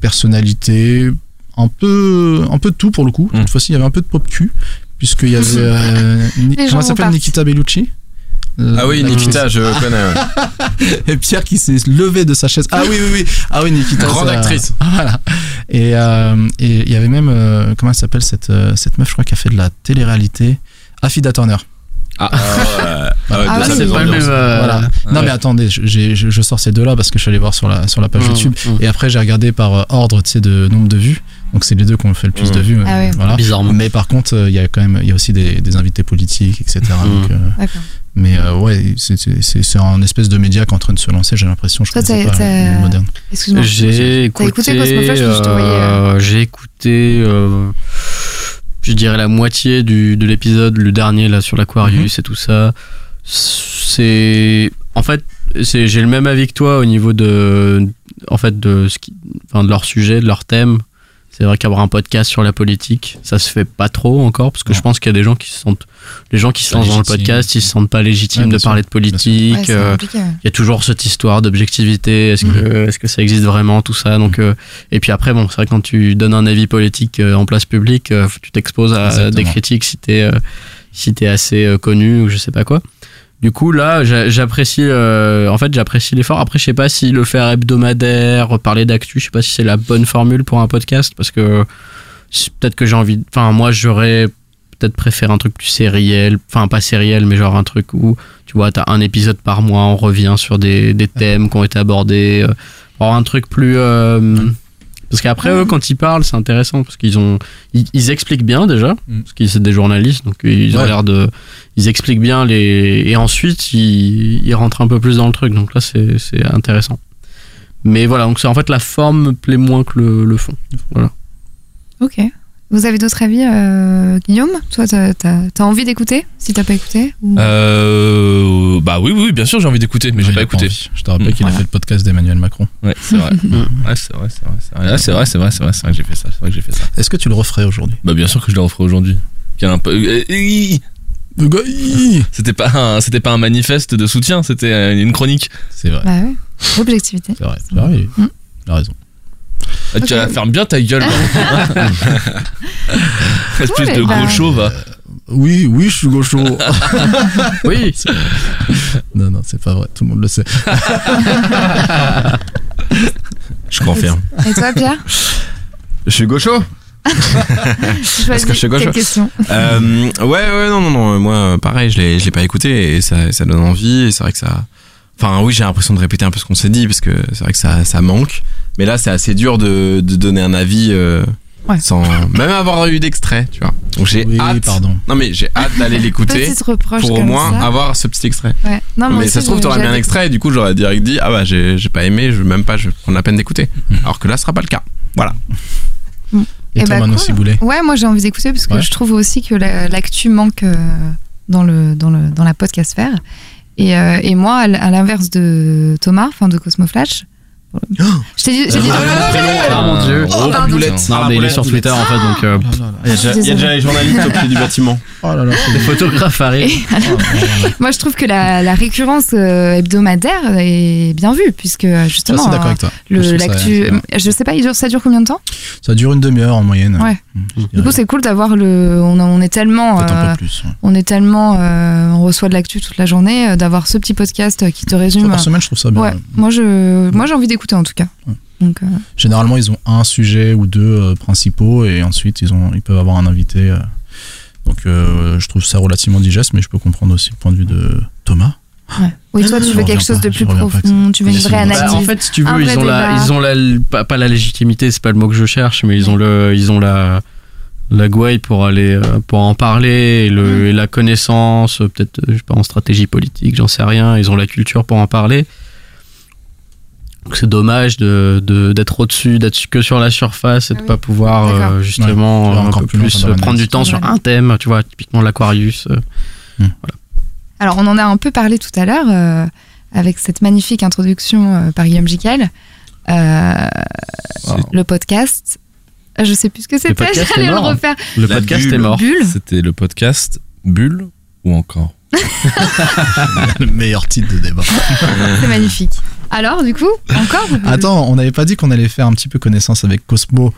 Speaker 6: personnalités un peu, un peu de tout pour le coup. Cette fois-ci, il y avait un peu de pop cul, puisqu'il y avait. euh, Ni-
Speaker 2: Les gens vont
Speaker 6: comment elle s'appelle
Speaker 2: partir.
Speaker 6: Nikita Bellucci Euh,
Speaker 2: Ah oui,
Speaker 6: La-
Speaker 2: Nikita, je connais, ouais.
Speaker 6: et Pierre qui s'est levé de sa chaise. Ah oui, oui, oui. bah, Ah oui, Nikita.
Speaker 2: Grande
Speaker 6: ça-
Speaker 2: actrice.
Speaker 6: Voilà. Et euh, et il y avait même, euh, comment elle s'appelle cette, euh, cette meuf, je crois, qui a fait de la télé-réalité Affida Turner.
Speaker 2: Ah, euh, ah ouais,
Speaker 6: Voilà.
Speaker 2: de ça, les ambiances.
Speaker 6: Voilà. euh, Non,
Speaker 2: Ouais.
Speaker 6: mais attendez, je- j'ai- je, je sors ces deux-là parce que je suis allé voir sur la, sur la
Speaker 5: Mm,
Speaker 6: page
Speaker 2: Mmh,
Speaker 6: YouTube. Et après, j'ai regardé par euh, ordre tu sais, de nombre de vues. Donc, c'est les deux qui ont fait le plus
Speaker 2: Mmh.
Speaker 6: de vues. euh,
Speaker 1: Ah ouais.
Speaker 6: voilà.
Speaker 5: Bizarrement.
Speaker 6: Mais par contre, euh, il y a quand même, il y a aussi des, des invités politiques, etc.
Speaker 2: Mm.
Speaker 5: Mmh.
Speaker 6: Donc, euh,
Speaker 1: D'accord.
Speaker 6: mais euh, ouais, c'est- c'est c'est- c'est un espèce de média qui est en train de se lancer, j'ai l'impression. Je
Speaker 1: Toi,
Speaker 6: connaissais
Speaker 1: t'as-
Speaker 6: pas
Speaker 1: t'as-
Speaker 6: le moderne.
Speaker 1: Excuse-moi.
Speaker 5: J'ai
Speaker 1: T'as écouté
Speaker 5: écouté.
Speaker 1: Cosmoflash parce que je te voyais,
Speaker 5: euh, J'ai écouté. euh, je dirais la moitié du, de l'épisode, le dernier là sur l'Aquarius
Speaker 1: Mhm.
Speaker 5: et tout ça. C'est. En fait, c'est- j'ai le même avis que toi au niveau de. En fait, de, ce qui- enfin, de leur sujet, de leur thème. C'est vrai qu'avoir un podcast sur la politique, ça se fait pas trop encore, parce que je pense qu'il y a des gens qui se sentent, les gens qui se
Speaker 6: Pas
Speaker 5: lancent dans le
Speaker 6: légitimes.
Speaker 5: podcast, ils se sentent pas légitimes
Speaker 6: Ouais, bien
Speaker 5: de
Speaker 6: sûr,
Speaker 5: parler de politique.
Speaker 6: Ouais, c'est
Speaker 5: euh,
Speaker 6: compliqué, ouais.
Speaker 5: il y a toujours cette histoire d'objectivité. Est-ce que, est-ce que ça existe vraiment, tout ça Donc, euh, et puis après, bon, c'est vrai que quand tu donnes un avis politique euh, en place publique, euh, tu t'exposes à
Speaker 6: Exactement.
Speaker 5: des critiques si t'es euh, si t'es assez euh, connu ou je sais pas quoi. Du coup, là, j'a- j'apprécie. euh, en fait, j'apprécie l'effort. Après, je sais pas si le faire hebdomadaire, parler d'actu, je sais pas si c'est la bonne formule pour un podcast parce que c'est- peut-être que j'ai envie. de- Enfin, moi, j'aurais peut-être préféré un truc plus sériel. Enfin, pas sériel, mais genre un truc où tu vois, t'as un épisode par mois, on revient sur des, des thèmes qui ont été abordés. euh, Avoir un truc plus. euh, parce qu'après, eux, quand ils parlent, c'est intéressant parce qu'ils ont, ils, ils expliquent bien déjà, parce qu'ils c'est des journalistes, donc ils ont
Speaker 6: Ouais.
Speaker 5: l'air de, ils expliquent bien les, et ensuite ils, ils rentrent un peu plus dans le truc, donc là c'est, c'est intéressant. Mais voilà, donc c'est en fait la forme me plaît moins que le, le fond. Voilà.
Speaker 1: Ok. Vous avez d'autres avis, euh, Guillaume Toi, t'as as, envie d'écouter si t'as pas écouté ou-
Speaker 3: Euh, bah oui, oui, oui, bien sûr, j'ai envie d'écouter, mais j'ai pas écouté.
Speaker 6: Je te
Speaker 2: Mm.
Speaker 6: rappelle qu'il a fait le podcast d'Emmanuel Macron.
Speaker 3: Ouais, c'est vrai. ouais, c'est vrai, c'est vrai, c'est vrai. Ah, c'est vrai, c'est vrai, c'est vrai, c'est vrai que j'ai fait ça. C'est vrai que j'ai fait ça.
Speaker 6: Est-ce que tu le referais aujourd'hui
Speaker 3: Bah bien sûr que je le referai aujourd'hui. Quel imp- Euh, euh, hi C'était pas un, c'était pas un manifeste de soutien, c'était euh, une chronique.
Speaker 6: C'est vrai.
Speaker 1: Bah oui. Objectivité.
Speaker 6: C'est vrai. C'est vrai.
Speaker 1: Mm.
Speaker 6: Il a raison.
Speaker 3: Ah, Tu vas la ferme bien ta gueule. hein. Espèce
Speaker 1: Ouais,
Speaker 3: de
Speaker 1: bah.
Speaker 3: gros chauve.
Speaker 6: Oui, oui, je suis gaucho.
Speaker 5: oui.
Speaker 6: Non, non, c'est pas vrai. Tout le monde le sait.
Speaker 2: Je confirme.
Speaker 1: Et toi, Pierre
Speaker 2: Je suis gaucho
Speaker 1: Choisis quelle question
Speaker 2: Euh, ouais, ouais, non, non, non. Moi, euh, pareil, je l'ai, je l'ai pas écouté et ça, ça donne envie. Et c'est vrai que ça. Enfin, oui, j'ai l'impression de répéter un peu ce qu'on s'est dit parce que c'est vrai que ça, ça manque. Mais là, c'est assez dur de, de donner un avis euh, sans même avoir eu d'extrait, tu vois. Donc j'ai hâte.
Speaker 6: pardon.
Speaker 2: Non, mais j'ai hâte d'aller l'écouter
Speaker 1: Petite reproche
Speaker 2: pour au
Speaker 1: comme
Speaker 2: moins
Speaker 1: ça.
Speaker 2: avoir ce petit extrait.
Speaker 1: Ouais. Non, Ah, moi
Speaker 2: mais ça
Speaker 1: aussi,
Speaker 2: se trouve,
Speaker 1: j'ai-
Speaker 2: t'aurais
Speaker 1: j'ai
Speaker 2: bien un
Speaker 1: adoré.
Speaker 2: extrait et du coup, j'aurais direct dit Ah bah, j'ai j'ai pas aimé, je même pas, je vais prendre la peine d'écouter.
Speaker 5: Mhm.
Speaker 2: Alors que là, ce sera pas le cas. Voilà.
Speaker 6: Et,
Speaker 1: Eh
Speaker 6: toi,
Speaker 1: bah,
Speaker 6: Manon
Speaker 1: cool.
Speaker 6: Ciboulet
Speaker 1: Ouais, moi j'ai envie d'écouter parce que
Speaker 6: Ouais.
Speaker 1: je trouve aussi que la- l'actu manque euh, dans, le, dans, le, dans la podcastphère. Et, euh, et moi, à l- à l'inverse de Thomas, enfin de Cosmoflash, je t'ai dit. j'ai dit-
Speaker 5: Ah, mon dieu.
Speaker 1: Oh, pardon.
Speaker 5: Non, mais il est sur Twitter en fait, donc. euh,
Speaker 6: Oh là là.
Speaker 2: Il y a déjà- il y a déjà les journalistes au pied du bâtiment.
Speaker 6: Oh là là,
Speaker 5: les photographes arrivent.
Speaker 1: Moi, je trouve que la, la récurrence euh, hebdomadaire est bien vue, puisque euh, justement,
Speaker 6: d'accord
Speaker 1: euh,
Speaker 6: avec toi.
Speaker 1: le-
Speaker 6: Je trouve ça-
Speaker 1: l'actu, euh, je sais pas, il dure- ça dure combien de temps
Speaker 6: Ça dure une demi-heure en moyenne.
Speaker 1: Ouais.
Speaker 6: Je
Speaker 1: Du
Speaker 6: dirais.
Speaker 1: coup, c'est cool d'avoir le, on, a- on est tellement,
Speaker 6: Peut-être un peu
Speaker 1: euh,
Speaker 6: plus, ouais.
Speaker 1: on est tellement, euh, on reçoit de l'actu toute la journée, euh, d'avoir ce petit podcast euh, qui te résume.
Speaker 6: par semaine, je trouve ça bien,
Speaker 1: Ouais.
Speaker 6: Ah bah, euh, ouais.
Speaker 1: Moi, je, moi, j'ai envie d'écouter en tout cas. Donc, euh,
Speaker 6: Généralement, ils ont un sujet ou deux euh, principaux et ensuite ils, ont, ils peuvent avoir un invité. euh. Donc, euh, je trouve ça relativement digeste, mais je peux comprendre aussi le point de vue de Thomas.
Speaker 1: ouais. Oui, toi, tu
Speaker 6: Je
Speaker 1: veux
Speaker 6: reviens
Speaker 1: quelque chose
Speaker 6: pas,
Speaker 1: de
Speaker 6: je
Speaker 1: plus
Speaker 6: reviens pas avec ça.
Speaker 1: profond, tu veux une vraie
Speaker 5: Bah,
Speaker 1: analyse.
Speaker 5: en fait, si tu
Speaker 1: un
Speaker 5: veux,
Speaker 1: vrai
Speaker 5: ils ont, la,
Speaker 1: débat.
Speaker 5: ils ont la, pas, pas la légitimité, c'est pas le mot que je cherche, mais ils ont le, ils ont la, la gouaille pour aller, euh, pour en parler, et,
Speaker 1: Mm.
Speaker 5: le, et la connaissance, euh, peut-être, euh, je sais pas, en stratégie politique, j'en sais rien. Ils ont la culture pour en parler. Donc, C'est dommage de, de- d'être au-dessus, d'être que sur la surface et
Speaker 1: Ah
Speaker 5: de pas pouvoir euh,
Speaker 6: D'accord.
Speaker 5: justement
Speaker 6: Ouais,
Speaker 5: euh, un
Speaker 6: encore
Speaker 5: peu
Speaker 6: plus loin
Speaker 5: plus
Speaker 6: dans
Speaker 5: euh, prendre
Speaker 6: l'analyse.
Speaker 5: du temps sur
Speaker 1: Ouais.
Speaker 5: un thème, tu vois, typiquement l'Aquarius. euh,
Speaker 1: Alors, on en a un peu parlé tout à l'heure euh, avec cette magnifique introduction euh, par Guillaume Jiquel. Euh, le podcast. Ah, Je sais plus ce que
Speaker 3: Le
Speaker 1: c'était,
Speaker 3: podcast est
Speaker 1: j'allais le
Speaker 3: mort.
Speaker 1: refaire.
Speaker 3: Le
Speaker 1: La
Speaker 3: podcast
Speaker 1: bulle.
Speaker 3: est mort.
Speaker 1: Bulle.
Speaker 3: C'était le podcast Bulle ou encore
Speaker 6: Le meilleur titre de débat.
Speaker 1: C'est magnifique. Alors, du coup, encore vous-
Speaker 6: Attends, on n'avait pas dit qu'on allait faire un petit peu connaissance avec Cosmo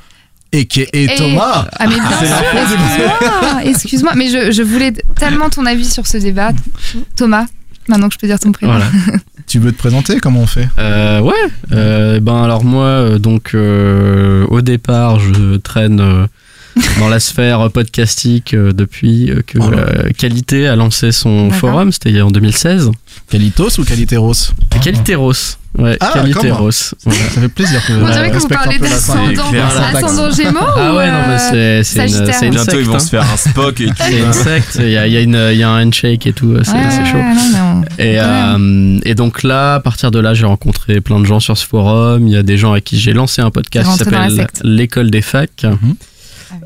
Speaker 6: et,
Speaker 1: Et-
Speaker 6: Thomas
Speaker 1: Ah, mais bien
Speaker 6: C'est la
Speaker 1: sûr,
Speaker 6: fin du-
Speaker 1: excuse-moi, excuse-moi, mais je, je voulais tellement ton avis sur ce débat, Thomas. Maintenant que je peux dire ton prénom.
Speaker 5: Voilà.
Speaker 6: Tu veux te présenter Comment on fait
Speaker 5: Euh, ouais. Euh, ben alors moi, euh, donc euh, au départ, je traîne euh, dans la sphère podcastique euh, depuis euh, que
Speaker 6: Oh
Speaker 5: euh, Qualité a lancé son
Speaker 6: D'accord.
Speaker 5: forum. C'était il y a- en 2016.
Speaker 6: Qualitos ou Qualiteros
Speaker 5: Qualiteros. Ouais,
Speaker 6: Ah,
Speaker 5: Qualiteros.
Speaker 6: comment Ça fait plaisir que
Speaker 5: On dirait que vous
Speaker 6: Euh, respecte un
Speaker 1: parlez
Speaker 6: peu la
Speaker 1: d'ascendant-
Speaker 6: syntaxe.
Speaker 1: C'est clair, la ascendant taxe. gémeaux
Speaker 5: Ah
Speaker 1: ou,
Speaker 5: ouais, non, mais
Speaker 1: euh,
Speaker 5: c'est c'est une,
Speaker 1: Sagittaire
Speaker 5: c'est une
Speaker 2: Bientôt,
Speaker 5: secte.
Speaker 2: ils vont
Speaker 5: hein.
Speaker 2: se faire un Spock et tout.
Speaker 5: C'est une secte. Il y a, il y a une- il y a un handshake et tout. C'est
Speaker 1: Ouais,
Speaker 5: c'est
Speaker 1: ouais,
Speaker 5: chaud.
Speaker 1: ouais, non, mais on-
Speaker 5: Et, euh, et donc là, à partir de là, j'ai rencontré plein de gens sur ce forum. Il y a des gens à qui j'ai lancé un podcast qui
Speaker 1: T'es rentré dans la
Speaker 5: s'appelle
Speaker 1: secte.
Speaker 5: L'école des facs.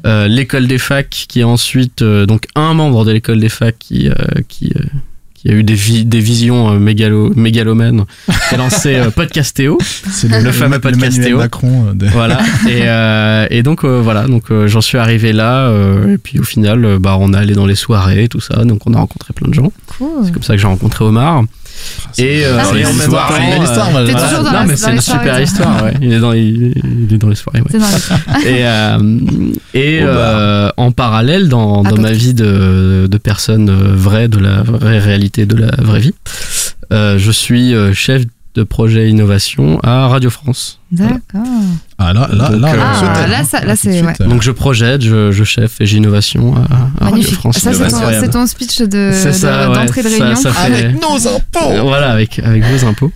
Speaker 5: Euh, L'école des facs, qui est ensuite euh, donc un membre de l'école des facs qui euh, qui euh, qui a eu des, vi- des visions euh, mégalo mégalomènes, qui a lancé euh, Podcastéo,
Speaker 6: C'est
Speaker 5: le,
Speaker 6: le-
Speaker 5: fameux
Speaker 6: le Manuel
Speaker 5: Podcastéo.
Speaker 6: Macron, euh, de-
Speaker 5: Voilà. Et, euh, et donc euh, voilà, donc euh, j'en suis arrivé là. euh, et puis au final, euh, bah on est allé dans les soirées, tout ça. Donc on a rencontré plein de gens.
Speaker 1: Cool.
Speaker 5: C'est comme ça que j'ai rencontré Omar. Et, euh,
Speaker 6: Ah, c'est
Speaker 5: et
Speaker 6: une
Speaker 5: en même
Speaker 6: histoire,
Speaker 5: temps,
Speaker 6: c'est une belle
Speaker 5: euh,
Speaker 6: histoire, voilà. T'es
Speaker 5: voilà.
Speaker 6: toujours dans la-
Speaker 5: Non, mais
Speaker 6: dans
Speaker 5: c'est
Speaker 6: les
Speaker 5: une
Speaker 6: soirées,
Speaker 5: super
Speaker 6: toi.
Speaker 5: histoire, ouais. Il est dans, il, il est dans les soirées, ouais.
Speaker 1: C'est dans les soirées.
Speaker 5: Et, euh, et euh, en parallèle, dans, dans ma vie de, de personne euh, vraie, de la vraie réalité, de la vraie vie, euh, je suis euh, chef de projet innovation à Radio France.
Speaker 1: D'accord.
Speaker 6: Ah là, là,
Speaker 5: Donc,
Speaker 6: là,
Speaker 5: euh,
Speaker 1: Ah, là, ça- là, c'est. ouais.
Speaker 5: Donc je projette, je, je chef et j'innovation à, à Radio
Speaker 1: Magnifique.
Speaker 5: France.
Speaker 1: Ça, c'est ton,
Speaker 5: Incroyable.
Speaker 1: c'est ton speech de-
Speaker 5: C'est ça,
Speaker 1: de-
Speaker 5: ouais,
Speaker 1: d'entrée de,
Speaker 5: ça-
Speaker 1: réunion. Ah
Speaker 5: ça fait- Avec
Speaker 6: nos impôts
Speaker 5: Voilà, avec, avec vos impôts.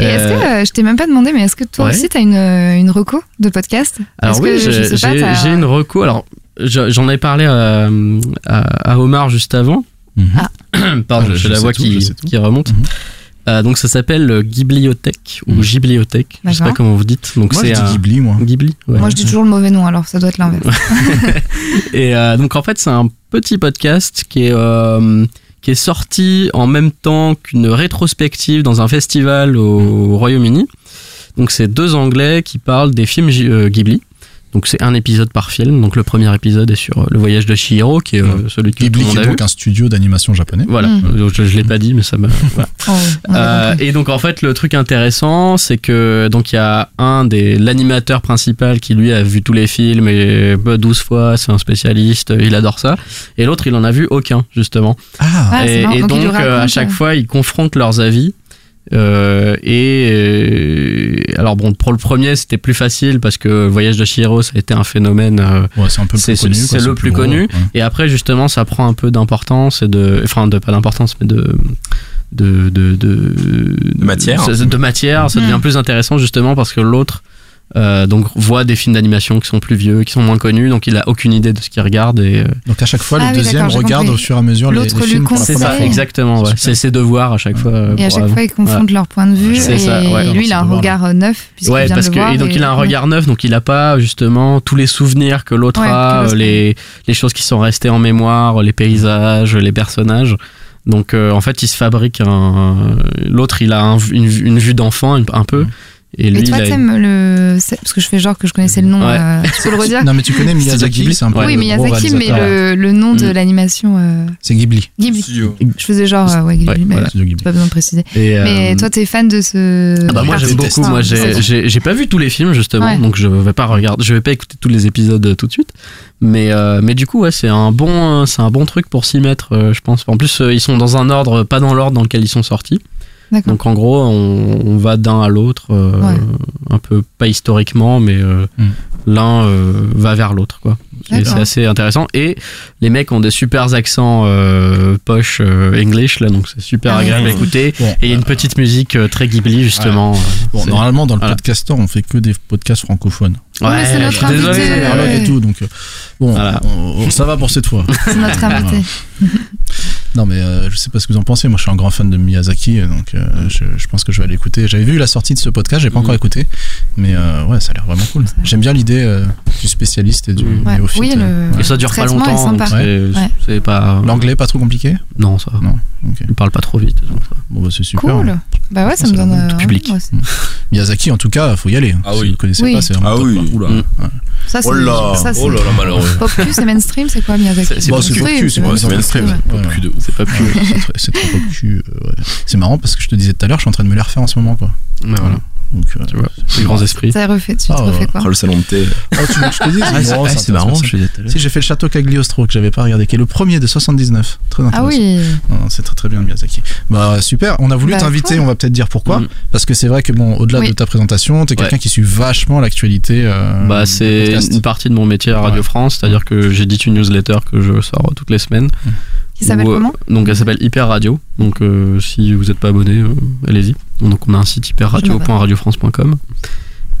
Speaker 1: Et est-ce
Speaker 5: Euh,
Speaker 1: que, euh, je t'ai même pas demandé, mais est-ce que toi
Speaker 5: ouais.
Speaker 1: aussi, t'as une, euh, une reco de podcast
Speaker 5: Alors
Speaker 1: Parce
Speaker 5: oui,
Speaker 1: que je
Speaker 5: j'ai
Speaker 1: sais pas,
Speaker 5: j'ai-
Speaker 1: t'as-
Speaker 5: j'ai une reco. Alors je- j'en ai parlé à, à- à Omar juste avant.
Speaker 1: Mhm.
Speaker 5: Pardon,
Speaker 6: Ah, je
Speaker 5: j'ai la
Speaker 6: sais
Speaker 5: voix
Speaker 6: tout, Mhm. je
Speaker 5: qui,
Speaker 6: sais
Speaker 5: qui remonte. Euh, donc ça s'appelle euh, Ghibliothèque ou Gibliothèque, je sais
Speaker 1: D'accord.
Speaker 5: pas comment vous dites. Donc
Speaker 6: Mhm. Moi,
Speaker 5: c'est
Speaker 6: je dis
Speaker 5: un-
Speaker 6: Ghibli, moi.
Speaker 5: Ghibli, ouais.
Speaker 1: Moi, je dis toujours le mauvais nom, alors ça doit être l'inverse.
Speaker 5: Et euh, donc en fait c'est un petit podcast qui est euh, qui est sorti en même temps qu'une rétrospective dans un festival au Royaume-Uni. Donc c'est deux Anglais qui parlent des films Ghi- euh, Ghibli. Donc c'est un épisode par film. Donc le premier épisode est sur euh, le voyage de Chihiro, qui est euh, celui que tout
Speaker 6: Ghibli
Speaker 5: le
Speaker 6: qui
Speaker 5: monde
Speaker 6: est
Speaker 5: a vu.
Speaker 6: donc un studio d'animation japonais.
Speaker 5: Voilà, Euh, je, je l'ai pas dit, mais ça m'a. voilà.
Speaker 1: Oh,
Speaker 5: Euh, et donc en fait le truc intéressant c'est que donc il y a un des l'animateur principal qui lui a vu tous les films et bah, 12 fois c'est un spécialiste il adore ça et l'autre il en a vu aucun justement
Speaker 6: Ah,
Speaker 5: et,
Speaker 6: c'est marrant,
Speaker 5: et
Speaker 6: donc il
Speaker 5: donc,
Speaker 6: lui
Speaker 5: euh, à
Speaker 6: raconte,
Speaker 5: chaque
Speaker 6: euh.
Speaker 5: fois ils confrontent leurs avis Euh, et euh, alors bon pour le premier c'était plus facile parce que le voyage de Chihiro ça a été un phénomène euh,
Speaker 6: c'est un peu plus
Speaker 5: c'est
Speaker 6: connu, quoi,
Speaker 5: c'est
Speaker 6: c'est
Speaker 5: le
Speaker 6: plus
Speaker 5: plus
Speaker 6: gros,
Speaker 5: connu
Speaker 6: ouais.
Speaker 5: et après, justement, ça prend un peu d'importance et de, enfin, de pas d'importance, mais de de de de,
Speaker 2: matière.
Speaker 5: De, de matière, ça
Speaker 2: Mm.
Speaker 5: devient plus intéressant justement parce que l'autre. euh, donc voit des films d'animation qui sont plus vieux, qui sont moins connus, donc il a aucune idée de ce qu'il regarde et euh,
Speaker 6: Donc à chaque fois,
Speaker 1: Ah
Speaker 6: le
Speaker 1: oui,
Speaker 6: deuxième
Speaker 1: d'accord, j'ai
Speaker 6: regarde
Speaker 1: compris.
Speaker 6: au fur et à mesure les, les
Speaker 1: L'autre lui
Speaker 6: films. pour la
Speaker 5: c'est
Speaker 6: première
Speaker 5: ça,
Speaker 6: fois.
Speaker 5: exactement, ouais. c'est ses devoirs à chaque fois. euh,
Speaker 1: Et à
Speaker 5: pour
Speaker 1: chaque
Speaker 5: av-
Speaker 1: fois, ils confondent
Speaker 5: voilà.
Speaker 1: leur point de vue.
Speaker 5: C'est ça, ouais.
Speaker 1: Et lui, il a un
Speaker 5: Voilà.
Speaker 1: regard euh, neuf, puisqu'il
Speaker 5: Ouais,
Speaker 1: vient
Speaker 5: parce
Speaker 1: de
Speaker 5: que
Speaker 1: le voir.
Speaker 5: et donc
Speaker 1: et-
Speaker 5: il a un regard neuf, donc il a pas justement tous les souvenirs que l'autre
Speaker 1: Ouais, que
Speaker 5: a,
Speaker 1: l'autre
Speaker 5: euh, les, les choses qui sont restées en mémoire, les paysages, les personnages. euh, Donc euh, en fait, il se fabrique un. L'autre, il a un- une, une vue d'enfant un, un peu.
Speaker 1: Et,
Speaker 5: lui,
Speaker 1: toi,
Speaker 5: il a-
Speaker 1: t'aimes le. c'est- Parce que je fais genre que je connaissais le nom.
Speaker 5: Ouais.
Speaker 1: euh, tu peux le redire
Speaker 6: Non, mais tu connais Miyazaki, c'est un peu.
Speaker 1: Oui,
Speaker 6: le gros
Speaker 1: Miyazaki, mais
Speaker 6: réalisateur.
Speaker 1: le, le nom de
Speaker 6: Mm.
Speaker 1: l'animation. euh,
Speaker 6: C'est Ghibli.
Speaker 1: Ghibli. Je faisais genre, euh, ouais, Ghibli,
Speaker 5: Ouais,
Speaker 1: mais
Speaker 5: voilà.
Speaker 1: t'as pas besoin de préciser.
Speaker 5: Et, euh,
Speaker 1: Mais toi, t'es fan de ce.
Speaker 5: Ah bah moi
Speaker 1: Ah,
Speaker 5: j'aime
Speaker 1: c'est-
Speaker 5: beaucoup.
Speaker 1: Ah,
Speaker 5: Moi j'ai-
Speaker 1: c'est-
Speaker 5: j'ai j'ai pas vu tous les films justement,
Speaker 1: Ouais.
Speaker 5: donc je vais pas regarder, je vais pas écouter tous les épisodes euh, tout de suite. Mais euh, mais du coup ouais c'est un bon euh, c'est un bon truc pour s'y mettre, euh, je pense. En plus euh, ils sont dans un ordre, euh, pas dans l'ordre dans lequel ils sont sortis.
Speaker 1: D'accord.
Speaker 5: Donc en gros on, on va d'un à l'autre, euh,
Speaker 1: Ouais.
Speaker 5: un peu pas historiquement, mais euh, l'un euh, va vers l'autre quoi. Et
Speaker 1: D'accord.
Speaker 5: C'est assez intéressant. Et les mecs ont des super accents euh, poche euh, English là, donc c'est super
Speaker 6: Ah oui.
Speaker 5: agréable à écouter.
Speaker 6: Bon,
Speaker 5: et il y a une petite musique euh, très Ghibli justement.
Speaker 6: Bon,
Speaker 5: C'est-
Speaker 6: normalement, dans le
Speaker 5: voilà.
Speaker 6: podcasteur, on fait que des podcasts francophones.
Speaker 5: Ouais, Ouais, c'est notre
Speaker 6: je suis désolé,
Speaker 5: invité.
Speaker 6: c'est un dialogue et tout. Donc, euh, bon,
Speaker 5: Voilà.
Speaker 6: on- on- ça va pour cette fois.
Speaker 1: C'est notre invité.
Speaker 6: Non, mais euh, je sais pas ce que vous en pensez. Moi, je suis un grand fan de Miyazaki, euh, donc euh, je, je pense que je vais aller écouter. J'avais vu la sortie de ce podcast, j'ai pas
Speaker 2: Mm.
Speaker 6: encore écouté, mais euh, ouais, ça a l'air vraiment cool. J'aime bien l'idée euh, du spécialiste et du
Speaker 2: Mm.
Speaker 1: Ouais.
Speaker 6: néophyte.
Speaker 1: Oui, le-
Speaker 6: euh,
Speaker 5: Et ça dure pas
Speaker 1: Traitement est
Speaker 5: longtemps, donc
Speaker 1: sympa.
Speaker 5: c'est
Speaker 1: Ouais.
Speaker 5: c'est
Speaker 2: Mm.
Speaker 5: pas.
Speaker 6: L'anglais pas trop compliqué
Speaker 5: Non, ça. va.
Speaker 6: Non.
Speaker 5: Il parle pas trop vite.
Speaker 6: Bon, bah, c'est super.
Speaker 1: Cool. Bah ouais, ça me donne. euh,
Speaker 6: public.
Speaker 1: ouais, c'est-
Speaker 6: Miyazaki, en tout cas, faut y aller. hein, si vous ne connaissez
Speaker 1: Oui.
Speaker 6: pas, c'est vraiment.
Speaker 2: Ah
Speaker 6: top,
Speaker 2: oui.
Speaker 6: quoi. Mm. Ouais.
Speaker 1: Ça, c'est.
Speaker 2: Oh là.
Speaker 1: ça, c'est-
Speaker 2: Oh là là, malheureux.
Speaker 1: Pop cul, c'est mainstream, c'est quoi Miyazaki
Speaker 6: Bah, c'est pop cul, c'est
Speaker 1: ouais.
Speaker 6: pas
Speaker 2: c'est mainstream,
Speaker 6: Ouais.
Speaker 2: c'est pop cul de ouf.
Speaker 5: C'est pas plus.
Speaker 6: Ouais, c'est très- c'est trop pop cul, euh, ouais. C'est marrant parce que je te disais tout à l'heure, je suis en train de me les refaire en ce moment, quoi.
Speaker 5: voilà.
Speaker 6: Donc, euh,
Speaker 5: Les grands esprits.
Speaker 1: T'as refait, tu te
Speaker 6: Ah, ouais.
Speaker 1: refais quoi
Speaker 2: Oh, le salon de thé.
Speaker 6: Oh, tu veux que je te dise
Speaker 2: Ah, c'est-
Speaker 6: Bon,
Speaker 2: ah, c'est marrant,
Speaker 6: intéressant,
Speaker 2: je
Speaker 6: ça.
Speaker 2: disais tout à l'heure.
Speaker 6: Si, j'ai fait le château Cagliostro que j'avais pas regardé, qui est le premier de 79. Très
Speaker 1: Ah
Speaker 6: intéressant.
Speaker 1: oui.
Speaker 6: Non, non, c'est très très bien Miyazaki. Bah super, on a voulu
Speaker 1: Bah,
Speaker 6: t'inviter,
Speaker 1: cool.
Speaker 6: on va peut-être dire pourquoi.
Speaker 5: Mm.
Speaker 6: Parce que c'est vrai que bon, au-delà
Speaker 1: Oui.
Speaker 6: de ta présentation, t'es quelqu'un qui suit vachement l'actualité. euh,
Speaker 5: Bah, c'est
Speaker 6: podcast.
Speaker 5: une partie de mon métier à Radio France, c'est-à-dire que j'édite une newsletter que je sors toutes les semaines.
Speaker 1: Qui s'appelle
Speaker 5: Où, euh,
Speaker 1: comment
Speaker 5: Donc elle s'appelle Hyper Radio. Donc euh, si vous n'êtes pas abonné, euh, allez-y. Donc on a un site hyperradio.radiofrance.com.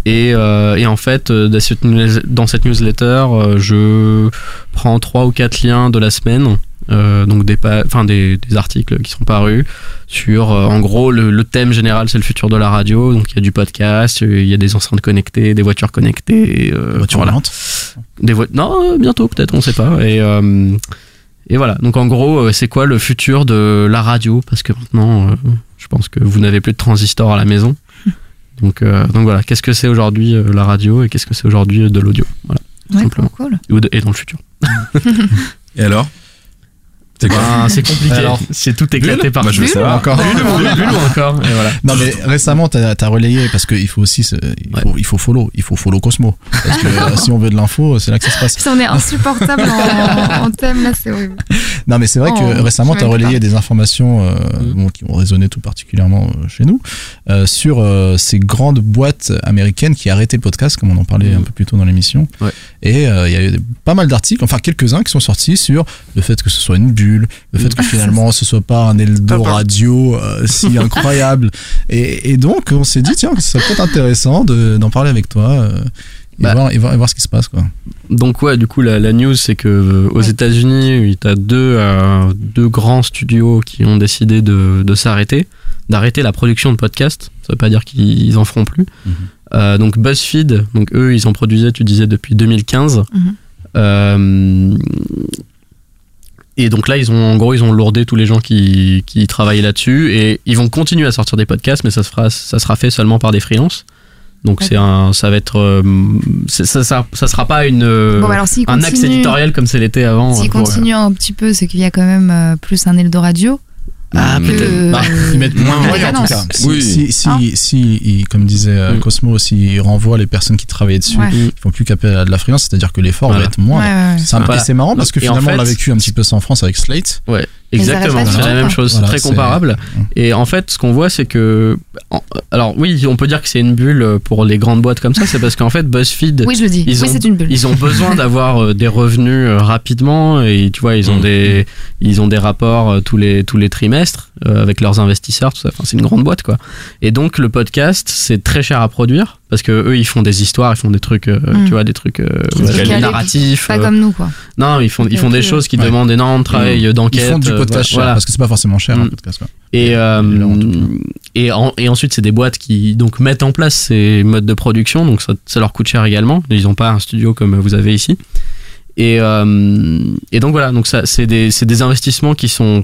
Speaker 5: Et, euh, et en fait, euh, dans cette, news- dans cette newsletter, euh, je prends trois ou quatre liens de la semaine, euh, donc des, pa- enfin, des, des articles qui sont parus sur, euh, en gros, le, le thème général, c'est le futur de la radio. Donc il y a du podcast, euh, il y a des enceintes connectées, des voitures connectées. euh,
Speaker 6: voiture
Speaker 5: voilà.
Speaker 6: volante.
Speaker 5: Des voitures. Non, euh, bientôt peut-être, on sait pas. Et, euh, et voilà. Donc en gros, euh, c'est quoi le futur de la radio Parce que maintenant, euh, je pense que vous n'avez plus de transistor à la maison. Donc, euh, donc voilà, qu'est-ce que c'est aujourd'hui euh, la radio et qu'est-ce que c'est aujourd'hui euh, de l'audio Voilà, tout
Speaker 1: Ouais,
Speaker 5: simplement.
Speaker 1: cool.
Speaker 5: Ou de- Et dans le futur.
Speaker 2: Et alors C'est quoi
Speaker 5: Ben, c'est compliqué.
Speaker 6: Alors,
Speaker 5: c'est tout éclaté
Speaker 2: Bulle
Speaker 5: par
Speaker 2: Moi, je veux
Speaker 5: Bulle
Speaker 2: savoir.
Speaker 6: Encore.
Speaker 5: Bulle, bulle ou encore Et voilà.
Speaker 6: Non mais récemment t'as as relayé parce qu'il faut aussi se- il, faut, il faut follow il faut follow Cosmo parce que euh, si on veut de l'info c'est là que ça se passe
Speaker 1: Putain, on est insupportable en, en thème là, c'est horrible.
Speaker 6: Non, mais c'est vrai
Speaker 1: Oh,
Speaker 6: que récemment,
Speaker 1: je
Speaker 6: tu as
Speaker 1: savais
Speaker 6: relayé
Speaker 1: pas. Mm.
Speaker 6: des informations euh, bon, qui ont résonné tout particulièrement euh, chez nous euh, sur euh, ces grandes boîtes américaines qui arrêtaient le podcast, comme on en
Speaker 1: Mm.
Speaker 6: parlait un peu plus tôt dans l'émission.
Speaker 5: Ouais.
Speaker 6: Et euh, il y a eu pas mal d'articles, enfin quelques-uns qui sont sortis sur le fait que ce soit une bulle, le fait
Speaker 1: Mm.
Speaker 6: que finalement ce soit pas un Eldo radio euh, si incroyable. Et, et donc, on s'est dit, tiens, ce serait peut-être intéressant de- d'en parler avec toi. euh, et,
Speaker 5: Bah.
Speaker 6: voir, et, voir, et voir ce qui se passe quoi.
Speaker 5: Donc ouais, du coup la, la news c'est que euh, aux États-Unis, tu as deux euh, deux grands studios qui ont décidé de, de s'arrêter, d'arrêter la production de podcasts. Ça veut pas dire qu'ils en feront plus. Euh, donc BuzzFeed, donc eux ils en produisaient, tu disais depuis 2015.
Speaker 1: Mhm.
Speaker 5: Euh, et donc là, ils ont, en gros, ils ont lourdé tous les gens qui, qui travaillent là-dessus et ils vont continuer à sortir des podcasts, mais ça, se fera, ça sera fait seulement par des freelances. Donc c'est un, ça va être, euh, c'est- ça, ça, ça sera pas une, euh,
Speaker 1: Bon, bah alors, s'ils
Speaker 5: un axe
Speaker 1: continuent-
Speaker 5: éditorial comme c'est l'été avant.
Speaker 1: S'il
Speaker 5: euh, pour,
Speaker 1: continue un petit peu, c'est qu'il y a quand même euh, plus un Eldo Radio.
Speaker 5: Ah,
Speaker 1: que- euh,
Speaker 5: peut-être. Bah,
Speaker 6: Ils mettent moins
Speaker 1: Ouais,
Speaker 6: moyens, en
Speaker 1: non,
Speaker 6: tout cas.
Speaker 2: Oui.
Speaker 6: Ah, Si, si, si, si, il- comme disait
Speaker 5: Mm.
Speaker 6: euh, Cosmo, s'ils renvoient les personnes qui travaillaient dessus,
Speaker 1: Ouais.
Speaker 6: ils font plus qu'à de la freelance, c'est-à-dire que l'effort
Speaker 5: Voilà.
Speaker 6: va être moindre.
Speaker 1: Ouais, ouais, ouais.
Speaker 6: C'est un-
Speaker 5: Voilà.
Speaker 6: et c'est marrant parce que
Speaker 5: Et en
Speaker 6: finalement, on l'a
Speaker 5: fait-
Speaker 6: vécu un petit peu ça en France avec Slate.
Speaker 5: Ouais,
Speaker 1: Ils
Speaker 5: exactement.
Speaker 1: arrêtent pas
Speaker 5: C'est
Speaker 1: de
Speaker 5: la
Speaker 1: faire
Speaker 5: même
Speaker 1: ça.
Speaker 5: chose, c'est
Speaker 6: Voilà,
Speaker 5: très
Speaker 6: c'est- Mm.
Speaker 5: comparable. Et en fait, ce qu'on voit, c'est que, en- alors oui, on peut dire que c'est une bulle pour les grandes boîtes comme ça, c'est parce qu'en fait, BuzzFeed,
Speaker 1: Oui, je le dis.
Speaker 5: Ils
Speaker 1: oui,
Speaker 5: ont-
Speaker 1: c'est une bulle.
Speaker 5: ils ont besoin d'avoir euh, des revenus euh, rapidement et tu vois ils
Speaker 6: Mm.
Speaker 5: ont des ils ont des rapports euh, tous les tous les trimestres euh, avec leurs investisseurs tout ça enfin c'est une grande boîte quoi et donc le podcast c'est très cher à produire parce que eux ils font des histoires ils font des trucs euh,
Speaker 1: Mm.
Speaker 5: tu vois des trucs euh,
Speaker 1: Des trucs calés.
Speaker 5: narratifs
Speaker 1: Pas
Speaker 5: euh,
Speaker 1: comme euh, nous, quoi.
Speaker 5: non ils font ils font des
Speaker 1: Ok.
Speaker 5: choses qui
Speaker 6: Ouais.
Speaker 5: demandent énormément de travail euh,
Speaker 6: Ils
Speaker 5: d'enquête
Speaker 6: font du
Speaker 5: euh,
Speaker 6: podcast cher
Speaker 5: voilà.
Speaker 6: parce que c'est pas forcément cher un
Speaker 5: Mm.
Speaker 6: podcast. quoi.
Speaker 5: Et, euh,
Speaker 6: là, en
Speaker 5: et, en- et ensuite, c'est des boîtes qui donc mettent en place ces modes de production, donc ça, ça leur coûte cher également. Ils n'ont pas un studio comme vous avez ici. Et, euh, et donc voilà, donc ça, c'est des, c'est des investissements qui sont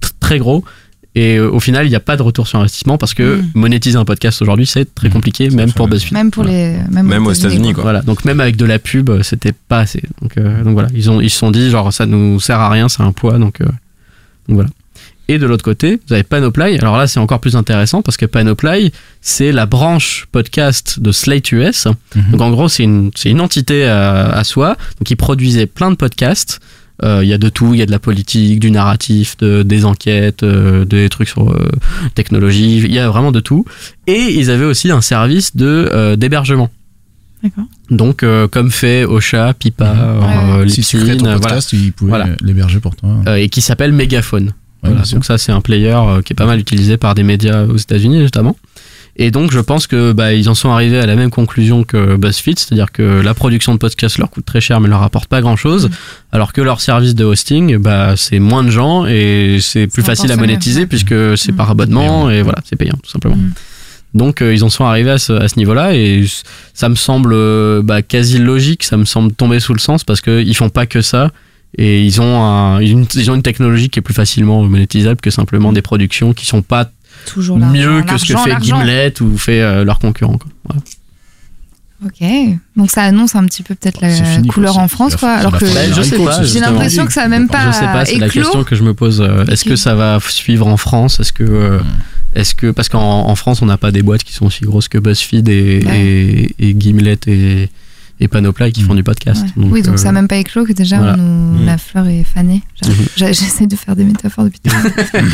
Speaker 5: tr- très gros Et euh, au final, il n'y a pas de retour sur investissement parce que
Speaker 1: Mm.
Speaker 5: monétiser un podcast aujourd'hui, c'est très compliqué, même pour BuzzFeed.
Speaker 1: Même pour les.
Speaker 5: Même aux États-Unis,
Speaker 1: quoi.
Speaker 5: Voilà. Donc même avec de la pub, euh, c'était pas assez. Donc, euh, donc voilà, ils ont ils se sont dit genre ça nous sert à rien, c'est un poids. Donc, euh, donc voilà. Et de l'autre côté, vous avez Panoply. Alors là, c'est encore plus intéressant parce que Panoply, c'est la branche podcast de Slate US. Donc en gros, c'est une, c'est une entité à, à soi. Donc ils produisaient plein de podcasts. Euh, Il y a de tout, il y a de la politique, du narratif, de, des enquêtes, euh, des trucs sur euh, technologie, il y a vraiment de tout. Et ils avaient aussi un service de euh, d'hébergement.
Speaker 1: D'accord.
Speaker 5: Donc, euh, comme fait Ocha, Pipa, euh,
Speaker 6: Si tu crées ton
Speaker 5: Lipsyn,
Speaker 6: podcast,
Speaker 5: voilà.
Speaker 6: ils pouvaient
Speaker 5: Voilà.
Speaker 6: l'héberger pour toi.
Speaker 5: Euh, et qui s'appelle Megaphone. Voilà,
Speaker 6: bien sûr.
Speaker 5: donc ça, c'est un player euh, qui est pas mal utilisé par des médias aux États-Unis notamment. Et donc, je pense que bah, ils en sont arrivés à la même conclusion que BuzzFeed, c'est-à-dire que la production de podcasts leur coûte très cher, mais leur rapporte pas grand-chose, alors que leur service de hosting, bah, c'est moins de gens et c'est plus
Speaker 6: un
Speaker 5: facile à
Speaker 6: pensionnaire,
Speaker 5: monétiser puisque
Speaker 1: Mm.
Speaker 5: c'est par abonnement et voilà, c'est payant tout simplement. Donc euh, ils en sont arrivés à ce, à ce niveau-là et c- ça me semble euh, bah, quasi logique, ça me semble tomber sous le sens parce qu'ils font pas que ça et ils ont, un- une, ils ont une technologie qui est plus facilement monétisable que simplement des productions qui sont pas
Speaker 1: Toujours l'argent,
Speaker 5: mieux que ce que
Speaker 1: l'argent,
Speaker 5: fait
Speaker 1: l'argent.
Speaker 5: Gimlet ou fait euh, leurs concurrents. quoi. Voilà.
Speaker 1: Ok. Donc ça annonce un petit peu peut-être la couleur en France, quoi. Alors que
Speaker 5: Bah, je sais pas,
Speaker 1: j'ai
Speaker 5: justement.
Speaker 1: l'impression que ça a même pas.
Speaker 5: Je sais pas, c'est la
Speaker 1: éclos.
Speaker 5: question que je me pose. euh, Est-ce que ça va suivre en France Est-ce que, euh,
Speaker 3: Hmm.
Speaker 5: est-ce que, parce qu'en en France, on n'a pas des boîtes qui sont aussi grosses que BuzzFeed et, et, et Gimlet et, et Panoply qui
Speaker 3: Hmm.
Speaker 5: font du podcast.
Speaker 1: Ouais. oui, donc
Speaker 5: euh,
Speaker 1: ça a même pas éclos que déjà
Speaker 5: voilà.
Speaker 1: on nous-
Speaker 5: Mm.
Speaker 1: la fleur est fanée. J'ai-
Speaker 5: Mhm.
Speaker 1: j'ai- J'essaie de faire des métaphores depuis tout à l'heure.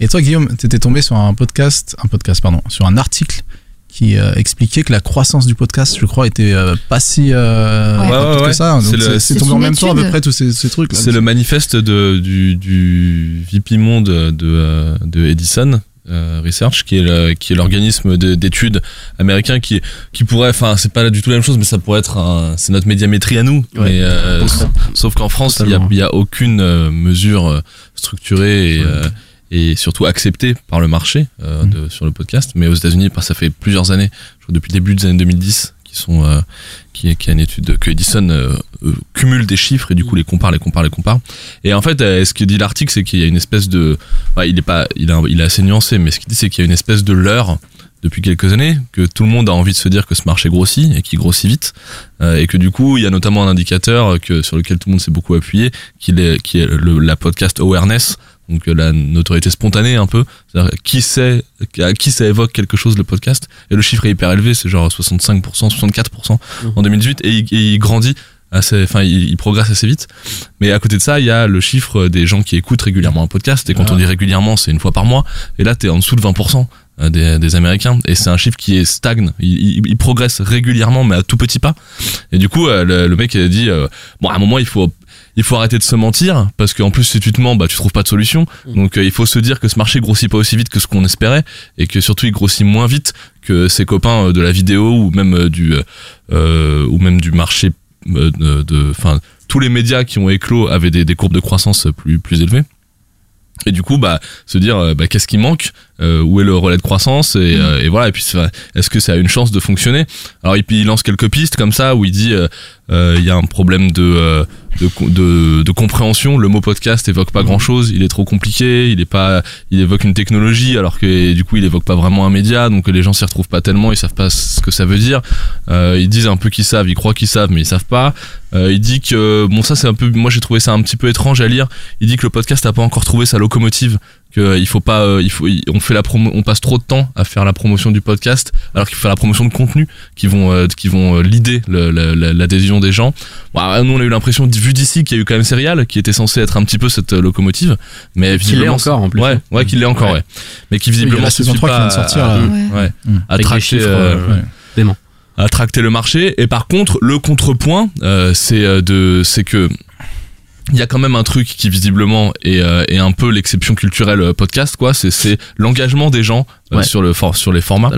Speaker 6: Et toi, Guillaume, t'étais tombé sur un podcast, un podcast, pardon, sur un article qui euh, expliquait que la croissance du podcast, je crois, était euh, pas si euh,
Speaker 3: Ouais.
Speaker 6: rapide
Speaker 3: Ouais, ouais,
Speaker 6: que
Speaker 3: ouais.
Speaker 6: ça.
Speaker 3: C'est
Speaker 6: Donc,
Speaker 3: le-
Speaker 6: C'est c'est
Speaker 3: C'est
Speaker 6: tombé en
Speaker 3: une
Speaker 6: même temps à
Speaker 3: étude.
Speaker 6: peu près tous ces, ces trucs. là.
Speaker 3: C'est le manifeste de, du, du VP Monde de, euh, de Edison euh, Research, qui est le- qui est l'organisme de- d'études américain qui, qui pourrait, enfin, c'est pas du tout la même chose, mais ça pourrait être un- c'est notre médiamétrie à nous. Mais, euh,
Speaker 5: Concret.
Speaker 3: sauf qu'en France, il y a,
Speaker 5: Totalement.
Speaker 3: il y a aucune euh, mesure euh, structurée et, euh, et surtout acceptée par le marché euh, de- sur le podcast. Mais aux États-Unis, parce que ça fait plusieurs années, je crois depuis le début des années 2010, qui sont euh, qui, qui a une étude que Edison euh, euh, cumule des chiffres et du coup les compare, les compare, les compare. Et en fait, euh, ce que dit l'article, c'est qu'il y a une espèce de, enfin, il est pas, il a, il est assez nuancé, mais ce qu'il dit, c'est qu'il y a une espèce de leurre depuis quelques années, que tout le monde a envie de se dire que ce marché grossit et qu'il grossit vite, euh, et que du coup, il y a notamment un indicateur euh, que, sur lequel tout le monde s'est beaucoup appuyé, qui est, qui est le- la podcast awareness, donc euh, la notoriété spontanée un peu, C'est-à-dire, qui sait, à qui ça évoque quelque chose le podcast, et le chiffre est hyper élevé, c'est genre 65%, 64% en 2018, et il, et il grandit. Assez, enfin, il, il progresse assez vite. Mais à côté de ça, il y a le chiffre euh, des gens qui écoutent régulièrement un podcast. Et quand
Speaker 6: Ah.
Speaker 3: on dit régulièrement, c'est une fois par mois. Et là, t'es en dessous de 20% euh, des, des Américains. Et c'est un chiffre qui est stagne. Il, il- il progresse régulièrement, mais à tout petit pas. Et du coup, euh, le, le mec il a dit, euh, bon, à un moment, il faut, il faut arrêter de se mentir, parce qu'en plus, si tu te mens, bah, tu trouves pas de solution. Donc, euh, il faut se dire que ce marché grossit pas aussi vite que ce qu'on espérait, et que surtout, il grossit moins vite que ses copains euh, de la vidéo ou même euh, du, euh, euh, ou même du marché euh, de, de- enfin, tous les médias qui ont éclos avaient des, des courbes de croissance plus, plus élevées. Et du coup, bah, se dire, euh, bah, qu'est-ce qui manque Euh, Où est le relais de croissance et, euh, et voilà. Et puis, ça- est-ce que ça a une chance de fonctionner Alors, et puis, il lance quelques pistes comme ça où il dit, euh, euh, il y a un problème de, euh, de, co- de- de compréhension. Le mot podcast évoque pas grand-chose. Il est trop compliqué. Il est pas. Il évoque une technologie alors que du coup, il évoque pas vraiment un média. Donc, les gens s'y retrouvent pas tellement. Ils savent pas ce que ça veut dire. Euh, ils disent un peu qu'ils savent. Ils croient qu'ils savent, mais ils savent pas. Euh, il dit que bon ça c'est un peu moi j'ai trouvé ça un petit peu étrange à lire. Il dit que le podcast n'a pas encore trouvé sa locomotive que euh, il faut pas euh, il faut il- on fait la promo on passe trop de temps à faire la promotion du podcast alors qu'il faut faire la promotion de contenu qui vont euh, qui vont euh, lider le- le- le- l'adhésion des gens. Bon, alors, nous on a eu l'impression vu d'ici qu'il y a eu quand même Serial qui était censé être un petit peu cette euh, locomotive mais
Speaker 5: Qu'il l'est
Speaker 3: visiblement
Speaker 5: encore en plus. hein.
Speaker 3: ouais ouais qu'il l'est encore ouais. mais qui
Speaker 6: Oui, il y a
Speaker 3: visiblement
Speaker 6: la
Speaker 3: se
Speaker 6: saison
Speaker 3: suffit
Speaker 6: 3 qui
Speaker 3: pas
Speaker 6: vient de sortir,
Speaker 3: à,
Speaker 6: là. Mm.
Speaker 3: ouais.
Speaker 6: Ouais.
Speaker 3: à
Speaker 6: Avec des
Speaker 3: traquer,
Speaker 6: chiffres,
Speaker 3: euh,
Speaker 6: euh, ouais.
Speaker 5: Dément.
Speaker 3: à tracter le marché. Et par contre, le contrepoint, euh, c'est euh, de, c'est que il y a quand même un truc qui visiblement est, euh, est un peu l'exception culturelle euh, podcast quoi c'est c'est l'engagement des gens euh,
Speaker 5: Ouais.
Speaker 3: sur le for- sur les formats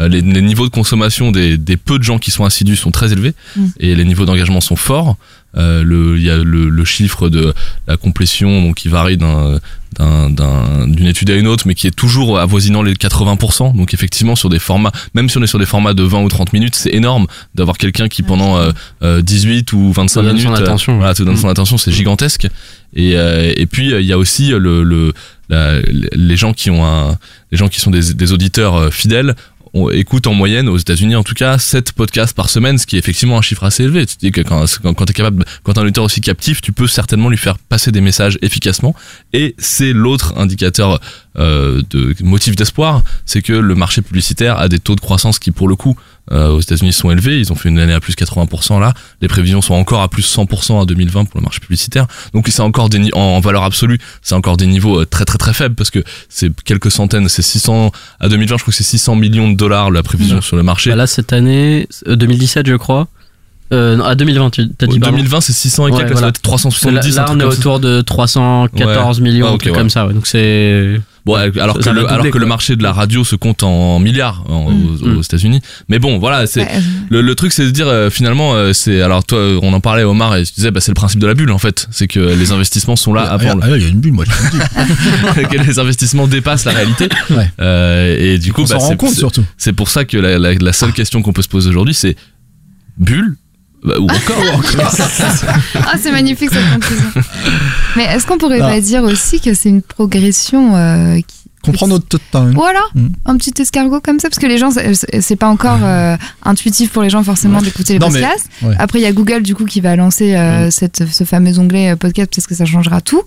Speaker 3: Euh, les, les niveaux de consommation des, des peu de gens qui sont assidus sont très élevés
Speaker 5: Mm.
Speaker 3: et les niveaux d'engagement sont forts Euh, le, il y a le, le chiffre de la complétion donc qui varie d'un d'un- d'un- d'une étude à une autre, mais qui est toujours avoisinant les 80%. Donc effectivement, sur des formats, même si on est sur des formats de 20 ou 30 minutes, c'est énorme d'avoir quelqu'un qui pendant euh, euh, 18 ou 25
Speaker 5: Te donne
Speaker 3: minutes
Speaker 5: son attention,
Speaker 3: euh,
Speaker 5: ouais.
Speaker 3: voilà, te donne son
Speaker 5: Mm.
Speaker 3: attention, c'est gigantesque. Et, euh, et puis euh, il y a aussi le, le- la- les gens qui ont un, les gens qui sont des, des auditeurs euh, fidèles on écoute en moyenne aux États-Unis en tout cas 7 podcasts par semaine ce qui est effectivement un chiffre assez élevé tu te dis que quand quand, quand t'es capable quand t'as un auditeur aussi captif tu peux certainement lui faire passer des messages efficacement et c'est l'autre indicateur euh, de motif d'espoir c'est que le marché publicitaire a des taux de croissance qui pour le coup euh, aux États-Unis sont élevés ils ont fait une année à plus 80% là les prévisions sont encore à plus 100% à 2020 pour le marché publicitaire donc c'est encore des ni- en, en valeur absolue c'est encore des niveaux euh, très très très faibles parce que c'est quelques centaines c'est 600 à 2020 je crois que c'est 600 millions de dollars la prévision
Speaker 5: Mmh.
Speaker 3: sur le marché
Speaker 5: Là, cette année, euh, 2017, je crois. Euh, non, à 2020, tu t'as dit.
Speaker 3: Ouais,
Speaker 5: pardon.
Speaker 3: 2020, c'est 600 et quelques, là, ça doit être 370,
Speaker 5: Là,
Speaker 3: un
Speaker 5: on
Speaker 3: truc
Speaker 5: est
Speaker 3: comme ça.
Speaker 5: autour de 314
Speaker 3: Ouais.
Speaker 5: millions,
Speaker 3: Ouais,
Speaker 5: un
Speaker 3: ok,
Speaker 5: truc
Speaker 3: ouais.
Speaker 5: comme ça. ouais. Donc c'est.
Speaker 3: Bon, alors,
Speaker 5: ça
Speaker 3: que
Speaker 5: va
Speaker 3: le,
Speaker 5: doubler,
Speaker 3: alors que
Speaker 5: quoi. Mmh.
Speaker 3: le marché de la radio se compte en milliards en- aux, aux États-Unis. Mais bon, voilà, c'est
Speaker 5: Ouais.
Speaker 3: le, le truc, c'est de dire euh, finalement, euh, c'est alors toi, on en parlait Omar et tu disais, bah, c'est le principe de la bulle en fait, c'est que les investissements sont là avant.
Speaker 6: Ah, là, il y a une bulle, moi, je
Speaker 3: Bah,
Speaker 6: te le dis.
Speaker 3: que les investissements dépassent la réalité. Euh, et du coup,
Speaker 6: qu'on s'en rend
Speaker 3: c'est-
Speaker 6: compte,
Speaker 3: c'est-
Speaker 6: surtout.
Speaker 3: C'est pour ça que la, la- la seule question qu'on peut se poser aujourd'hui, c'est bulle Bah, ou encore, ou encore.
Speaker 1: Ah, c'est magnifique cette conclusion. Mais est-ce qu'on pourrait
Speaker 6: Bah.
Speaker 1: pas dire aussi que c'est une progression euh, qui.
Speaker 6: Comprends notre hein. temps.
Speaker 1: Voilà, un petit escargot comme ça, parce que les gens, c'est c'est pas encore euh, intuitif pour les gens forcément d'écouter les
Speaker 6: Non, mais-
Speaker 1: podcasts.
Speaker 6: ouais. Mm.
Speaker 1: Après, il y a Google du coup qui va lancer euh, cette, ce fameux onglet euh, podcast, peut-être que ça changera tout.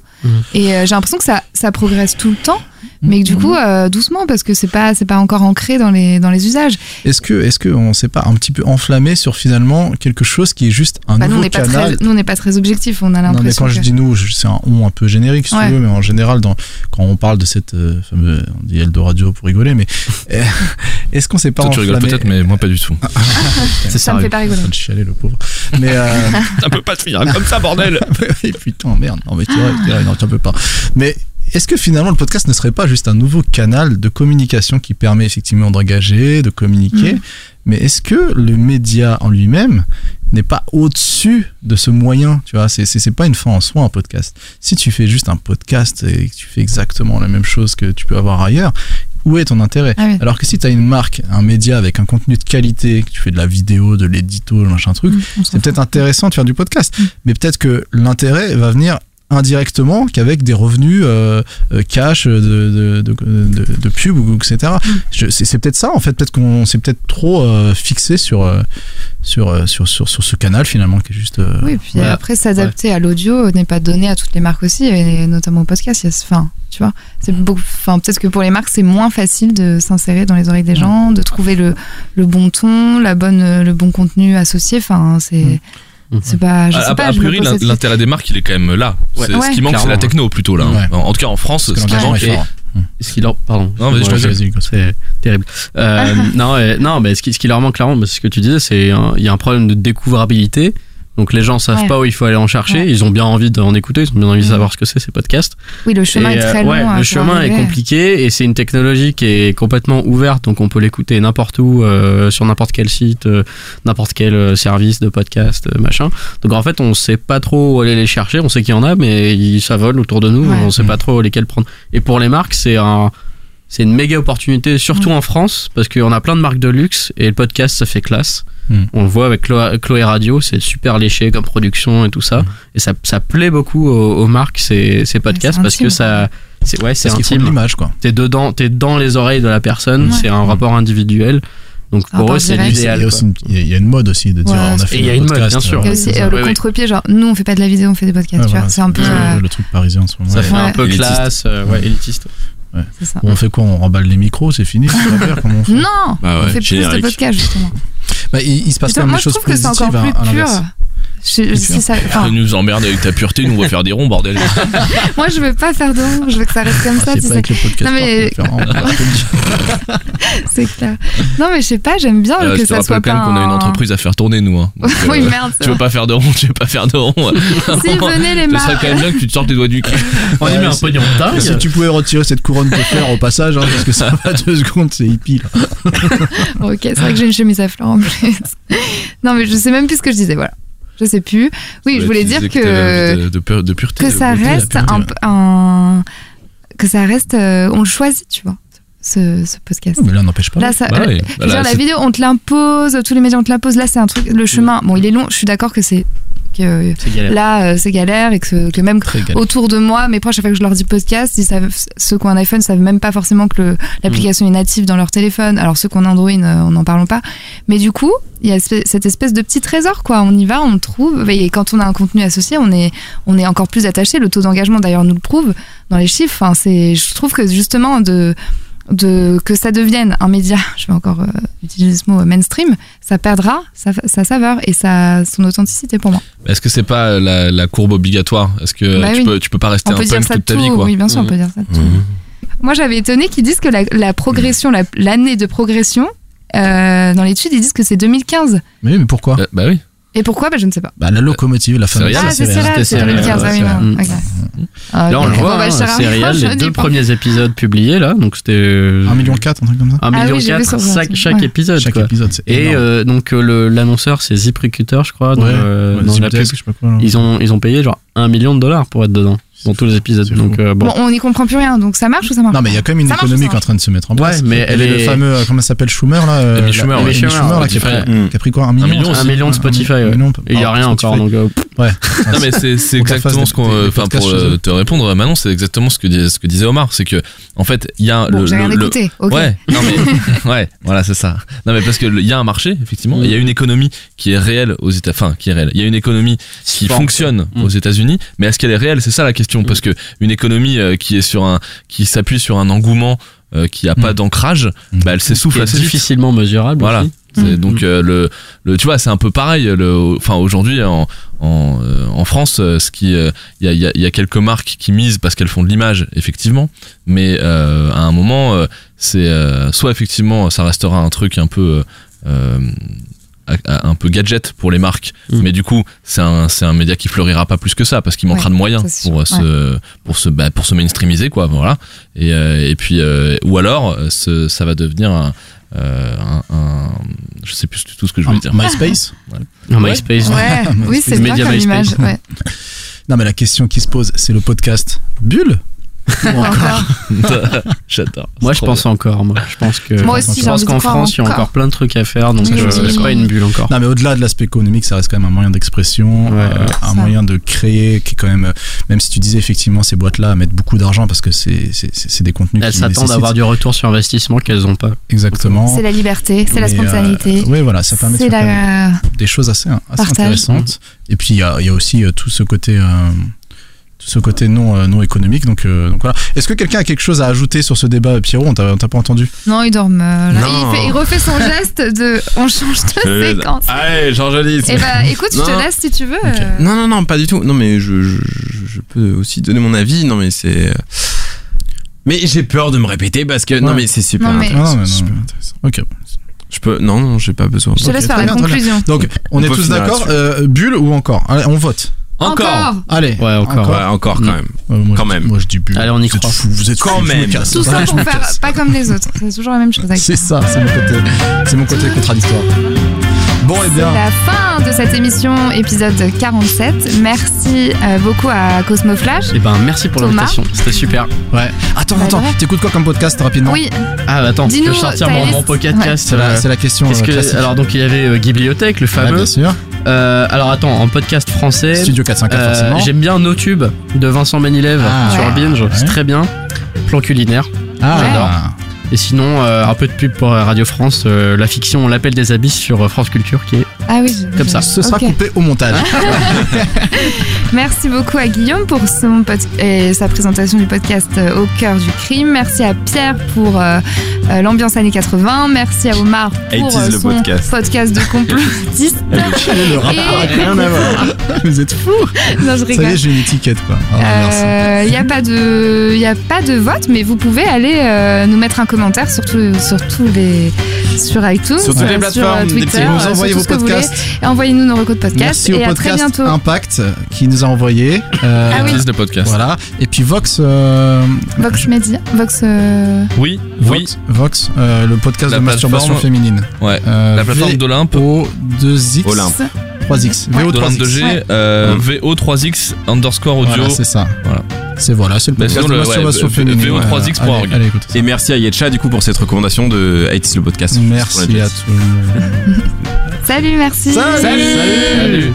Speaker 1: Et euh, j'ai l'impression que ça, ça progresse tout le temps,
Speaker 6: Mm.
Speaker 1: mais que du coup euh, doucement, parce que c'est pas, c'est pas encore ancré dans les, dans les usages.
Speaker 6: Est-ce que, est-ce que on s'est pas un petit peu enflammé sur finalement quelque chose qui est juste un
Speaker 1: Bah, nous, on
Speaker 6: nouveau
Speaker 1: n'est pas,
Speaker 6: canal
Speaker 1: très- nous, on n'est pas très objectif, on a
Speaker 6: Non, mais
Speaker 1: l'impression.
Speaker 6: quand je
Speaker 1: que-
Speaker 6: dis nous, je- c'est un on un peu générique, si
Speaker 1: Ouais.
Speaker 6: tu veux, mais en général, dans, quand on parle de cette euh, fameuse. On dit Eldoradio pour rigoler, mais. euh, Est-ce qu'on s'est pas.
Speaker 3: Toi, tu rigoles
Speaker 6: enflammé-
Speaker 3: peut-être, mais moi pas du tout.
Speaker 6: C'est
Speaker 1: Ça me fait pas rigoler.
Speaker 6: Je suis en train de chialer, le pauvre. Mais. euh,
Speaker 3: Ça peut pas se finir comme ça, bordel
Speaker 6: Et putain, merde. Non, mais tu vois, tu vois, non, tu en peux pas. Mais. Est-ce que finalement le podcast ne serait pas juste un nouveau canal de communication qui permet effectivement d'engager, de communiquer,
Speaker 1: Mm.
Speaker 6: mais est-ce que le média en lui-même n'est pas au-dessus de ce moyen Tu vois, c'est c'est- c'est pas une fin en soi un podcast. Si tu fais juste un podcast et que tu fais exactement la même chose que tu peux avoir ailleurs, où est ton intérêt
Speaker 1: Ah oui.
Speaker 6: Alors que si tu as une marque, un média avec un contenu de qualité, que tu fais de la vidéo, de l'édito, machin truc,
Speaker 1: Mm, on s'en
Speaker 6: c'est peut-être intéressant de faire du podcast. Mais peut-être que l'intérêt va venir indirectement qu'avec des revenus euh, euh, cash de, de, de, de- de pub ou etc. Je- C'est c'est peut-être ça en fait, peut-être qu'on s'est peut-être trop euh, fixé sur, euh, sur, euh, sur, sur, sur ce canal finalement qui est juste... euh,
Speaker 1: Oui, puis
Speaker 6: voilà.
Speaker 1: après, s'adapter à l'audio n'est pas donné à toutes les marques aussi, et notamment au podcast. il y a ce- Enfin, tu vois, c'est beaucoup. Enfin, peut-être que pour les marques, c'est moins facile de s'insérer dans les oreilles des gens, de trouver le, le bon ton, la bonne, le bon contenu associé. Enfin, c'est. C'est pas. Je
Speaker 3: A-
Speaker 1: sais
Speaker 3: a,
Speaker 1: pas.
Speaker 3: a
Speaker 1: je me
Speaker 3: priori,
Speaker 1: pose
Speaker 3: l'in-
Speaker 1: cette question.
Speaker 3: l'intérêt des marques, il est quand même là.
Speaker 1: Ouais.
Speaker 3: C'est-
Speaker 1: Ouais.
Speaker 3: Ce qui manque, c'est la
Speaker 5: Clairement,
Speaker 3: techno plutôt là. hein. En, en tout cas, en France, ce qui manque.
Speaker 5: Et- Ce qui leur... Pardon.
Speaker 3: Non, vas-y, je t'en prie.
Speaker 5: Excuse-moi, c'est terrible. Euh, non, euh, non, mais ce qui, ce qui leur manque clairement, bah, c'est ce que tu disais, c'est un- il y a un problème de découvrabilité. Donc les gens savent
Speaker 1: Ouais.
Speaker 5: pas où il faut aller en chercher.
Speaker 1: Ouais.
Speaker 5: Ils ont bien envie d'en écouter. Ils ont bien envie de savoir ce que c'est ces podcasts.
Speaker 1: Oui, le chemin
Speaker 5: Et,
Speaker 1: est
Speaker 5: euh,
Speaker 1: très long.
Speaker 5: ouais,
Speaker 1: à
Speaker 5: le
Speaker 1: pour
Speaker 5: chemin est
Speaker 1: arriver.
Speaker 5: compliqué et c'est une technologie qui est complètement ouverte, donc on peut l'écouter n'importe où, euh, sur n'importe quel site, euh, n'importe quel euh, service de podcast, euh, machin. Donc en fait, on sait pas trop où aller les chercher. On sait qu'il y en a, mais ils ça vole autour de nous.
Speaker 3: Ouais.
Speaker 5: On sait pas trop lesquels prendre. Et pour les marques, c'est un c'est une méga opportunité, surtout
Speaker 1: Mm.
Speaker 5: en France, parce qu'on a plein de marques de luxe et le podcast, ça fait classe.
Speaker 6: Mm.
Speaker 5: On le voit avec Chlo- Chloé Radio, c'est super léché comme production et tout
Speaker 6: Mm.
Speaker 5: ça. Et ça, ça plaît beaucoup aux, aux marques, ces, ces podcasts,
Speaker 6: c'est
Speaker 5: parce que
Speaker 6: intime.
Speaker 5: ça. C'est, ouais, c'est
Speaker 6: Parce qu'ils font de
Speaker 5: intime.
Speaker 6: l'image, quoi.
Speaker 5: T'es dedans, t'es dans les oreilles de la personne, c'est un rapport individuel. Donc
Speaker 1: Un
Speaker 5: pour
Speaker 1: rapport
Speaker 5: eux, c'est
Speaker 1: direct.
Speaker 5: l'idéal.
Speaker 6: Il y a aussi une- il y a- il y a une mode aussi de dire
Speaker 1: Ouais,
Speaker 6: on a
Speaker 1: c'est-
Speaker 6: fait
Speaker 5: Et il y a
Speaker 6: un
Speaker 5: une mode,
Speaker 6: podcast,
Speaker 5: bien sûr.
Speaker 6: euh,
Speaker 1: Il y a aussi euh, le
Speaker 5: Oui, oui.
Speaker 1: contre-pied, genre nous on fait pas de la vidéo, on fait des podcasts.
Speaker 6: Ouais,
Speaker 1: tu vois,
Speaker 6: voilà,
Speaker 1: c'est un peu. euh,
Speaker 6: le truc parisien en ce moment.
Speaker 5: Ça fait un
Speaker 1: Ouais.
Speaker 5: peu
Speaker 6: Élitiste.
Speaker 5: classe, euh, ouais, élitiste.
Speaker 6: Ouais.
Speaker 1: C'est ça.
Speaker 6: Bon, on fait quoi On remballe les micros, c'est fini c'est pas clair, comment on fait
Speaker 1: Non,
Speaker 6: Bah ouais,
Speaker 1: on fait plus de
Speaker 6: générique.
Speaker 1: podcasts justement.
Speaker 6: Bah, il, il se passe
Speaker 1: Putain,
Speaker 6: quand même
Speaker 1: moi
Speaker 6: des
Speaker 1: je
Speaker 6: choses
Speaker 1: trouve que c'est
Speaker 6: positives
Speaker 1: encore
Speaker 6: à-
Speaker 1: plus
Speaker 6: à
Speaker 1: pur.
Speaker 6: l'inverse.
Speaker 1: Je- je- c'est ça. enfin,
Speaker 3: Arrête de nous emmerder avec ta pureté, nous on va faire des ronds, bordel.
Speaker 1: Ah, Moi, je veux pas faire de rond, je veux que ça reste
Speaker 5: Ah,
Speaker 1: comme ça.
Speaker 3: C'est
Speaker 1: tu
Speaker 3: Ah, pas
Speaker 1: sais.
Speaker 3: avec le podcast
Speaker 1: non, mais...
Speaker 3: qu'on
Speaker 1: c'est clair. Non, mais je sais pas, j'aime bien
Speaker 3: Euh,
Speaker 1: que
Speaker 3: je te
Speaker 1: ça soit
Speaker 3: rappelle
Speaker 1: pas.
Speaker 3: quand même qu'on a une
Speaker 1: un-
Speaker 3: entreprise à faire tourner, nous. hein. Donc,
Speaker 1: Oui, merde, c'est
Speaker 3: Tu veux
Speaker 1: vrai.
Speaker 3: pas faire de rond, tu veux pas faire de rond.
Speaker 1: Si, venez, les
Speaker 3: Ce serait
Speaker 1: marques.
Speaker 3: quand même bien que tu te sortes les doigts du cul.
Speaker 5: On
Speaker 6: Ouais, si- Si tu pouvais retirer cette couronne de fer au passage, hein, parce que ça va deux secondes, c'est hippie. là.
Speaker 1: Ok, c'est vrai que j'ai une chemise à fleurs en plus. non, mais je sais même plus ce que je disais, voilà. Je sais plus. Oui, je voulais dire que
Speaker 14: De, de- de pureté.
Speaker 1: que
Speaker 14: de
Speaker 1: ça
Speaker 14: beauté, la
Speaker 1: reste
Speaker 14: pureté,
Speaker 1: un,
Speaker 14: ouais.
Speaker 1: un- que ça reste euh, on le choisit tu vois ce, ce podcast
Speaker 6: Mais là, on n'empêche pas.
Speaker 1: Là, ça,
Speaker 6: Bah
Speaker 1: euh,
Speaker 6: oui.
Speaker 1: je veux
Speaker 6: Bah là,
Speaker 1: dire, la
Speaker 6: c'est-
Speaker 1: vidéo, on te l'impose, tous les médias, on te l'impose. Là, c'est un truc, le
Speaker 3: Mm.
Speaker 1: chemin, bon, il est long, je suis d'accord que c'est. Que,
Speaker 5: C'est galère.
Speaker 1: Là, euh, c'est galère et que, ce- que même
Speaker 5: galère.
Speaker 1: autour de moi, mes proches, à chaque fois que je leur dis podcast, ils savent, ceux qui ont un iPhone ne savent même pas forcément que le- l'application est native dans leur téléphone. Alors, ceux qui ont un Android, euh, on n'en parlons pas. Mais du coup, il y a espèce- cette espèce de petit trésor, quoi. On y va, on le trouve. Et quand on a un contenu associé, on est, on est encore plus attaché. Le taux d'engagement, d'ailleurs, nous le prouve dans les chiffres. Enfin, c'est, je trouve que justement, de de que ça devienne un média, je vais encore euh, utiliser ce mot euh, mainstream, ça perdra sa, sa saveur et sa, son authenticité pour moi.
Speaker 3: Est-ce que c'est pas la, la courbe obligatoire Est-ce que
Speaker 1: Bah
Speaker 3: tu,
Speaker 1: oui.
Speaker 3: peux, tu peux pas rester
Speaker 1: On
Speaker 3: un
Speaker 1: peut dire
Speaker 3: punk
Speaker 1: ça
Speaker 3: toute
Speaker 1: de
Speaker 3: ta vie
Speaker 1: tout,
Speaker 3: quoi
Speaker 1: oui, bien sûr, on peut dire ça de tout.
Speaker 6: Mmh.
Speaker 1: Moi, j'avais étonné qu'ils disent que la, la progression, la- l'année de progression, euh, dans l'étude, ils disent que c'est 2015.
Speaker 6: Mais oui, mais pourquoi
Speaker 3: bah, oui.
Speaker 1: Et pourquoi bah, Je ne sais pas.
Speaker 6: Bah, la locomotive, la fameuse.
Speaker 1: ah, c'est Serial, c'est 2015, ah oui, non, ok. Ah,
Speaker 5: Là, on
Speaker 1: ok.
Speaker 5: le
Speaker 1: Bon,
Speaker 5: voit,
Speaker 1: bah,
Speaker 5: hein,
Speaker 1: je serai
Speaker 5: c'est réel,
Speaker 1: franche, je
Speaker 5: les
Speaker 1: dis
Speaker 5: deux
Speaker 1: pas.
Speaker 5: premiers épisodes publiés, là, donc c'était... 1,4
Speaker 6: million, un truc comme ça
Speaker 1: Ah oui,
Speaker 5: 1,4 million,
Speaker 1: j'ai vu sur le
Speaker 5: chaque,
Speaker 1: site,
Speaker 5: chaque
Speaker 1: ouais.
Speaker 5: épisode,
Speaker 6: Chaque
Speaker 5: quoi.
Speaker 6: épisode, c'est
Speaker 5: Et
Speaker 6: énorme.
Speaker 5: euh, donc, euh, le- l'annonceur, c'est ZipRecruiter, je crois, dans,
Speaker 6: Ouais,
Speaker 5: euh,
Speaker 6: ouais,
Speaker 5: dans la
Speaker 6: Zipdesk,
Speaker 5: pub.
Speaker 6: je sais pas quoi, là.
Speaker 5: ils, ont, ils ont payé genre 1 million de dollars pour être dedans, dans tous les épisodes. Donc, euh, bon.
Speaker 1: Bon, on n'y comprend plus rien, donc ça marche ou ça marche
Speaker 6: Non, mais il y a quand même une
Speaker 1: Ça marche ou ça
Speaker 6: économie qui est en
Speaker 1: marche
Speaker 6: train de se mettre en place.
Speaker 5: Ouais, mais elle
Speaker 6: Il y avait
Speaker 5: est-
Speaker 6: le fameux, euh, comment ça s'appelle, Schumer, là euh,
Speaker 5: Amy Schumer,
Speaker 6: la-
Speaker 5: ouais.
Speaker 6: Amy
Speaker 5: Amy Schumer,
Speaker 6: là, qui, Ah, a
Speaker 5: ouais.
Speaker 6: pris, qui a pris quoi Un million
Speaker 5: million,
Speaker 6: ça
Speaker 5: un million de Spotify, ouais.
Speaker 6: million,
Speaker 5: Et il n'y a
Speaker 6: pardon,
Speaker 5: rien
Speaker 6: Spotify. Ah,
Speaker 5: encore, donc... euh,
Speaker 6: Ouais.
Speaker 3: Non mais c'est c'est
Speaker 6: Faut qu'on fasse
Speaker 3: exactement
Speaker 6: des-
Speaker 3: ce qu'on
Speaker 6: des- des
Speaker 3: enfin pour
Speaker 6: podcasts
Speaker 3: euh,
Speaker 6: chez eux.
Speaker 3: te répondre Manon c'est exactement ce que dis- ce que disait Omar c'est que en fait il y a
Speaker 1: Bon,
Speaker 3: le,
Speaker 1: j'ai
Speaker 3: le-
Speaker 1: rien
Speaker 3: le-
Speaker 1: écouté, ok.
Speaker 3: ouais non mais ouais voilà c'est ça non mais parce que le- il y a un marché effectivement et il y a une économie qui est réelle aux États enfin qui est réelle il y a une économie qui
Speaker 5: Forte. Mm.
Speaker 3: fonctionne aux États-Unis mais est-ce qu'elle est réelle c'est ça la question parce que une économie euh, qui est sur un qui s'appuie sur un engouement euh, qui a pas d'ancrage bah elle s'essouffle
Speaker 5: Mm. Qui est
Speaker 3: assez vite
Speaker 5: difficilement mesurable
Speaker 3: voilà
Speaker 5: aussi.
Speaker 3: C'est
Speaker 5: Mm.
Speaker 3: donc euh, le, le tu vois c'est un peu pareil le enfin aujourd'hui en en, euh, en France euh, ce qui euh, il y, a, il y a- il y a quelques marques qui misent parce qu'elles font de l'image effectivement mais euh, à un moment euh, c'est euh, soit effectivement ça restera un truc un peu euh, euh, à- à- un peu gadget pour les marques
Speaker 5: Mm.
Speaker 3: mais du coup c'est un c'est un média qui fleurira pas plus que ça parce qu'il manquera
Speaker 5: Ouais,
Speaker 3: de moyens
Speaker 5: ça, c'est
Speaker 3: pour euh,
Speaker 5: sûr.
Speaker 3: se pour se bah, pour se mainstreamiser quoi voilà et, euh, et puis euh, ou alors euh, ce- ça va devenir un, euh, un- un- je sais plus du tout ce que je voulais dire
Speaker 6: MySpace
Speaker 3: Ouais.
Speaker 5: Un MySpace.
Speaker 1: Ouais, oui, c'est bien comme image. ouais.
Speaker 6: Non, mais la question qui se pose, c'est le podcast Bulle Ou encore
Speaker 3: J'adore.
Speaker 5: Moi, je pense encore. Moi, je pense que.
Speaker 6: Moi aussi,
Speaker 5: je
Speaker 6: j'ai
Speaker 5: pense
Speaker 6: envie de
Speaker 5: qu'en
Speaker 6: croire
Speaker 5: France, il y a
Speaker 6: encore.
Speaker 5: encore plein de trucs à faire. Donc,
Speaker 6: Ça,
Speaker 5: euh,
Speaker 6: je suis
Speaker 5: c'est
Speaker 6: d'accord.
Speaker 5: pas une bulle encore.
Speaker 6: Non, mais au-delà de l'aspect économique, ça reste quand même un moyen d'expression, euh, un moyen de créer qui est quand même, euh, même si tu disais effectivement ces boîtes-là mettent beaucoup d'argent parce que c'est c'est- c'est- c'est des contenus
Speaker 5: Elles
Speaker 6: qui
Speaker 5: s'attendent à
Speaker 6: nécessitent-
Speaker 5: avoir du retour sur investissement qu'elles n'ont pas.
Speaker 6: Exactement.
Speaker 1: C'est la liberté, c'est la
Speaker 6: Mais, euh,
Speaker 1: spontanéité.
Speaker 6: oui, voilà, ça permet de
Speaker 1: C'est
Speaker 6: faire
Speaker 1: la.
Speaker 6: des choses assez, assez
Speaker 1: Partage.
Speaker 6: intéressantes. Et puis il y a, il y a aussi euh, tout ce côté, euh, tout ce côté non, euh, non économique. Donc, euh, donc voilà. Est-ce que quelqu'un a quelque chose à ajouter sur ce débat, euh, Pierrot On t'a on t'a pas entendu.
Speaker 1: Non, il dorme. euh, là.
Speaker 6: Non.
Speaker 1: Il, fait- il refait son geste de. On change de séquence.
Speaker 14: Allez, change de liste.
Speaker 1: Et bah, écoute, je te
Speaker 14: Non.
Speaker 1: laisse si tu veux. euh,
Speaker 14: Non, non, non, pas du tout. Non, mais je, je, je- je peux aussi donner mon avis. Non, mais c'est. euh, Mais j'ai peur de me répéter parce que. Non,
Speaker 6: Ouais.
Speaker 14: mais c'est super
Speaker 1: Non, mais-
Speaker 14: intéressant.
Speaker 6: Non, non, mais non.
Speaker 14: super intéressant.
Speaker 6: Ok.
Speaker 14: Je peux. Non, non, j'ai pas besoin.
Speaker 1: Je te laisse faire la conclusion.
Speaker 6: Donc on,
Speaker 14: On
Speaker 6: est
Speaker 14: peut
Speaker 6: tous
Speaker 14: finir
Speaker 6: d'accord.
Speaker 14: là-dessus.
Speaker 6: euh, bulle ou encore Allez, On vote.
Speaker 1: Encore.
Speaker 6: Allez.
Speaker 5: Ouais, encore.
Speaker 14: Ouais, encore quand même.
Speaker 6: Ouais, moi,
Speaker 14: quand
Speaker 6: je-
Speaker 14: même.
Speaker 6: Moi je dis bulle.
Speaker 5: Allez, on y
Speaker 6: Vous êtes
Speaker 5: croit.
Speaker 6: fous, vous êtes fous,
Speaker 14: Quand
Speaker 6: je me
Speaker 14: même.
Speaker 6: casse.
Speaker 1: Tout ça
Speaker 6: Voilà, je
Speaker 1: pour
Speaker 6: me
Speaker 1: faire
Speaker 6: casse.
Speaker 1: pas comme les autres. C'est toujours la même chose avec
Speaker 6: C'est ça, c'est mon côté, c'est mon côté contradictoire. Bon et
Speaker 1: C'est
Speaker 6: bien.
Speaker 1: la fin de cette émission, épisode 47. Merci euh, beaucoup à Cosmo Flash.
Speaker 5: Et ben, merci pour
Speaker 1: Thomas.
Speaker 5: l'invitation. C'était super.
Speaker 6: Ouais. Attends,
Speaker 1: Bah,
Speaker 6: attends.
Speaker 1: ouais.
Speaker 6: T'écoutes quoi comme podcast rapidement
Speaker 1: Oui,
Speaker 5: Ah, bah, attends, je
Speaker 1: Dis-nous,
Speaker 5: peux sortir
Speaker 1: ta
Speaker 5: mon,
Speaker 1: liste.
Speaker 5: mon podcast.
Speaker 1: Ouais.
Speaker 6: C'est la- c'est la question,
Speaker 5: Qu'est-ce
Speaker 6: euh,
Speaker 5: que-
Speaker 6: classique.
Speaker 5: alors, donc, il y avait euh, Ghibliotech, le
Speaker 6: Ouais,
Speaker 5: fameux.
Speaker 6: bien sûr.
Speaker 5: Euh, alors, attends, en podcast français.
Speaker 6: Studio 404
Speaker 5: euh,
Speaker 6: forcément.
Speaker 5: J'aime bien NoTube de Vincent Benilève
Speaker 6: Ah.
Speaker 5: sur
Speaker 6: Ouais.
Speaker 5: Binge. C'est
Speaker 6: Ouais.
Speaker 5: très bien. Plan culinaire.
Speaker 6: Ah.
Speaker 5: Et sinon, euh, un peu de pub pour euh, Radio France, euh, la fiction L'Appel des Abysses sur euh, France Culture qui est
Speaker 1: ah oui, je-
Speaker 5: comme ça.
Speaker 6: Ce sera
Speaker 1: Ok. Ah.
Speaker 6: coupé au montage.
Speaker 1: Merci beaucoup à Guillaume pour son pod- et sa présentation du podcast euh, Au cœur du crime. Merci à Pierre pour euh, euh, l'ambiance années 80. Merci à Omar pour
Speaker 2: 80s
Speaker 1: euh,
Speaker 2: le
Speaker 1: son
Speaker 2: podcast.
Speaker 1: de complotiste.
Speaker 6: Le rapport a rien à voir. Vous êtes fous.
Speaker 1: non, je
Speaker 6: Ça y
Speaker 1: rigole. Euh,
Speaker 6: est, j'ai une étiquette quoi. Ah, merci.
Speaker 1: Il n'y a, pas de- y a pas de vote, mais vous pouvez aller euh, nous mettre un commentaire sur, tout- sur, tous les, sur iTunes,
Speaker 14: Sur toutes les
Speaker 1: euh,
Speaker 14: plateformes,
Speaker 1: euh,
Speaker 14: des
Speaker 1: Twitter,
Speaker 14: petits-
Speaker 1: euh,
Speaker 6: Vous
Speaker 1: sur
Speaker 6: envoyez
Speaker 1: tout
Speaker 6: vos
Speaker 1: ce que vous voulez.
Speaker 6: podcasts.
Speaker 1: Et envoyez-nous nos recos de podcast.
Speaker 6: Merci
Speaker 1: et
Speaker 6: au
Speaker 1: à très
Speaker 6: podcast
Speaker 1: bientôt.
Speaker 6: Impact qui nous a envoyé. euh,
Speaker 1: Ah oui.
Speaker 3: le podcast
Speaker 6: Voilà. Et puis Vox. euh,
Speaker 1: Vox Media. Vox. euh,
Speaker 3: oui oui
Speaker 6: Vox, Vox, euh, le podcast
Speaker 3: La
Speaker 6: de masturbation
Speaker 3: plateforme-
Speaker 6: féminine.
Speaker 3: ouais
Speaker 6: Euh,
Speaker 3: la plateforme d'Olympe
Speaker 6: VO2X.
Speaker 14: Olympe.
Speaker 6: 3X.
Speaker 3: de
Speaker 6: VO3X.
Speaker 3: 22G, euh, VO3X underscore audio.
Speaker 6: Voilà, c'est ça.
Speaker 3: Voilà.
Speaker 6: C'est voilà, c'est le
Speaker 3: Mais
Speaker 6: podcast
Speaker 3: sinon,
Speaker 6: de
Speaker 3: le-
Speaker 6: masturbation
Speaker 3: ouais,
Speaker 6: féminine.
Speaker 3: VO3X.org.
Speaker 6: Voilà. Allez, allez, écoute.
Speaker 2: Et merci à Yetcha du coup pour cette recommandation de Hates le podcast.
Speaker 6: Merci à tout le monde.
Speaker 1: Salut, merci.
Speaker 2: Salut.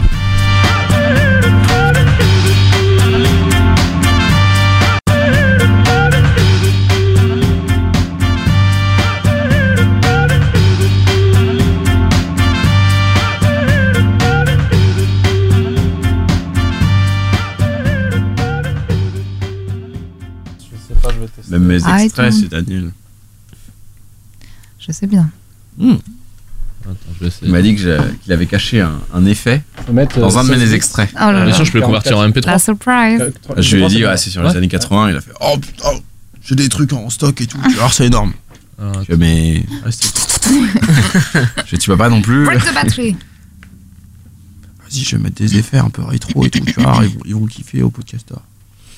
Speaker 2: Même mes
Speaker 1: Ah, et
Speaker 2: extraits,
Speaker 1: tout.
Speaker 2: c'est nul.
Speaker 1: Je sais bien.
Speaker 2: Il m'a dit que j'ai- qu'il avait caché un, un effet
Speaker 6: Faut mettre,
Speaker 2: dans
Speaker 6: euh,
Speaker 2: un de
Speaker 6: ça,
Speaker 2: mes
Speaker 6: c'est-
Speaker 2: extraits.
Speaker 1: Oh là là. Bien sûr, je peux le
Speaker 6: convertir en
Speaker 1: La surprise.
Speaker 2: Je lui ai dit, ouais, c'est sur les
Speaker 6: Ouais.
Speaker 2: années 80. Il a fait, oh putain, j'ai des trucs en stock et tout. Tu vas voir, c'est énorme. Je fais, mais. je dis, tu vas pas non plus.
Speaker 1: Break the battery.
Speaker 2: Vas-y, je vais mettre des effets un peu rétro et tout. Tu vois, ils vont, ils vont kiffer au podcasteur.